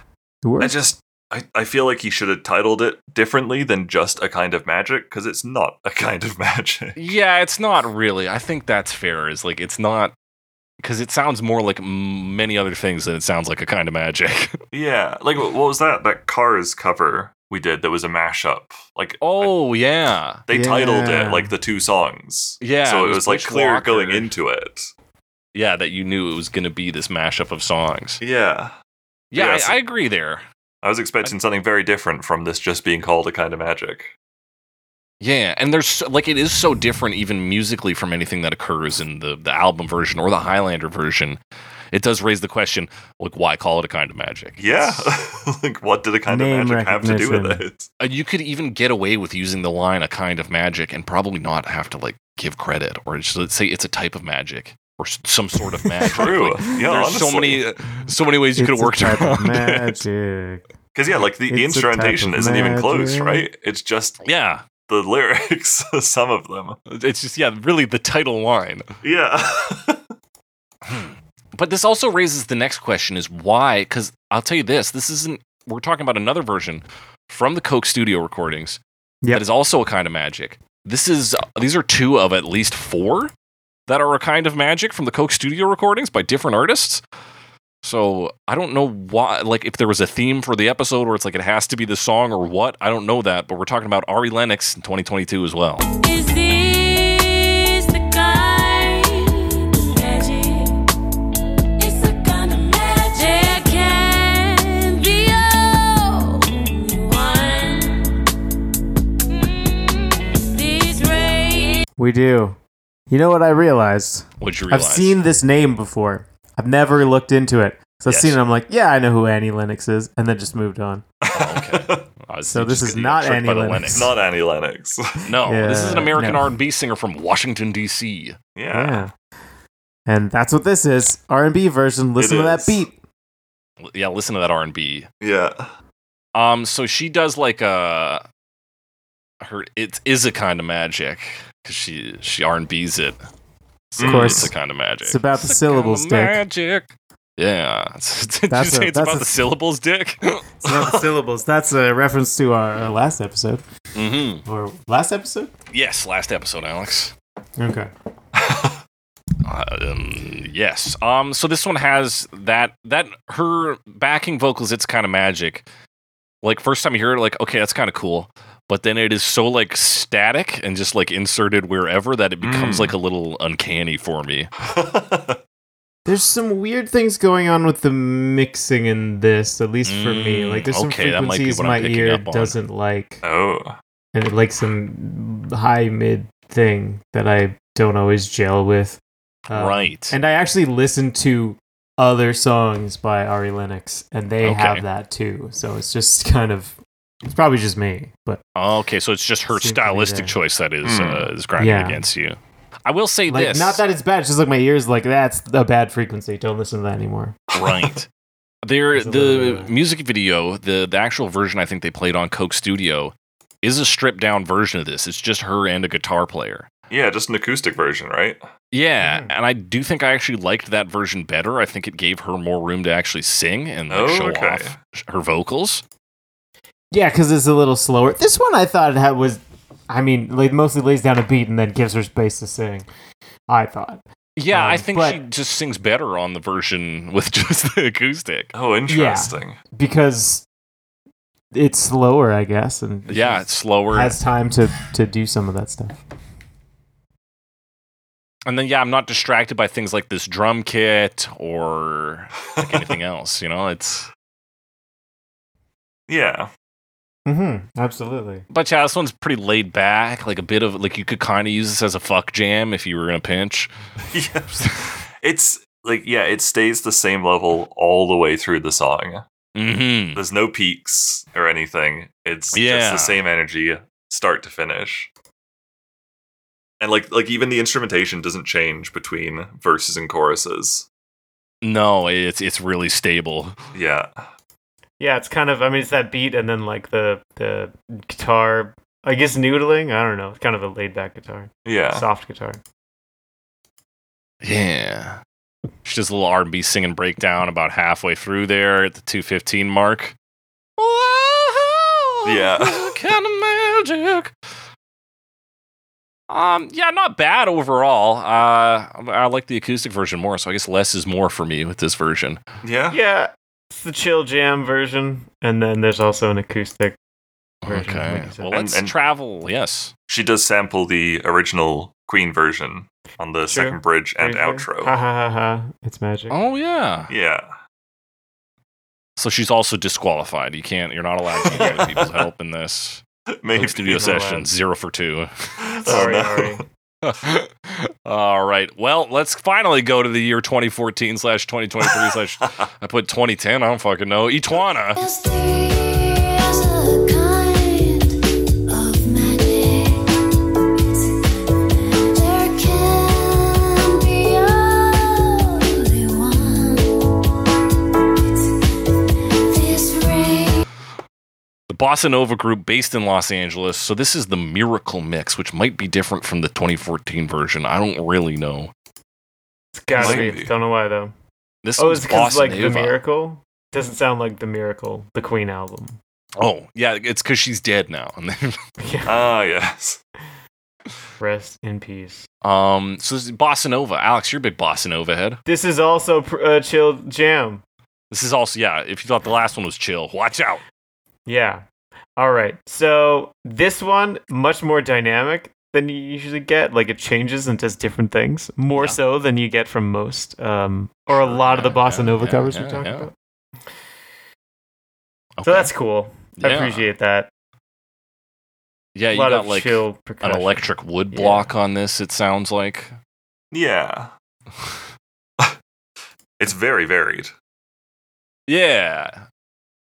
Speaker 4: I
Speaker 5: works.
Speaker 4: just I, I feel like he should have titled it differently than just a kind of magic, because it's not a kind of magic.
Speaker 1: Yeah, it's not really. I think that's fair. Is like it's not because it sounds more like m- many other things than it sounds like a kind of magic.
Speaker 4: Yeah. Like wh- what was that? That Cars cover we did that was a mashup. Like
Speaker 1: oh yeah,
Speaker 4: they titled it
Speaker 5: Yeah.
Speaker 4: like the two songs.
Speaker 1: yeah.
Speaker 4: so it was, like
Speaker 1: Bush
Speaker 4: clear
Speaker 1: Walker.
Speaker 4: going into it.
Speaker 1: Yeah, that you knew it was going to be this mashup of songs.
Speaker 4: Yeah.
Speaker 1: Yeah,
Speaker 4: Yes.
Speaker 1: I, I agree there.
Speaker 4: I was expecting something very different from this just being called a kind of magic.
Speaker 1: Yeah, and there's so- like it is so different even musically from anything that occurs in the the album version or the Highlander version. It does raise the question, like why call it a kind of magic?
Speaker 4: Yeah. like what did a kind
Speaker 5: Name
Speaker 4: of magic have to do with
Speaker 5: recognition.
Speaker 4: it?
Speaker 1: Uh, You could even get away with using the line "a kind of magic" and probably not have to like give credit or just let's say it's a type of magic or s- some sort of magic.
Speaker 4: True.
Speaker 1: Like,
Speaker 4: yeah,
Speaker 1: there's
Speaker 4: honestly.
Speaker 1: so many so many ways you could
Speaker 5: It's
Speaker 1: have worked
Speaker 5: a type of
Speaker 1: around it.
Speaker 5: magic.
Speaker 4: Because yeah, like the, the
Speaker 5: It's a type
Speaker 4: instrumentation
Speaker 5: of
Speaker 4: isn't even close,
Speaker 5: magic.
Speaker 4: right? It's just
Speaker 1: Yeah,
Speaker 4: the lyrics, some of them.
Speaker 1: it's just yeah, really the title line.
Speaker 4: Yeah.
Speaker 1: But this also raises the next question is why? Because I'll tell you this this isn't, we're talking about another version from the Coke Studio recordings
Speaker 5: Yep.
Speaker 1: that is also a kind of magic. This is, these are two of at least four that are a kind of magic from the Coke Studio recordings by different artists. So I don't know why, like if there was a theme for the episode where it's like it has to be the song or what. I don't know that, but we're talking about Ari Lennox in 2022 as well.
Speaker 6: Is this the kind of magic? It's the kind of magic can be only one. These rays.
Speaker 5: We do. You know what I realized?
Speaker 1: What'd you realize?
Speaker 5: I've seen this name before. I've never looked into it. So
Speaker 1: Yes.
Speaker 5: I've seen it, I'm like, yeah, I know who Annie Lennox is, and then just moved on.
Speaker 1: okay. I was
Speaker 5: So this
Speaker 1: just
Speaker 5: is
Speaker 1: gonna get
Speaker 5: not
Speaker 1: tricked by the
Speaker 5: Annie
Speaker 1: Lennox.
Speaker 5: Lennox.
Speaker 4: Not Annie Lennox.
Speaker 1: No, this is an
Speaker 5: Yeah,
Speaker 1: American
Speaker 5: no.
Speaker 1: R&B singer from Washington D.C.
Speaker 4: yeah.
Speaker 5: Yeah. And that's what this is. R and B version. Listen
Speaker 4: It
Speaker 5: to
Speaker 4: is.
Speaker 5: that beat.
Speaker 1: L- Yeah, listen to that R&B.
Speaker 4: Yeah.
Speaker 1: Um, so she does like a her. It is a kind of magic because she she R&Bs it. So
Speaker 5: Of course.
Speaker 1: it's a kind of magic.
Speaker 5: It's about the syllables,
Speaker 1: kinda
Speaker 5: Dick.
Speaker 1: Magic. Yeah. Did
Speaker 5: That's
Speaker 1: you
Speaker 5: a-
Speaker 1: say it's
Speaker 5: that's
Speaker 1: about
Speaker 5: a-
Speaker 1: the syllables, Dick?
Speaker 5: It's about the syllables. That's a reference to our, our last episode.
Speaker 1: mm-hmm.
Speaker 5: Or last episode?
Speaker 1: Yes, last episode, Alex.
Speaker 5: Okay.
Speaker 1: um, yes. Um. So this one has that that her backing vocals. It's kind of magic. Like first time you hear it, like okay, that's kind of cool. But then it is so like static and just like inserted wherever that it becomes
Speaker 4: Mm.
Speaker 1: like a little uncanny for me.
Speaker 5: There's some weird things going on with the mixing in this, at least for me.
Speaker 1: Mm,
Speaker 5: Like there's some
Speaker 1: okay, that might be
Speaker 5: frequencies
Speaker 1: what I'm
Speaker 5: my
Speaker 1: picking
Speaker 5: ear
Speaker 1: up on.
Speaker 5: doesn't like.
Speaker 4: oh.
Speaker 5: and like some high mid thing that I don't always gel with. Um,
Speaker 1: right.
Speaker 5: And I actually listen to other songs by Ari Lennox, and they
Speaker 1: Okay.
Speaker 5: have that too. So it's just kind of it's probably just me, but
Speaker 1: okay. So it's just her
Speaker 5: Seems to be
Speaker 1: stylistic
Speaker 5: there.
Speaker 1: choice that is
Speaker 4: Mm.
Speaker 1: uh, is grinding
Speaker 5: Yeah.
Speaker 1: against you. I will say
Speaker 5: like
Speaker 1: this.
Speaker 5: not that it's bad. It's just like my ears, like that's a bad frequency. Don't listen to that anymore.
Speaker 1: right there
Speaker 5: There's a
Speaker 1: the
Speaker 5: little bit of-
Speaker 1: music video the the actual version i think they played on coke studio is a stripped down version of this it's just her and a guitar player
Speaker 4: Yeah, just an acoustic version, right?
Speaker 1: yeah
Speaker 5: Mm.
Speaker 1: and i do think i actually liked that version better i think it gave her more room to actually sing and like,
Speaker 4: Oh,
Speaker 1: show
Speaker 4: okay.
Speaker 1: off sh- her vocals
Speaker 5: Yeah, because it's a little slower. This one I thought it had was, I mean, like mostly lays down a beat and then gives her space to sing. I thought.
Speaker 1: yeah i
Speaker 5: Um,
Speaker 1: think
Speaker 5: but-
Speaker 1: she just sings better on the version with just the acoustic
Speaker 4: Oh, interesting.
Speaker 5: because it's slower, I guess, and
Speaker 1: yeah it's slower
Speaker 5: has time to to do some of that stuff.
Speaker 1: and then yeah i'm not distracted by things like this drum kit or like anything else you know it's
Speaker 4: Yeah.
Speaker 5: Mm-hmm. Absolutely.
Speaker 1: But yeah, this one's pretty laid back. Like a bit of like you could kind of use this as a fuck jam if you were in a pinch.
Speaker 4: yeah. It's like yeah, it stays the same level all the way through the song.
Speaker 1: Mm-hmm.
Speaker 4: There's no peaks or anything. It's
Speaker 1: Yeah.
Speaker 4: just the same energy start to finish. And like like even the instrumentation doesn't change between verses and choruses.
Speaker 1: No, it's it's really stable.
Speaker 4: Yeah.
Speaker 3: Yeah, it's kind of. I mean, it's that beat and then like the the guitar. I guess noodling. I don't know. It's kind of a laid back guitar,
Speaker 4: Yeah.
Speaker 3: soft guitar.
Speaker 1: Yeah. She does a little R and B singing breakdown about halfway through there at the two fifteen mark.
Speaker 4: Yeah.
Speaker 1: kind of magic. Um, yeah, not bad overall. Uh, I like the acoustic version more, so I guess less is more for me with this version.
Speaker 4: Yeah.
Speaker 3: Yeah, it's the chill jam version, and then there's also an acoustic. Version, like
Speaker 1: Okay,
Speaker 3: you said.
Speaker 1: well,
Speaker 4: And-
Speaker 1: let's
Speaker 4: and-
Speaker 1: travel. Yes.
Speaker 4: She does sample the original Queen version on the
Speaker 3: Sure.
Speaker 4: second bridge and
Speaker 3: version. Ha
Speaker 4: outro.
Speaker 3: ha ha ha! It's magic.
Speaker 1: Oh yeah.
Speaker 4: Yeah.
Speaker 1: So she's also disqualified. You can't. You're not allowed to use other people's help in this
Speaker 4: Maybe
Speaker 1: studio
Speaker 3: not allowed.
Speaker 1: session. Zero for two.
Speaker 4: Oh,
Speaker 3: Sorry,
Speaker 4: no.
Speaker 3: Ari.
Speaker 1: All right. Well, let's finally go to the year 2014 slash 2023 slash. I put 2010. I don't fucking know. Etwana.
Speaker 6: There's a kind of magic. There can be only one. This rain.
Speaker 1: the bossa nova group based in los angeles so this is the miracle mix which might be different from the 2014 version i don't really know
Speaker 3: It's gotta
Speaker 4: Might
Speaker 3: be.
Speaker 4: be.
Speaker 3: Don't know why though.
Speaker 1: this
Speaker 3: Oh,
Speaker 1: is
Speaker 3: it's because
Speaker 1: bossa
Speaker 3: like the
Speaker 1: nova.
Speaker 3: miracle doesn't sound like the miracle, the Queen album.
Speaker 1: oh yeah it's because she's dead now and they
Speaker 3: Yeah.
Speaker 4: Ah, yes.
Speaker 3: Rest in peace.
Speaker 1: Um, so this is Bossa Nova. Alex, you're a big Bossa Nova head.
Speaker 3: This is also pr- uh, chill jam.
Speaker 1: This is also, yeah, if you thought the last one was chill, watch out.
Speaker 3: Yeah. All right. So this one much more dynamic than you usually get. Like it changes and does different things more
Speaker 1: Yeah.
Speaker 3: so than you get from most um, or a lot of the
Speaker 1: yeah,
Speaker 3: bossa
Speaker 1: yeah,
Speaker 3: nova
Speaker 1: yeah,
Speaker 3: covers
Speaker 1: yeah,
Speaker 3: we talked
Speaker 1: yeah.
Speaker 3: about.
Speaker 1: Okay.
Speaker 3: So that's cool. I
Speaker 1: Yeah.
Speaker 3: appreciate that.
Speaker 1: Yeah,
Speaker 3: a
Speaker 1: you
Speaker 3: lot
Speaker 1: got
Speaker 3: of
Speaker 1: like
Speaker 3: chill
Speaker 1: an
Speaker 3: percussion.
Speaker 1: electric wood
Speaker 3: Yeah.
Speaker 1: block on this, it sounds like.
Speaker 4: Yeah. it's very varied.
Speaker 1: Yeah.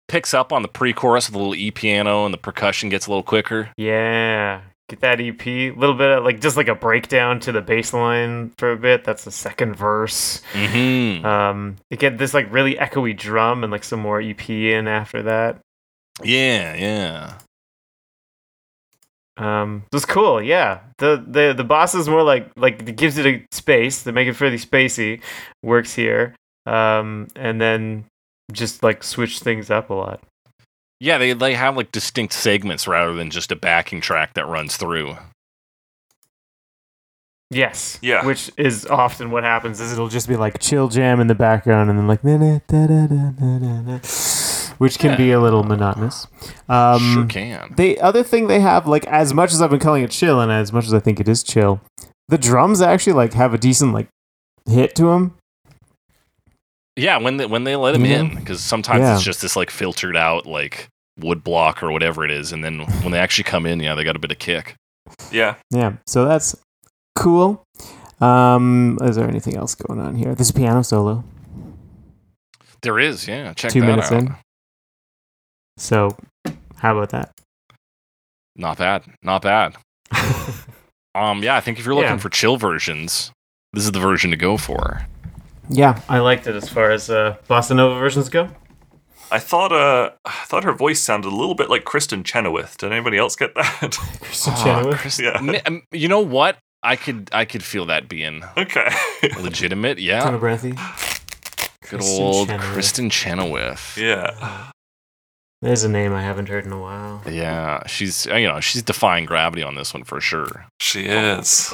Speaker 1: Picks up on the pre chorus with a little E piano and the percussion gets a little quicker.
Speaker 3: Yeah. Get that EP. A little bit of like just like a breakdown to the bass line for a bit. That's the second verse.
Speaker 1: Mm hmm.
Speaker 3: Um you get this like really echoey drum and like some more EP in after that.
Speaker 1: Yeah, yeah.
Speaker 3: Um it was cool, yeah. The the the boss is more like like it gives it a space, they make it fairly spacey, works here. Um and then just like switch things up a lot.
Speaker 1: Yeah, they, they have like distinct segments rather than just a backing track that runs through.
Speaker 3: Yes.
Speaker 4: Yeah.
Speaker 3: Which is often what happens is it'll
Speaker 5: It'll just be like chill jam in the background and then like na na da da da da da da, which can be a little monotonous. Um,
Speaker 1: sure can.
Speaker 5: The other thing they have, like, as much as I've been calling it chill, and as much as I think it is chill, the drums actually like have a decent like hit to them.
Speaker 1: Yeah, when they, when they let him
Speaker 5: Mhm.
Speaker 1: in, because sometimes
Speaker 5: Yeah.
Speaker 1: it's just this like filtered out like wood block or whatever it is, and then when they actually come in, yeah, they got a bit of kick.
Speaker 4: Yeah.
Speaker 5: Yeah, so that's cool. Um, is there anything else going on here? This piano solo,
Speaker 1: There is, yeah. Check
Speaker 5: two
Speaker 1: that
Speaker 5: minutes
Speaker 1: out.
Speaker 5: in. So, how about that?
Speaker 1: Not bad. Not bad. um, yeah, I think if you're looking
Speaker 3: Yeah.
Speaker 1: for chill versions, this is the version to go for.
Speaker 5: Yeah,
Speaker 3: I liked it as far as uh bossa nova versions go.
Speaker 4: I thought uh I thought her voice sounded a little bit like Kristen Chenoweth. Did anybody else get that?
Speaker 5: Christian
Speaker 1: Aw,
Speaker 5: Chenoweth.
Speaker 1: Chris-
Speaker 4: Yeah.
Speaker 1: Mi- um, you know what? I could I could feel that being
Speaker 4: okay.
Speaker 1: legitimate.
Speaker 5: Kind
Speaker 1: Yeah,
Speaker 5: of breathy.
Speaker 1: good
Speaker 5: Kristen
Speaker 1: old
Speaker 5: Chenoweth.
Speaker 1: Kristen Chenoweth.
Speaker 4: yeah.
Speaker 3: There's a name I haven't heard in a while.
Speaker 1: Yeah, she's uh, you know she's defying gravity on this one for sure.
Speaker 4: She is.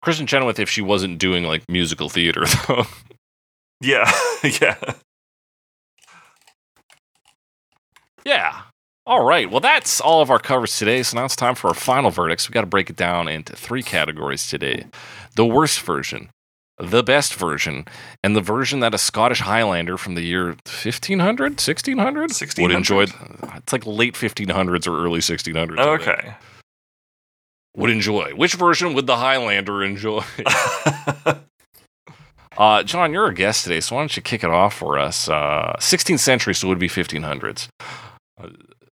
Speaker 1: Kristen Chenoweth, if she wasn't doing like musical theater though,
Speaker 4: Yeah. yeah.
Speaker 1: yeah. All right, well that's all of our covers today. So now it's time for our final verdicts. We got to break it down into three categories today: the worst version, the best version, and the version that a Scottish Highlander from the year 1500, 1600, would
Speaker 4: 1600.
Speaker 1: enjoy. It's like late 1500s or early 1600s. I think.
Speaker 4: Oh, Okay.
Speaker 1: would enjoy. Which version would the Highlander enjoy? Uh, John, you're a guest today, so why don't you kick it off for us? Uh, 16th century, so it would be 1500s.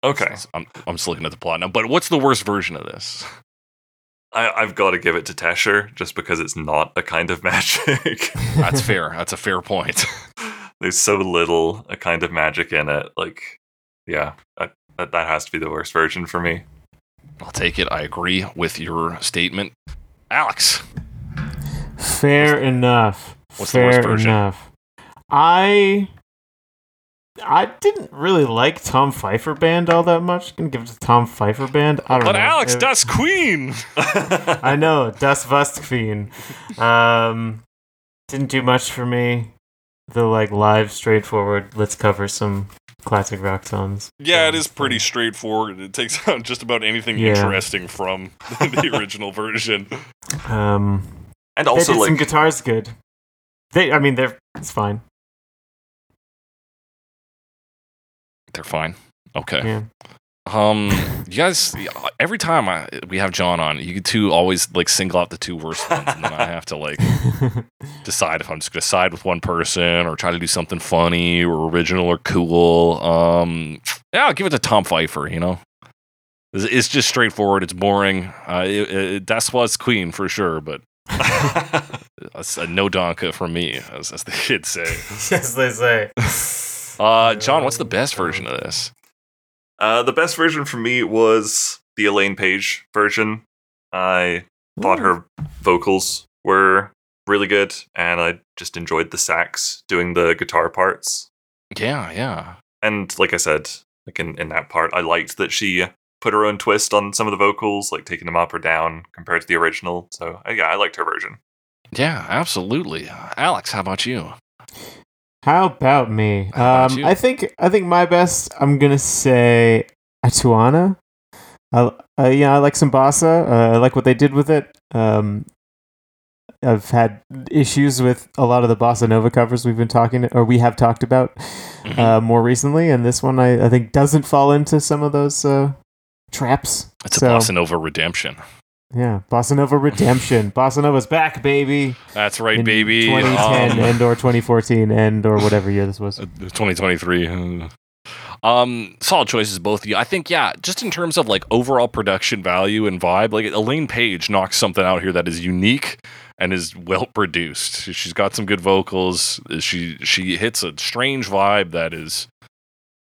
Speaker 4: okay.
Speaker 1: I'm, I'm just looking at the plot now, but what's the worst version of this?
Speaker 4: I, I've got to give it to Tesher just because it's not a kind of magic.
Speaker 1: That's fair. That's a fair point.
Speaker 4: There's so little a kind of magic in it. Like, yeah, I, that, that has to be the worst version for me.
Speaker 1: I'll take it. I agree with your statement. Alex,
Speaker 5: Fair enough.
Speaker 1: what's the
Speaker 5: Fair
Speaker 1: worst version?
Speaker 5: enough. I I didn't really like Tom Pfeiffer Band all that much. Gonna give it to Tom Pfeiffer Band. I don't
Speaker 1: but
Speaker 5: know.
Speaker 1: Alex,
Speaker 5: It-
Speaker 1: that's Queen.
Speaker 5: I know Das Vastqueen. Um, didn't do much for me. The like live, straightforward. Let's cover some classic rock songs.
Speaker 1: Yeah, it is pretty straightforward. It takes out just about anything
Speaker 5: Yeah.
Speaker 1: interesting from the original version.
Speaker 5: Um,
Speaker 4: And
Speaker 5: they
Speaker 4: also,
Speaker 5: did some
Speaker 4: like,
Speaker 5: guitars good. They, I mean, they're it's fine.
Speaker 1: They're fine. Okay.
Speaker 5: Yeah.
Speaker 1: Um, you guys, every time I we have John on, you two always like single out the two worst ones, and then I have to like decide if I'm just gonna side with one person or try to do something funny or original or cool. Um, yeah, I'll give it to Tom Pfeiffer. You know, it's, it's just straightforward. It's boring. Uh, it, it, that's what's Queen for sure, but that's a no donka for me, as, as the kids say.
Speaker 3: As they say.
Speaker 1: Uh, John, what's the best version of this?
Speaker 4: uh, the best version for me was the Elaine Page version. I thought her vocals were really good and i just enjoyed the sax doing the guitar parts
Speaker 1: Yeah, yeah.
Speaker 4: and like i said like in, in that part i liked that she put her own twist on some of the vocals like taking them up or down compared to the original so I, yeah i liked her version
Speaker 1: Yeah, absolutely. Alex, how about you?
Speaker 5: How about me?
Speaker 1: How about
Speaker 5: um,
Speaker 1: you?
Speaker 5: I think I think my best. I'm gonna say Atuana. I, uh, yeah, I like some bossa. Uh, I like what they did with it. Um, I've had issues with a lot of the bossa nova covers we've been talking or we have talked about
Speaker 1: Mm-hmm.
Speaker 5: uh, more recently, and this one I, I think doesn't fall into some of those uh, traps.
Speaker 1: It's a
Speaker 5: So-
Speaker 1: bossa nova redemption.
Speaker 5: Yeah, Bossa Nova Redemption. Bossa Nova's back, baby.
Speaker 1: That's right,
Speaker 5: in
Speaker 1: baby.
Speaker 5: 2010
Speaker 1: Um,
Speaker 5: and or 2014 and or whatever year this was.
Speaker 1: 2023. Uh, Um, solid choices, both of you. I think, yeah, just in terms of like overall production value and vibe, like Elaine Page knocks something out here that is unique and is well produced. She's got some good vocals. She she hits a strange vibe that is,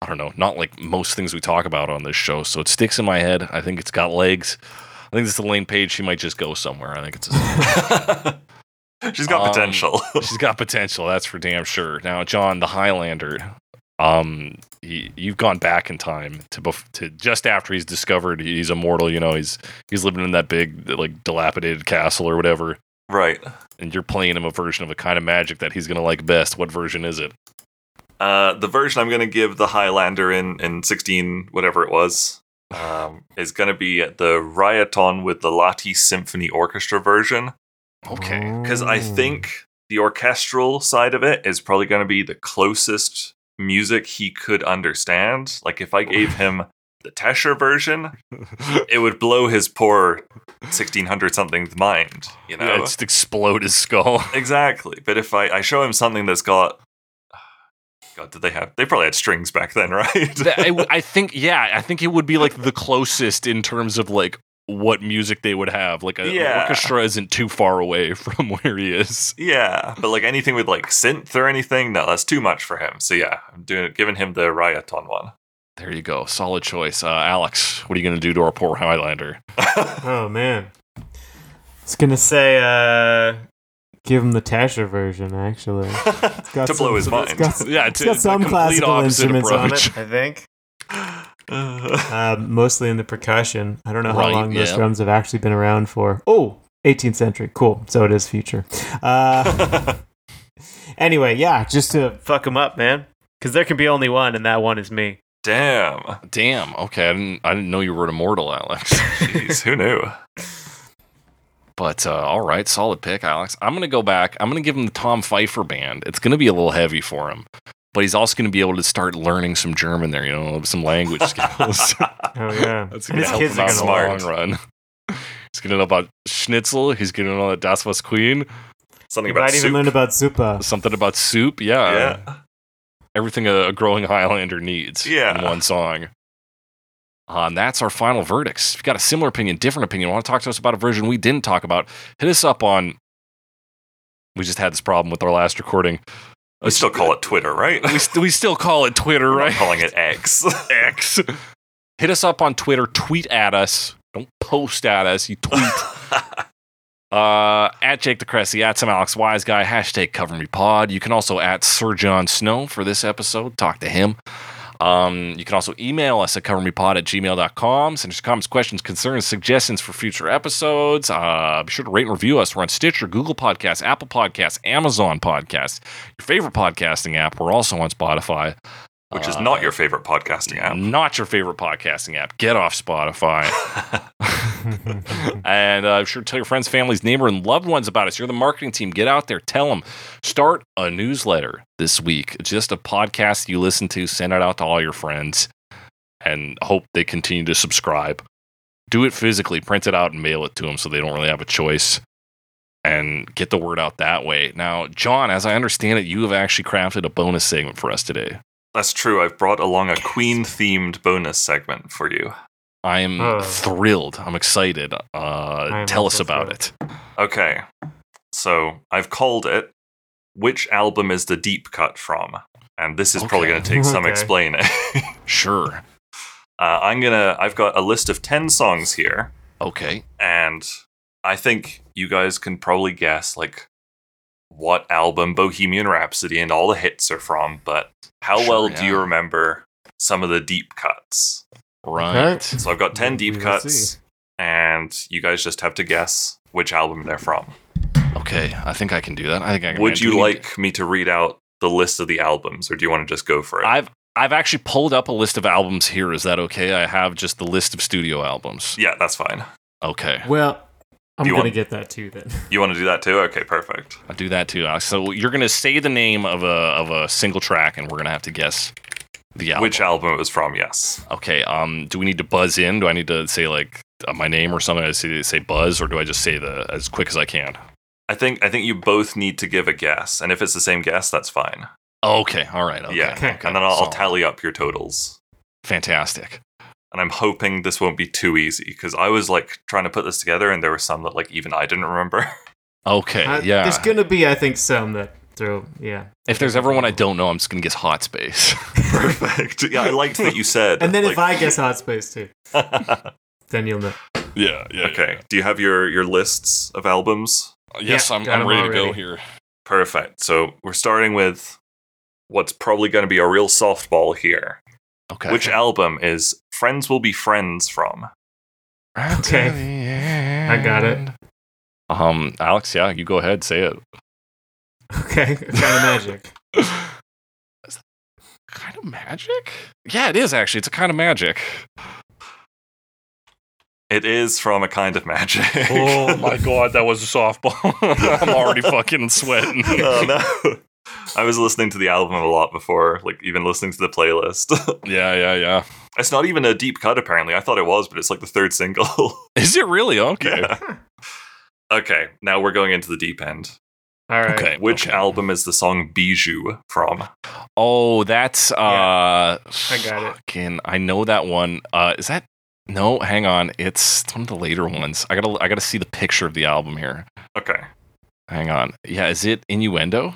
Speaker 1: I don't know, not like most things we talk about on this show. So it sticks in my head. I think it's got legs. I think this is Elaine Page. She might just go somewhere. I think it's. A-
Speaker 4: She's got
Speaker 1: Um,
Speaker 4: potential.
Speaker 1: She's got potential, that's for damn sure. Now, John, the Highlander, um, he, you've gone back in time to bef- to just after he's discovered he's immortal. You know, he's he's living in that big like dilapidated castle or whatever,
Speaker 4: right.
Speaker 1: and you're playing him a version of a kind of magic that he's gonna like best. What version is it?
Speaker 4: Uh, the version I'm going to give the Highlander in in 16, whatever it was, um, is going to be the Rioton with the Lati Symphony Orchestra version.
Speaker 1: Okay,
Speaker 4: Because
Speaker 5: Oh.
Speaker 4: I
Speaker 5: Mm.
Speaker 4: think the orchestral side of it is probably going to be the closest music he could understand. Like if I gave him the Tesher version, it would blow his poor 1600 something's mind, you know?
Speaker 1: yeah, just explode his skull.
Speaker 4: Exactly. But if I, I show him something that's got. God, did they have. They probably had strings back then, right?
Speaker 1: That- I, w- I think, yeah, I think it would be like the closest in terms of like what music they would have. Like, a, an
Speaker 4: Yeah.
Speaker 1: orchestra isn't too far away from where he is.
Speaker 4: yeah. But like anything with like synth or anything, no, that's too much for him. So yeah, I'm doing giving him the Ryoton one.
Speaker 1: There you go. Solid choice. Uh, Alex, what are you going to do to our poor Highlander?
Speaker 5: Oh man. It's gonna s-
Speaker 3: Say, uh,
Speaker 5: give him the Tasher version, actually. It's got
Speaker 4: To blow his
Speaker 5: it's
Speaker 4: mind.
Speaker 5: got some-
Speaker 1: Yeah,
Speaker 5: it's got some classical instruments on it.
Speaker 3: I think.
Speaker 5: uh, mostly in the percussion. I don't know
Speaker 1: Right,
Speaker 5: how long those
Speaker 1: yeah.
Speaker 5: drums have actually been around for. Oh, 18th century. Cool. So it is future. Uh, anyway, yeah, just to
Speaker 3: Fuck him up, man. Because there can be only one, and that one is me.
Speaker 4: Damn.
Speaker 1: Damn. Okay, I didn't. I didn't know you were immortal, Alex.
Speaker 4: Jeez, who knew?
Speaker 1: but uh, all right, solid pick, Alex. I'm going to go back. I'm going to give him the Tom Pfeiffer band. It's going to be a little heavy for him, but he's also going to be able to start learning some German there. You know, some language skills.
Speaker 5: Oh yeah.
Speaker 1: That's
Speaker 3: And
Speaker 1: going to
Speaker 3: his
Speaker 1: help
Speaker 3: kids
Speaker 1: him
Speaker 3: are
Speaker 1: out in the
Speaker 4: gonna
Speaker 1: long run. He's going to know about Schnitzel. He's going to know that Das was Queen.
Speaker 4: Something
Speaker 5: You
Speaker 4: about
Speaker 5: might even
Speaker 4: soup.
Speaker 5: learn uh, about Zupa.
Speaker 1: Something about soup. Yeah.
Speaker 4: yeah.
Speaker 1: everything a, a growing Highlander needs
Speaker 4: Yeah.
Speaker 1: in one song. Uh, and that's our final verdicts. If you've got a similar opinion, different opinion, want to talk to us about a version we didn't talk about, hit us up on. We just had this problem with our last recording.
Speaker 4: We still call it Twitter, right?
Speaker 1: We, st- we still call it Twitter,
Speaker 4: We're
Speaker 1: right?
Speaker 4: not calling it X.
Speaker 1: X. Hit us up on Twitter. Tweet at us. Don't post at us. You tweet. Uh, at Jake DeCressy, at some Alex Wise Guy, hashtag cover me pod. You can also at Sir John Snow for this episode. Talk to him. Um, you can also email us at covermepod at gmail.com. Send us your comments, questions, concerns, suggestions for future episodes. Uh, be sure to rate and review us. We're on Stitcher, Google Podcasts, Apple Podcasts, Amazon Podcasts, your favorite podcasting app. We're also on Spotify.
Speaker 4: Which is
Speaker 1: Uh,
Speaker 4: not your favorite podcasting app.
Speaker 1: Not your favorite podcasting app. Get off Spotify. and uh, I'm sure tell your friends, families, neighbor, and loved ones about us. You're the marketing team. Get out there. Tell them. Start a newsletter this week. Just a podcast you listen to. Send it out to all your friends and hope they continue to subscribe. Do it physically. Print it out and mail it to them so they don't really have a choice. And get the word out that way. Now, John, as I understand it, you have actually crafted a bonus segment for us today.
Speaker 4: That's true. I've brought along a Queen themed bonus segment for you.
Speaker 1: I am
Speaker 3: Oh.
Speaker 1: thrilled. I'm excited. Uh,
Speaker 3: am
Speaker 1: tell us
Speaker 3: also
Speaker 1: about
Speaker 3: thrilled.
Speaker 1: it.
Speaker 4: Okay. So I've called it Which Album is the Deep Cut From? And this is probably
Speaker 1: Okay.
Speaker 4: going to take some
Speaker 3: Okay.
Speaker 4: explaining.
Speaker 1: Sure.
Speaker 4: Uh, I'm going to, I've got a list of 10 songs here.
Speaker 1: Okay.
Speaker 4: and I think you guys can probably guess like what album Bohemian Rhapsody and all the hits are from, but how
Speaker 1: Sure,
Speaker 4: well do
Speaker 1: yeah.
Speaker 4: you remember some of the deep cuts?
Speaker 1: Right.
Speaker 4: So I've got 10 deep
Speaker 5: We will Mm, see.
Speaker 4: cuts and you guys just have to guess which album they're from.
Speaker 1: Okay. I think I can do that. I think I can.
Speaker 4: Would
Speaker 1: do
Speaker 4: you
Speaker 1: we-
Speaker 4: like me to read out the list of the albums or do you want to just go for it?
Speaker 1: I've I've actually pulled up a list of albums here. Is that okay? I have just the list of studio albums.
Speaker 4: yeah, that's fine.
Speaker 1: Okay.
Speaker 5: Well, I'm
Speaker 4: You
Speaker 5: gonna
Speaker 4: want-
Speaker 5: get that too then.
Speaker 4: You want to do that too? Okay, perfect.
Speaker 1: I'll do that too. Alex. So you're gonna say the name of a of a single track, and we're gonna have to guess the album.
Speaker 4: Which album it was from? Yes.
Speaker 1: Okay. Um. Do we need to buzz in? Do I need to say like uh, my name or something? I say, say Buzz, or do I just say the as quick as I can?
Speaker 4: I think I think you both need to give a guess, and if it's the same guess, that's fine.
Speaker 1: Okay, all right. Okay,
Speaker 4: Yeah,
Speaker 5: Okay.
Speaker 4: and then I'll, I'll
Speaker 1: So-
Speaker 4: tally up your totals.
Speaker 1: fantastic.
Speaker 4: And I'm hoping this won't be too easy because I was like trying to put this together, and there were some that like even I didn't remember.
Speaker 1: Okay,
Speaker 5: Uh,
Speaker 1: yeah.
Speaker 5: There's gonna be, I think, some that throw. Yeah.
Speaker 1: if there's ever one I don't know, I'm just gonna guess Hot Space.
Speaker 4: Perfect. Yeah, I liked that you said.
Speaker 5: And then if I
Speaker 4: like-
Speaker 5: guess hot space too, then you'll know.
Speaker 1: yeah, yeah.
Speaker 4: okay, do you have your your lists of albums?
Speaker 1: Yes,
Speaker 5: Yeah,
Speaker 1: I'm,
Speaker 5: got
Speaker 1: I'm
Speaker 5: 'em
Speaker 1: ready to go
Speaker 5: already.
Speaker 1: here.
Speaker 4: Perfect. So we're starting with what's probably going to be a real softball here.
Speaker 1: Okay.
Speaker 4: Which album is "Friends Will Be Friends" from?
Speaker 5: Okay. I got it.
Speaker 1: Um, Alex, yeah, you go ahead, say it.
Speaker 5: Okay. kind of magic.
Speaker 1: Kind of magic? Yeah, it is actually. It's a kind of magic.
Speaker 4: It is from A Kind of Magic.
Speaker 1: Oh my god, that was a softball. I'm already fucking sweating.
Speaker 4: oh no. I was listening to the album a lot before, like even listening to the playlist.
Speaker 1: Yeah, yeah, yeah.
Speaker 4: it's not even a deep cut, apparently. I thought it was, but it's like the third single.
Speaker 1: Is it really? Okay.
Speaker 4: Yeah. okay, now we're going into the deep end.
Speaker 5: All right.
Speaker 1: Okay.
Speaker 4: Which
Speaker 1: okay.
Speaker 4: album is the song Bijou from?
Speaker 1: Oh, that's uh
Speaker 5: I got it.
Speaker 1: Fucking, I know that one. Uh is that no, hang on. It's one of the later ones. I gotta I gotta see the picture of the album here.
Speaker 4: Okay,
Speaker 1: Hang on. Yeah, is it innuendo?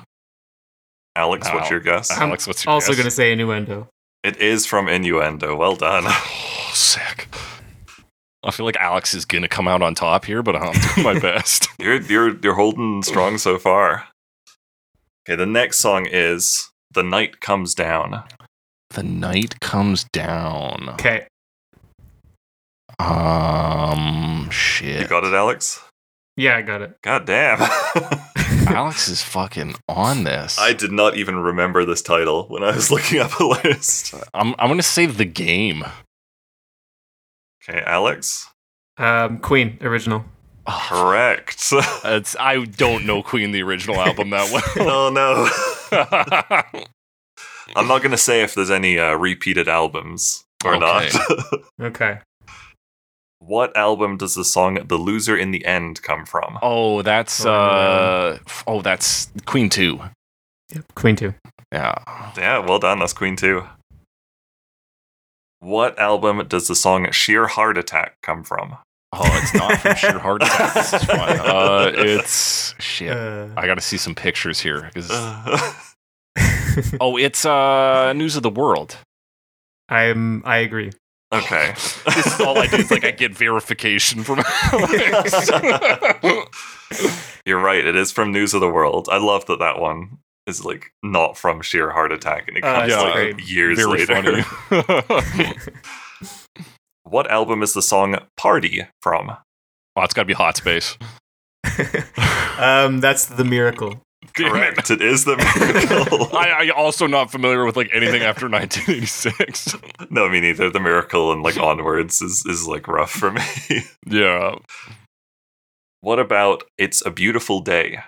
Speaker 4: Alex,
Speaker 1: No.
Speaker 4: what's your guess?
Speaker 5: I'm
Speaker 1: Alex, what's your
Speaker 5: Also
Speaker 1: guess?
Speaker 5: gonna say innuendo.
Speaker 4: It is from Innuendo. Well done.
Speaker 1: Oh, sick. I feel like Alex is gonna come out on top here, but I'm doing my best.
Speaker 4: You're you're you're holding strong so far. Okay, the next song is The Night Comes Down.
Speaker 1: The night comes down.
Speaker 5: Okay.
Speaker 1: Um, shit.
Speaker 4: You got it, Alex?
Speaker 5: Yeah, I got it.
Speaker 4: God damn.
Speaker 1: Alex is fucking on this.
Speaker 4: I did not even remember this title when I was looking up a list.
Speaker 1: I'm I'm gonna say the game.
Speaker 4: Okay, Alex?
Speaker 5: Um, Queen original.
Speaker 1: Ah,
Speaker 4: Correct. oh
Speaker 1: It's, I don't know Queen the original album that well.
Speaker 4: no. I'm not going to say if there's any uh, repeated albums or not.
Speaker 5: Okay.
Speaker 4: what album does the song The Loser in the End come from?
Speaker 1: oh, that's
Speaker 5: Oh, I
Speaker 1: uh, f- oh, that's Queen two.
Speaker 5: Yep. Queen two.
Speaker 1: Yeah.
Speaker 4: Yeah, well done. That's Queen 2. What album does the song Sheer Heart Attack come from?
Speaker 1: Oh, it's not from Sheer Heart Attack. This is fun. Uh, it's shit. I got to see some pictures here. 'cause-
Speaker 5: Uh,
Speaker 1: oh, it's uh, News of the World.
Speaker 5: I'm. I agree.
Speaker 4: okay.
Speaker 1: This is all I do is like I get verification from Alex.
Speaker 4: You're right. It is from News of the World. I love that that one is like not from sheer heart attack, and it
Speaker 5: Oh,
Speaker 4: comes
Speaker 1: that's
Speaker 4: like
Speaker 5: great.
Speaker 4: years
Speaker 1: Uh, Very
Speaker 4: later.
Speaker 1: funny.
Speaker 4: what album is the song "Party" from?
Speaker 1: oh, it's got to be Hot Space.
Speaker 5: um, that's the miracle.
Speaker 1: Damn it.
Speaker 4: Correct. it is the miracle.
Speaker 1: I, I also not familiar with like anything after 1986.
Speaker 4: no, me neither. The miracle and like onwards is is like rough for me.
Speaker 1: yeah.
Speaker 4: what about "It's a Beautiful Day"?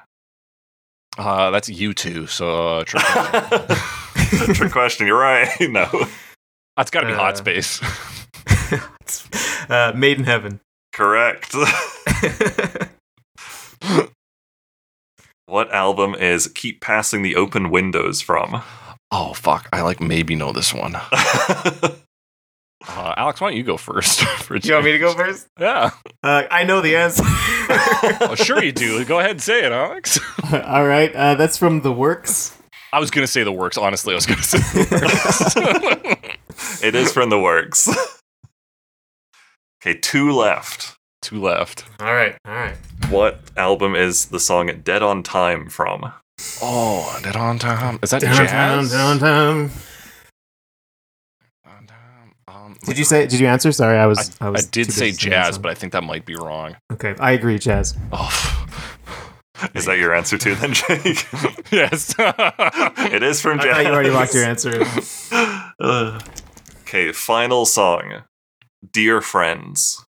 Speaker 1: Uh, that's you two. So uh, Trick Question.
Speaker 4: Trick question. You're right. no.
Speaker 1: that's got to be Hot
Speaker 5: Uh,
Speaker 1: Space.
Speaker 5: uh, made in heaven.
Speaker 4: Correct. what album is "Keep Passing the Open Windows" from?
Speaker 1: oh fuck! I like maybe know this one. Uh, Alex, why don't you go first? for a
Speaker 5: Do you want me to
Speaker 1: change?
Speaker 5: go first?
Speaker 1: Yeah.
Speaker 5: Uh, I know the answer.
Speaker 1: Oh, sure you do. Go ahead and say it, Alex.
Speaker 5: All right. Uh, that's from the works.
Speaker 1: I was gonna say the works. Honestly, I was gonna say the works.
Speaker 4: It is from the works. okay, two left.
Speaker 1: two left.
Speaker 5: All right. All right.
Speaker 4: What album is the song Dead on Time from?
Speaker 1: Oh, dead on time. Is that
Speaker 5: Downtown,
Speaker 1: jazz?
Speaker 5: downtown.
Speaker 1: On time. Um,
Speaker 5: Did you say? Did you answer? Sorry, I
Speaker 1: I,
Speaker 5: was. I,
Speaker 1: I
Speaker 5: was
Speaker 1: did
Speaker 5: too
Speaker 1: say
Speaker 5: busy singing
Speaker 1: jazz,
Speaker 5: the
Speaker 1: but I think that might be wrong.
Speaker 5: song. okay, I agree, jazz.
Speaker 1: Oh,
Speaker 4: Is that your answer to it then, Jake?
Speaker 1: yes.
Speaker 4: it is from
Speaker 5: I
Speaker 4: Jazz.
Speaker 5: thought you already locked your answer.
Speaker 4: Ugh. okay, final song. Dear Friends.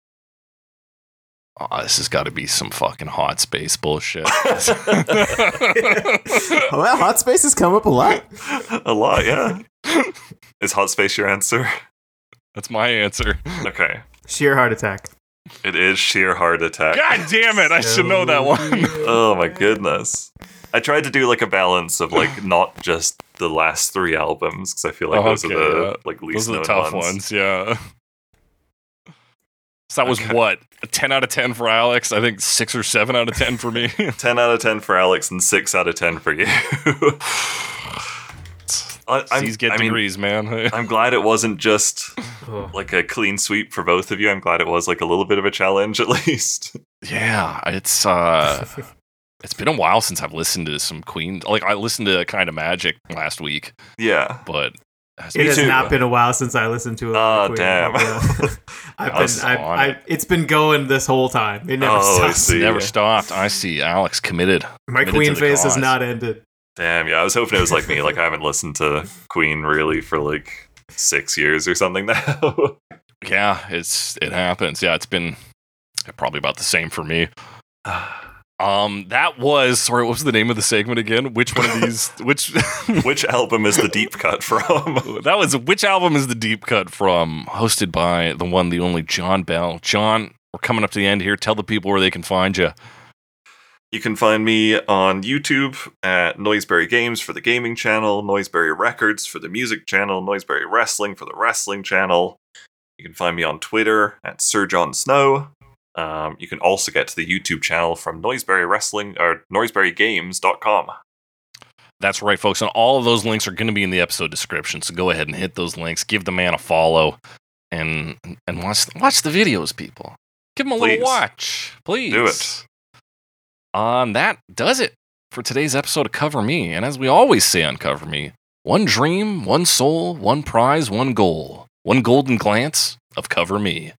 Speaker 1: Aw, Oh, this has got to be some fucking hot space bullshit.
Speaker 5: well, hot space has come up a lot.
Speaker 4: A lot, yeah. Is Hot Space your answer?
Speaker 1: That's my answer.
Speaker 4: Okay.
Speaker 5: Sheer heart attack.
Speaker 4: It is sheer heart attack.
Speaker 1: God damn it! I should know that one.
Speaker 4: Oh my goodness. I tried to do like a balance of like not just the last three albums because I feel like
Speaker 1: Oh,
Speaker 4: those are
Speaker 1: okay,
Speaker 4: the
Speaker 1: yeah.
Speaker 4: like
Speaker 1: Those
Speaker 4: least
Speaker 1: are the
Speaker 4: known
Speaker 1: tough
Speaker 4: ones.
Speaker 1: ones. yeah. So that was
Speaker 4: Okay.
Speaker 1: what a ten out of ten for Alex. I think six or seven out of ten for me.
Speaker 4: Ten out of ten for Alex and six out of ten for you. I, I'm,
Speaker 1: These get
Speaker 4: I mean,
Speaker 1: degrees, man.
Speaker 4: I'm glad it wasn't just
Speaker 5: Oh.
Speaker 4: like a clean sweep for both of you. I'm glad it was like a little bit of a challenge at least.
Speaker 1: yeah, it's uh, it's been a while since I've listened to some Queen. Like I listened to Kind of Magic last week,
Speaker 4: yeah.
Speaker 1: but
Speaker 5: It has
Speaker 4: too.
Speaker 5: not been a while since I listened to it.
Speaker 4: Oh, damn.
Speaker 5: I've
Speaker 4: I was
Speaker 5: been, I've,
Speaker 1: on
Speaker 5: I've, it's been going this whole time. It never
Speaker 4: Oh, I
Speaker 5: stops.
Speaker 4: see.
Speaker 1: never stopped. I see Alex committed.
Speaker 5: My
Speaker 1: Committed
Speaker 5: queen
Speaker 1: to the
Speaker 5: phase has
Speaker 1: cause.
Speaker 5: not ended.
Speaker 4: Damn, yeah. I was hoping it was like me. Like I haven't listened to Queen really for like six years or something now.
Speaker 1: Yeah, it's it happens. Yeah, it's been probably about the same for me. Um, that was sorry. What was the name of the segment again? Which one of these? which
Speaker 4: Which album is the deep cut from?
Speaker 1: that was? Which album is the deep cut from? Hosted by the one, the only John Bell. John, we're coming up to the end here. Tell the people where they can find you.
Speaker 4: You can find me on YouTube at Noiseberry Games for the gaming channel, Noiseberry Records for the music channel, Noiseberry Wrestling for the wrestling channel. You can find me on Twitter at Sir John Snow. Um, you can also get to the YouTube channel from Noiseberry Wrestling or NoiseberryGames.com.
Speaker 1: That's right, folks. And all of those links are going to be in the episode description. So go ahead and hit those links. Give the man a follow, and and watch watch the videos, people. Give him a
Speaker 4: Please.
Speaker 1: little watch, please.
Speaker 4: Do it.
Speaker 1: Um, that does it for today's episode of Cover Me. And as we always say on Cover Me, one dream, one soul, one prize, one goal, one golden glance of Cover Me.